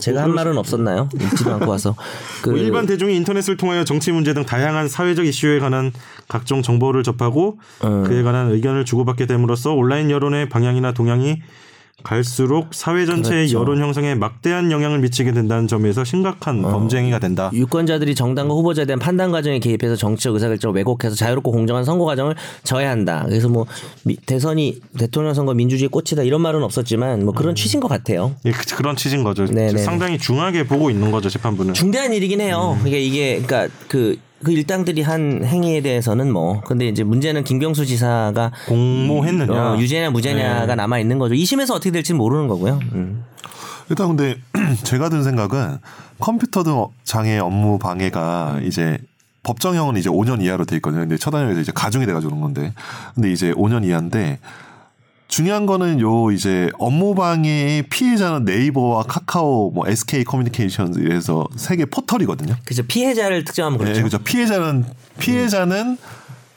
Speaker 2: 제가 한 말은 없었나요? 읽지도 않고 와서. 그
Speaker 1: 뭐 일반 대중이 인터넷을 통하여 정치 문제 등 다양한 사회적 이슈에 관한 각종 정보를 접하고
Speaker 2: 네.
Speaker 1: 그에 관한 의견을 주고받게 됨으로써 온라인 여론의 방향이나 동향이 갈수록 사회 전체의
Speaker 2: 그렇죠.
Speaker 1: 여론 형성에 막대한 영향을 미치게 된다는 점에서 심각한 범죄행위가 된다.
Speaker 2: 어. 유권자들이 정당과 후보자에 대한 판단 과정에 개입해서 정치적 의사결정을 왜곡해서 자유롭고 공정한 선거 과정을 저해한다. 그래서 뭐 미- 대선이 대통령 선거 민주주의 꽃이다 이런 말은 없었지만
Speaker 1: 음.
Speaker 2: 뭐 그런 취지인 것 같아요.
Speaker 1: 예, 그- 그런 취지인 거죠.
Speaker 2: 네, 네.
Speaker 1: 상당히 중하게 보고 있는 거죠 재판부는.
Speaker 2: 중대한 일이긴 해요.
Speaker 4: 음.
Speaker 2: 이게 이게 그러니까 그. 그 일당들이 한 행위에 대해서는 뭐 근데 이제 문제는 김경수 지사가
Speaker 1: 공모했느냐.
Speaker 2: 어, 유죄냐 무죄냐가
Speaker 4: 네.
Speaker 2: 남아 있는 거죠. 2심에서 어떻게 될지 는 모르는 거고요. 음.
Speaker 4: 일단 근데 제가 든 생각은 컴퓨터 등 어- 장애 업무 방해가 이제 법정형은 이제 5년 이하로 돼 있거든요. 근데 처단형에서 이제 가중이 돼가지고 그런 건데, 근데 이제 5년 이하인데 중요한 거는 요 이제 업무 방해의 피해자는 네이버와 카카오, 뭐 SK 커뮤니케이션에서 세계 포털이거든요.
Speaker 2: 그죠 피해자를 특정하면
Speaker 4: 그
Speaker 2: 그렇죠.
Speaker 4: 네, 그죠. 피해자는 피해자는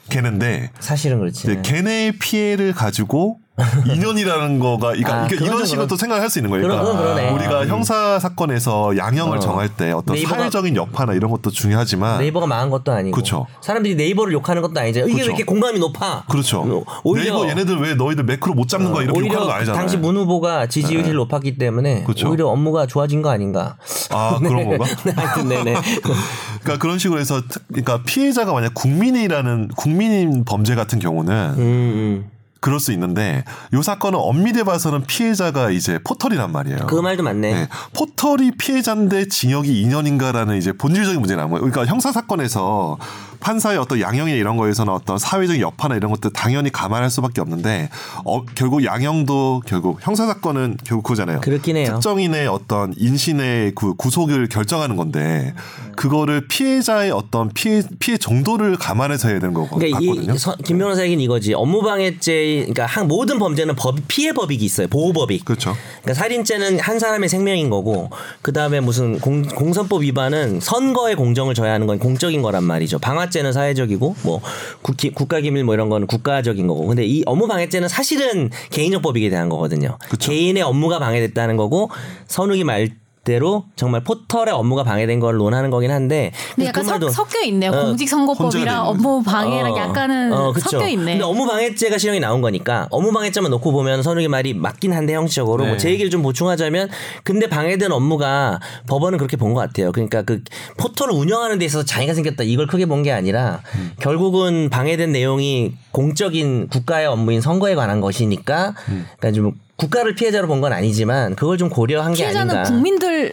Speaker 4: 걔는데
Speaker 2: 사실은 그렇지.
Speaker 4: 이제 걔네의 피해를 가지고 인연이라는 거가 그러니까
Speaker 2: 아,
Speaker 4: 이게
Speaker 2: 그건
Speaker 4: 이런
Speaker 2: 좀
Speaker 4: 식으로
Speaker 2: 그런-
Speaker 4: 또 생각할 수 있는 거예요.
Speaker 2: 그런-
Speaker 4: 그러니까
Speaker 2: 그건 그러네. 아, 음.
Speaker 4: 우리가 형사 사건에서 양형을 정할 때 어떤
Speaker 2: 네이버가-
Speaker 4: 사회적인 여파나 이런 것도 중요하지만
Speaker 2: 네이버가 망한 것도 아니고
Speaker 4: 그쵸.
Speaker 2: 사람들이 네이버를 욕하는 것도 아니잖아요. 이게
Speaker 4: 그쵸.
Speaker 2: 왜 이렇게 공감이 높아? 어,
Speaker 4: 그렇죠.
Speaker 2: 음, 오히려
Speaker 4: 네이버 얘네들 왜 너희들 매크로 못 잡는 거야 이렇게 욕하는
Speaker 2: 오히려
Speaker 4: 거 아니잖아요. 네.
Speaker 2: 당시 문 후보가 지지율이 높았기 때문에
Speaker 4: 그쵸.
Speaker 2: 오히려 업무가 좋아진 거 아닌가.
Speaker 4: 아 그런 건가?
Speaker 2: 네, 하여튼 네네.
Speaker 4: 그러니까 그런 식으로 해서 특- 그러니까 피해자가 만약 국민이라는 국민인 범죄 같은 경우는
Speaker 2: 음, 음.
Speaker 4: 그럴 수 있는데 요 사건은 엄밀히 봐서는 피해자가 이제 포털이란 말이에요.
Speaker 2: 그 말도 맞네.
Speaker 4: 네. 포털이 피해자인데 징역이 2년인가라는 이제 본질적인 문제 남아요. 그러니까 형사 사건에서 판사의 어떤 양형이나 이런 거에서는 어떤 사회적인 여파나 이런 것들 당연히 감안할 수밖에 없는데 어, 결국 양형도 결국 형사 사건은 결국 그거잖아요.
Speaker 2: 그렇긴 해요.
Speaker 4: 특정인의 어떤 인신의 그 구속을 결정하는 건데 그거를 피해자의 어떤 피해 피해 정도를 감안해서 해야 되는 거거든요.
Speaker 2: 그러니까 이, 서- 김 변호사 얘기는 이거지 업무방해죄의 살인, 그러니까 한- 모든 범죄는 법, 피해 법익이 있어요. 보호 법익.
Speaker 4: 그렇죠.
Speaker 2: 그러니까 살인죄는 한 사람의 생명인 거고 그다음에 무슨 공, 공선법 위반은 선거에 공정을 져야 하는 건 공적인 거란 말이죠. 방화죄는 사회적이고 뭐 국기, 국가기밀 뭐 이런 건 국가적인 거고 근데 이 업무 방해죄는 사실은 개인적 법익에 대한 거거든요.
Speaker 4: 그쵸.
Speaker 2: 개인의 업무가 방해됐다는 거고 선욱이 말대로 정말 포털의 업무가 방해된 걸 논하는 거긴 한데
Speaker 3: 근데 약간
Speaker 2: 그
Speaker 3: 석-
Speaker 2: 말도-
Speaker 3: 섞여 있네요.
Speaker 4: 혼자 되는
Speaker 3: 공직선거법이랑
Speaker 4: 거죠.
Speaker 3: 업무 방해랑
Speaker 2: 어.
Speaker 3: 약간은
Speaker 2: 어, 그쵸.
Speaker 3: 섞여 있네.
Speaker 2: 근데 업무방해죄가 실형이 나온 거니까 업무방해죄만 놓고 보면 선욱이 말이 맞긴 한데 형식적으로
Speaker 1: 네.
Speaker 2: 뭐 제 얘기를 좀 보충하자면 근데 방해된 업무가 법원은 그렇게 본 것 같아요. 그러니까 그 포털을 운영하는 데 있어서 장애가 생겼다 이걸 크게 본 게 아니라
Speaker 1: 음.
Speaker 2: 결국은 방해된 내용이 공적인 국가의 업무인 선거에 관한 것이니까
Speaker 1: 음.
Speaker 2: 그러니까 좀 국가를 피해자로 본 건 아니지만 그걸 좀 고려한 게
Speaker 3: 피해자는
Speaker 2: 아닌가.
Speaker 3: 국민들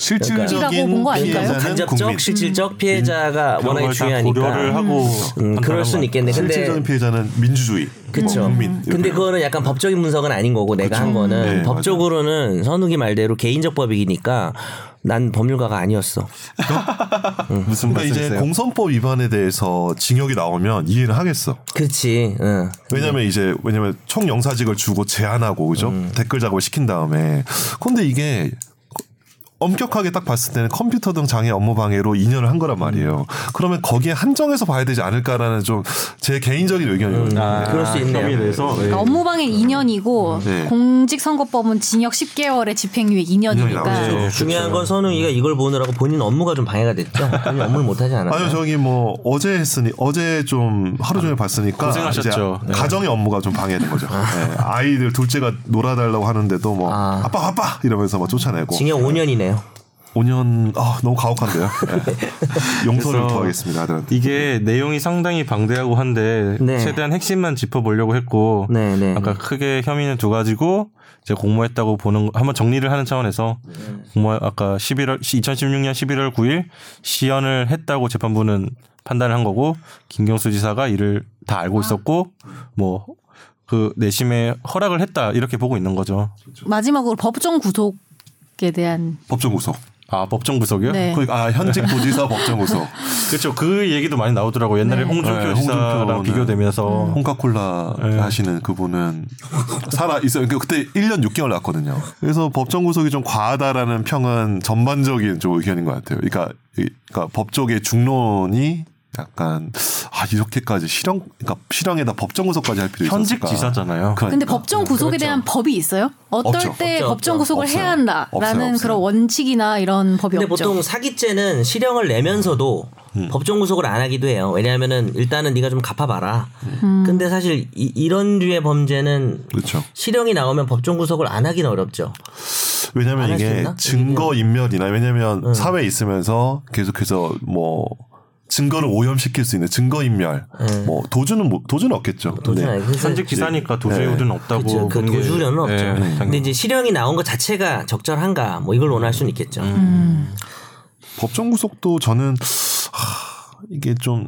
Speaker 4: 실질적인
Speaker 3: 본거 아닐까요?
Speaker 4: 피해자는
Speaker 2: 간접적,
Speaker 4: 국민.
Speaker 2: 실질적 피해자가
Speaker 1: 음. 그런
Speaker 2: 워낙에
Speaker 1: 걸다
Speaker 2: 중요하니까.
Speaker 1: 고려를 하고
Speaker 2: 음, 그럴 수는 있겠네. 근데
Speaker 4: 실질적인 피해자는 민주주의.
Speaker 2: 그렇죠.
Speaker 4: 국민.
Speaker 2: 근데 그거는 약간 법적인 분석은 아닌 거고 내가 한 거는
Speaker 4: 네,
Speaker 2: 법적으로는 선욱이 말대로 개인적 법익이니까 난 법률가가 아니었어.
Speaker 4: 무슨 그러니까 이제
Speaker 1: 말씀이세요?
Speaker 4: 공선법 위반에 대해서 징역이 나오면 이해를 하겠어.
Speaker 2: 그렇지. 응.
Speaker 1: 네.
Speaker 4: 왜냐면 이제 왜냐면 총영사직을 주고 제한하고 그죠
Speaker 1: 음.
Speaker 4: 댓글 작업을 시킨 다음에 근데 이게 엄격하게 딱 봤을 때는 컴퓨터 등 장애 업무 방해로 2년을 한 거란 말이에요.
Speaker 1: 음.
Speaker 4: 그러면 거기에 한정해서 봐야 되지 않을까라는 좀 제 개인적인
Speaker 1: 음,
Speaker 4: 의견이거든요.
Speaker 1: 아,
Speaker 2: 그럴 수 있네요.
Speaker 1: 서
Speaker 3: 그러니까 업무방해 2년이고
Speaker 4: 그렇죠. 네.
Speaker 3: 공직선거법은 징역 10개월에 집행유예 2년이니까
Speaker 4: 나오죠.
Speaker 2: 그렇죠. 중요한 건 선욱이가 이걸 보느라고 본인 업무가 좀 방해가 됐죠. 본인 업무를 못하지
Speaker 4: 아니요,
Speaker 1: 네.
Speaker 2: 않았어요.
Speaker 4: 저기 뭐 어제 했으니 어제 좀 하루 종일 봤으니까
Speaker 1: 아, 고생하셨죠. 네. 아.
Speaker 4: 이제 가정의 업무가 좀 방해된 거죠. 네. 아이들 둘째가 놀아달라고 하는데도 뭐
Speaker 2: 아.
Speaker 4: 아. 빠 아빠 이러면서 막 쫓아내고
Speaker 2: 징역 5년이네요.
Speaker 4: 5년 아 너무 가혹한데요. 네. 용서를
Speaker 1: 그래서
Speaker 4: 구하겠습니다 아들한테.
Speaker 1: 이게 내용이 상당히 방대하고 한데
Speaker 2: 네.
Speaker 1: 최대한 핵심만 짚어보려고 했고
Speaker 2: 네, 네.
Speaker 1: 아까 크게 혐의는 두 가지고 이제 공모했다고 보는 거- 한번 정리를 하는 차원에서
Speaker 2: 네.
Speaker 1: 공모 아까 11월 2016년 11월 9일 시연을 했다고 재판부는 판단을 한 거고 김경수 지사가 이를 다 알고 있었고 뭐 그 내심에 허락을 했다 이렇게 보고 있는 거죠.
Speaker 4: 그렇죠.
Speaker 3: 마지막으로 법정 구속에 대한
Speaker 4: 법정 구속.
Speaker 1: 아 법정 구속이요?
Speaker 3: 네.
Speaker 4: 그러니까 아 현직 도지사 법정 구속.
Speaker 1: 그렇죠. 그 얘기도 많이 나오더라고. 옛날에 홍준표
Speaker 4: 네, 홍준표
Speaker 1: 지사랑
Speaker 4: 네.
Speaker 1: 비교되면서
Speaker 4: 홍카콜라
Speaker 1: 예.
Speaker 4: 하시는 그분은 살아 있어요. 그러니까 그때 1년 6개월 났거든요. 그래서 법정 구속이 좀 과하다라는 평은 전반적인 좀 의견인 것 같아요. 그러니까, 이- 그러니까 법 쪽의 중론이 약간 아 이렇게까지 실형 그러니까 실형에다 법정 구속까지 할 필요 있을까? 그러니까.
Speaker 1: 현직 지사잖아요.
Speaker 3: 근데 법정 구속에 대한 법이 있어요? 어떨
Speaker 4: 그렇죠. 없죠.
Speaker 3: 때
Speaker 2: 없죠,
Speaker 3: 법정
Speaker 2: 없죠.
Speaker 3: 구속을
Speaker 4: 없어요.
Speaker 3: 해야 한다라는
Speaker 4: 없어요, 없어요.
Speaker 3: 그런 원칙이나 이런 법이
Speaker 2: 근데
Speaker 3: 없죠.
Speaker 2: 보통 사기죄는 실형을 내면서도 법정 구속을 안 하기도 해요. 왜냐하면은 일단은 네가 좀 갚아봐라. 근데 사실 이, 이런 류의 범죄는
Speaker 4: 그렇죠.
Speaker 2: 실형이 나오면 법정 구속을 안 하긴 어렵죠.
Speaker 4: 왜냐면
Speaker 2: 안할수
Speaker 4: 이게
Speaker 2: 있나?
Speaker 4: 증거 인멸이나 왜냐면 사회에 있으면서 계속해서 뭐 증거를 오염시킬 수 있는 증거 인멸, 뭐 도주는 뭐- 도주는 없겠죠.
Speaker 2: 어, 도저히
Speaker 4: 네.
Speaker 2: 안 해.
Speaker 1: 현직 기사니까 도주의
Speaker 4: 네.
Speaker 1: 우려는 없다고
Speaker 2: 그렇죠. 그
Speaker 1: 보는 게-
Speaker 2: 도주는 없죠.
Speaker 1: 예,
Speaker 2: 근데 이제 실형이 나온 것 자체가 적절한가 뭐 이걸 논할 수는
Speaker 4: 음.
Speaker 2: 있겠죠.
Speaker 4: 법정 구속도 저는 하, 이게 좀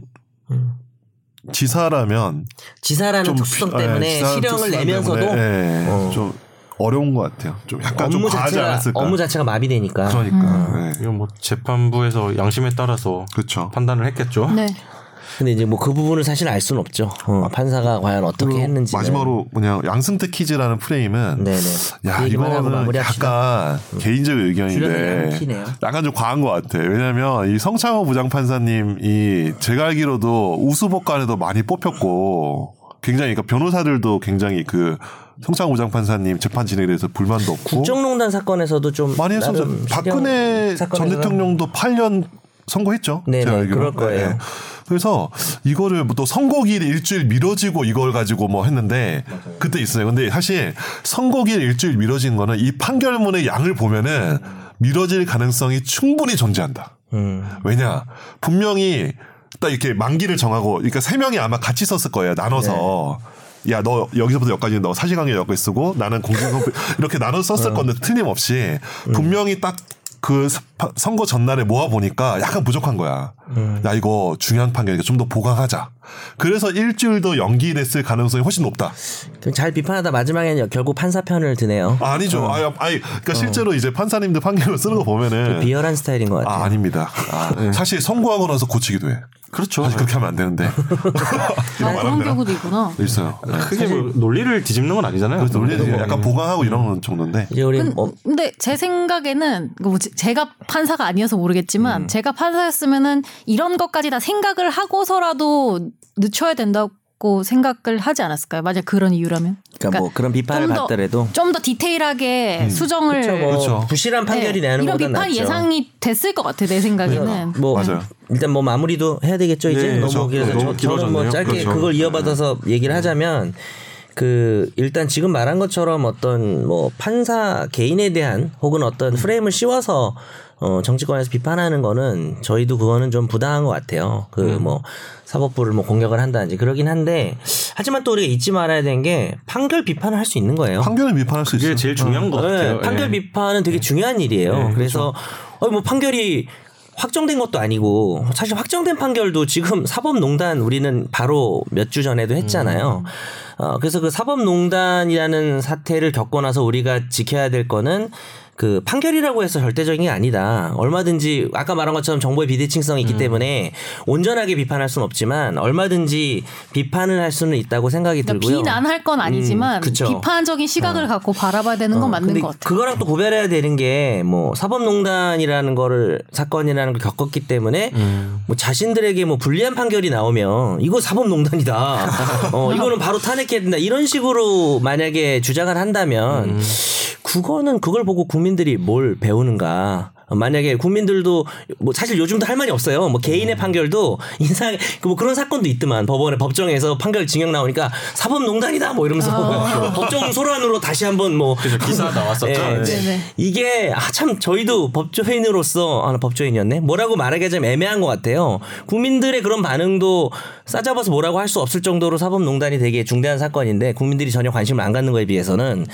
Speaker 4: 지사라면
Speaker 2: 지사라는
Speaker 4: 좀
Speaker 2: 특수성
Speaker 4: 피- 예,
Speaker 2: 때문에
Speaker 4: 지사
Speaker 2: 실형을
Speaker 4: 특수성
Speaker 2: 내면서도
Speaker 4: 때문에, 예,
Speaker 2: 어.
Speaker 4: 좀 어려운 것 같아요. 좀 약간 좀
Speaker 2: 업무
Speaker 4: 과하지
Speaker 2: 자체가
Speaker 4: 않았을까?
Speaker 2: 업무 자체가 음. 마비되니까.
Speaker 4: 그러니까 예.
Speaker 1: 이건 뭐 재판부에서 양심에 따라서
Speaker 4: 그렇죠.
Speaker 1: 판단을 했겠죠.
Speaker 3: 네.
Speaker 2: 근데 이제 뭐 그 부분을 사실 알 수는 없죠. 어, 판사가 과연 어떻게 했는지.
Speaker 4: 마지막으로 그냥 양승태 퀴즈라는 프레임은
Speaker 2: 네네.
Speaker 4: 야
Speaker 2: 그 얘기만 하고
Speaker 4: 이거는
Speaker 2: 마무리합시다. 음.
Speaker 4: 약간 개인적
Speaker 2: 주변에
Speaker 4: 의견인데
Speaker 2: 안 키네요.
Speaker 4: 약간 좀 과한 것 같아. 왜냐하면 이 성창호 부장판사님이 제가 알기로도 우수법관에도 많이 뽑혔고 굉장히 그러니까 변호사들도 굉장히 그 성창호 부장판사님 재판 진행에 대해서 불만도 없고
Speaker 2: 국정농단 사건에서도 좀
Speaker 4: 뭐? 많이 했었죠.
Speaker 2: 나름
Speaker 4: 박근혜
Speaker 2: 실형
Speaker 4: 전
Speaker 2: 사건에서는
Speaker 4: 대통령도 8년 선고했죠.
Speaker 2: 네네,
Speaker 4: 제가 알기로.
Speaker 2: 그럴 거예요.
Speaker 4: 네. 그래서 이거를 뭐 또 선고일 일주일 미뤄지고 이걸 가지고 뭐 했는데 그때 있어요. 근데 사실 선고일 일주일 미뤄진 거는 이 판결문의 양을 보면은 미뤄질 가능성이 충분히 존재한다.
Speaker 2: 음.
Speaker 4: 왜냐 분명히 딱 이렇게 만기를 정하고 그러니까 세 명이 아마 같이 썼을 거예요 나눠서
Speaker 2: 네.
Speaker 4: 야 너 여기서부터 여기까지 너 사실관계 여기까지 쓰고 나는 공중선 이렇게 나눠서 썼을 건데 틀림없이 분명히 딱 그 선거 전날에 모아 보니까 약간 부족한 거야. 야 이거 중요한 판결이니까 좀 더 보강하자. 그래서 일주일 더 연기됐을 가능성이 훨씬 높다.
Speaker 2: 그럼 잘 비판하다 마지막에는 결국 판사 편을 드네요.
Speaker 4: 아, 니죠 아니, 아니, 그러니까 실제로 이제 판사님들 판결을 쓰는 거 보면은
Speaker 2: 비열한 스타일인 것그 같아요.
Speaker 4: 아, 아닙니다. 아, 사실 선고하고 나서 고치기도 해.
Speaker 1: 그렇죠.
Speaker 4: 사실 그렇게 하면 안 되는데
Speaker 3: 아,
Speaker 4: 이런 말하면
Speaker 3: 그런
Speaker 4: 되나?
Speaker 3: 경우도 있구나.
Speaker 4: 있어요. 네.
Speaker 1: 크게 뭐 논리를 뒤집는 건 아니잖아요.
Speaker 4: 그래서 원래는
Speaker 1: 뭐.
Speaker 4: 약간 보강하고 이런 정도인데
Speaker 2: 이제 우리
Speaker 3: 근-
Speaker 2: 뭐
Speaker 3: 근데 제 생각에는 그 뭐지, 제가 판사가 아니어서
Speaker 2: 음.
Speaker 3: 모르겠지만 제가 판사였으면은 이런 것까지 다 생각을 하고서라도 늦춰야 된다고 생각을 하지 않았을까요? 만약 그런 이유라면.
Speaker 2: 그러니까 뭐 그런 비판을
Speaker 3: 좀 더-
Speaker 2: 받더라도
Speaker 3: 좀 더 디테일하게 수정을
Speaker 2: 그렇죠, 뭐
Speaker 4: 그렇죠.
Speaker 2: 부실한 판결이
Speaker 3: 네,
Speaker 2: 나는
Speaker 3: 이런
Speaker 2: 것보다
Speaker 3: 비판
Speaker 2: 낫죠.
Speaker 3: 예상이 네. 됐을 것 같아 내 생각에는.
Speaker 2: 뭐
Speaker 4: 맞아요.
Speaker 2: 일단 뭐 마무리도 해야 되겠죠 이제
Speaker 1: 네, 그렇죠.
Speaker 2: 너무
Speaker 1: 네,
Speaker 2: 길어서 저- 저는 뭐
Speaker 1: 길어졌네요.
Speaker 2: 짧게
Speaker 1: 그렇죠.
Speaker 2: 그걸 이어받아서 얘기를 하자면 그 일단 지금 말한 것처럼 어떤 뭐 판사 개인에 대한 혹은 어떤 프레임을 씌워서 어 정치권에서 비판하는 거는 저희도 그거는 좀 부당한 것 같아요. 그 뭐 사법부를 뭐 공격을 한다든지 그러긴 한데 하지만 또 우리가 잊지 말아야 되는 게 판결 비판을 할 수 있는 거예요.
Speaker 4: 판결을 비판할 수
Speaker 1: 어?
Speaker 4: 있어요.
Speaker 1: 그게 제일 중요한 것
Speaker 2: 네,
Speaker 1: 같아요.
Speaker 2: 판결
Speaker 1: 예. 그렇죠.
Speaker 2: 비판은 되게 중요한 일이에요. 그래서 어, 뭐 판결이 확정된 것도 아니고 사실 확정된 판결도 지금 사법농단 우리는 바로 몇 주 전에도
Speaker 1: 음.
Speaker 2: 했잖아요. 어, 그래서 그 사법농단이라는 사태를 겪고 나서 우리가 지켜야 될 거는 그 판결이라고 해서 절대적인 게 아니다. 얼마든지 아까 말한 것처럼 정보의 비대칭성이
Speaker 1: 음.
Speaker 2: 있기 때문에 온전하게 비판할 수는 없지만 얼마든지 비판을 할 수는 있다고 생각이
Speaker 3: 그러니까
Speaker 2: 뭐 들고요.
Speaker 3: 비난할 건 아니지만
Speaker 2: 음, 그쵸.
Speaker 3: 비판적인 시각을 갖고 바라봐야 되는 건
Speaker 2: 어,
Speaker 3: 맞는
Speaker 2: 근데
Speaker 3: 것 같아.
Speaker 2: 그거랑 또 구별해야 되는 게 뭐 사법농단이라는 거를 사건이라는 걸 겪었기 때문에
Speaker 1: 음.
Speaker 2: 뭐 자신들에게 뭐 불리한 판결이 나오면 이거 사법농단이다. 어, 이거는 바로 탄핵해야 된다. 이런 식으로 만약에 주장을 한다면
Speaker 1: 음.
Speaker 2: 그거는 그걸 보고 국민들이 뭘 배우는가. 어, 만약에 국민들도 뭐 사실 요즘도 할 말이 없어요. 뭐
Speaker 1: 음.
Speaker 2: 개인의 판결도 인상 뭐 그런 사건도 있더만 법원에 법정에서 판결 징역 나오니까 사법농단이다 뭐 이러면서 법정 소란으로 다시 한번 뭐
Speaker 1: 아. 그죠, 기사 나왔었죠.
Speaker 2: 예,
Speaker 1: 네.
Speaker 3: 네네.
Speaker 2: 이게 아 참 저희도 법조인으로서 아, 나 법조인이었네 뭐라고 말하기가 좀 애매한 것 같아요 국민들의 그런 반응도 싸잡아서 뭐라고 할 수 없을 정도로 사법농단이 되게 중대한 사건인데 국민들이 전혀 관심을 안 갖는 거에 비해서는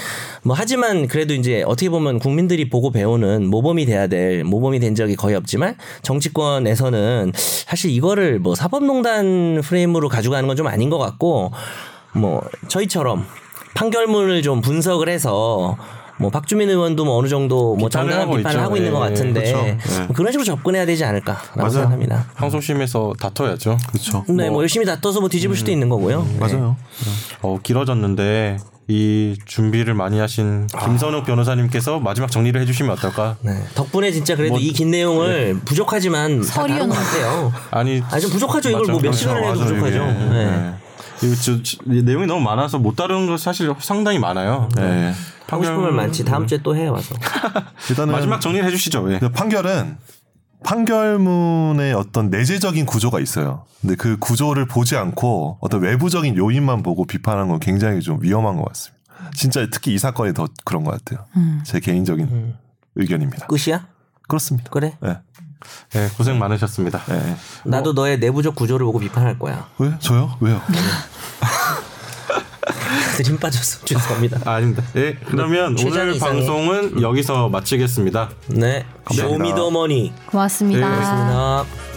Speaker 2: 뭐 하지만 그래도 이제 어떻게 보면 국민들이 보고 배우는 모범이 돼야 될 모범이 된 적이 거의 없지만 정치권에서는 사실 이거를 뭐 사법농단 프레임으로 가져가는 건 좀 아닌 것 같고 뭐 저희처럼 판결문을 좀 분석을 해서 뭐 박주민 의원도 뭐 어느 정도 뭐
Speaker 1: 비판을
Speaker 2: 정당한
Speaker 1: 하고
Speaker 2: 비판을
Speaker 1: 있죠.
Speaker 2: 하고 있는 것
Speaker 1: 예,
Speaker 2: 같은데
Speaker 1: 그렇죠. 예.
Speaker 2: 뭐 그런 식으로 접근해야 되지 않을까라고
Speaker 1: 맞아요.
Speaker 2: 생각합니다.
Speaker 1: 항소심에서 다퉈야죠.
Speaker 4: 그렇죠.
Speaker 2: 네, 뭐, 열심히 다퉈서 뭐 뒤집을
Speaker 1: 음.
Speaker 2: 수도 있는 거고요.
Speaker 4: 맞아요.
Speaker 1: 어, 길어졌는데 이 준비를 많이 하신 김선욱 변호사님께서 마지막 정리를 해주시면 어떨까?
Speaker 2: 네. 덕분에 진짜 그래도
Speaker 1: 뭐
Speaker 2: 이 긴 내용을
Speaker 1: 예.
Speaker 2: 부족하지만 다 다룬 것
Speaker 3: 서리였나?
Speaker 2: 같아요.
Speaker 1: 아니,
Speaker 2: 아, 좀 부족하죠. 이걸
Speaker 1: 맞아요. 예.
Speaker 2: 뭐 몇
Speaker 1: 그렇죠.
Speaker 2: 시간을 해도
Speaker 4: 맞아요,
Speaker 2: 부족하죠.
Speaker 4: 이게.
Speaker 2: 네.
Speaker 1: 이거 저- 저- 이 내용이 너무 많아서 못 다루는 거 사실 상당히 많아요. 네.
Speaker 2: 하고 싶은 말 많지. 다음 주에 또 해 와서.
Speaker 4: 일단은
Speaker 1: 마지막 정리를 해주시죠. 예.
Speaker 4: 근데 판결은 판결문의 어떤 내재적인 구조가 있어요. 근데 그 구조를 보지 않고 어떤 외부적인 요인만 보고 비판하는 건 굉장히 좀 위험한 것 같습니다. 진짜 특히 이 사건이 더 그런 것 같아요. 제 개인적인 의견입니다.
Speaker 2: 끝이야?
Speaker 4: 그렇습니다.
Speaker 2: 그래.
Speaker 4: 예.
Speaker 1: 예, 고생 많으셨습니다.
Speaker 2: 네.
Speaker 4: 예.
Speaker 1: 뭐
Speaker 2: 나도 너의 내부적 구조를 보고 비판할 거야.
Speaker 4: 왜? 저요? 왜요?
Speaker 2: 드림 빠졌어. 죄송합니다.
Speaker 1: 아, 아닙니다. 예, 그러면
Speaker 2: 최장
Speaker 1: 오늘
Speaker 2: 이상의- 음.
Speaker 1: 방송은 여기서 마치겠습니다.
Speaker 2: 네.
Speaker 4: 감사합니다.
Speaker 2: 쇼미더머니.
Speaker 3: 고맙습니다.
Speaker 1: 네,
Speaker 2: 감사합니다.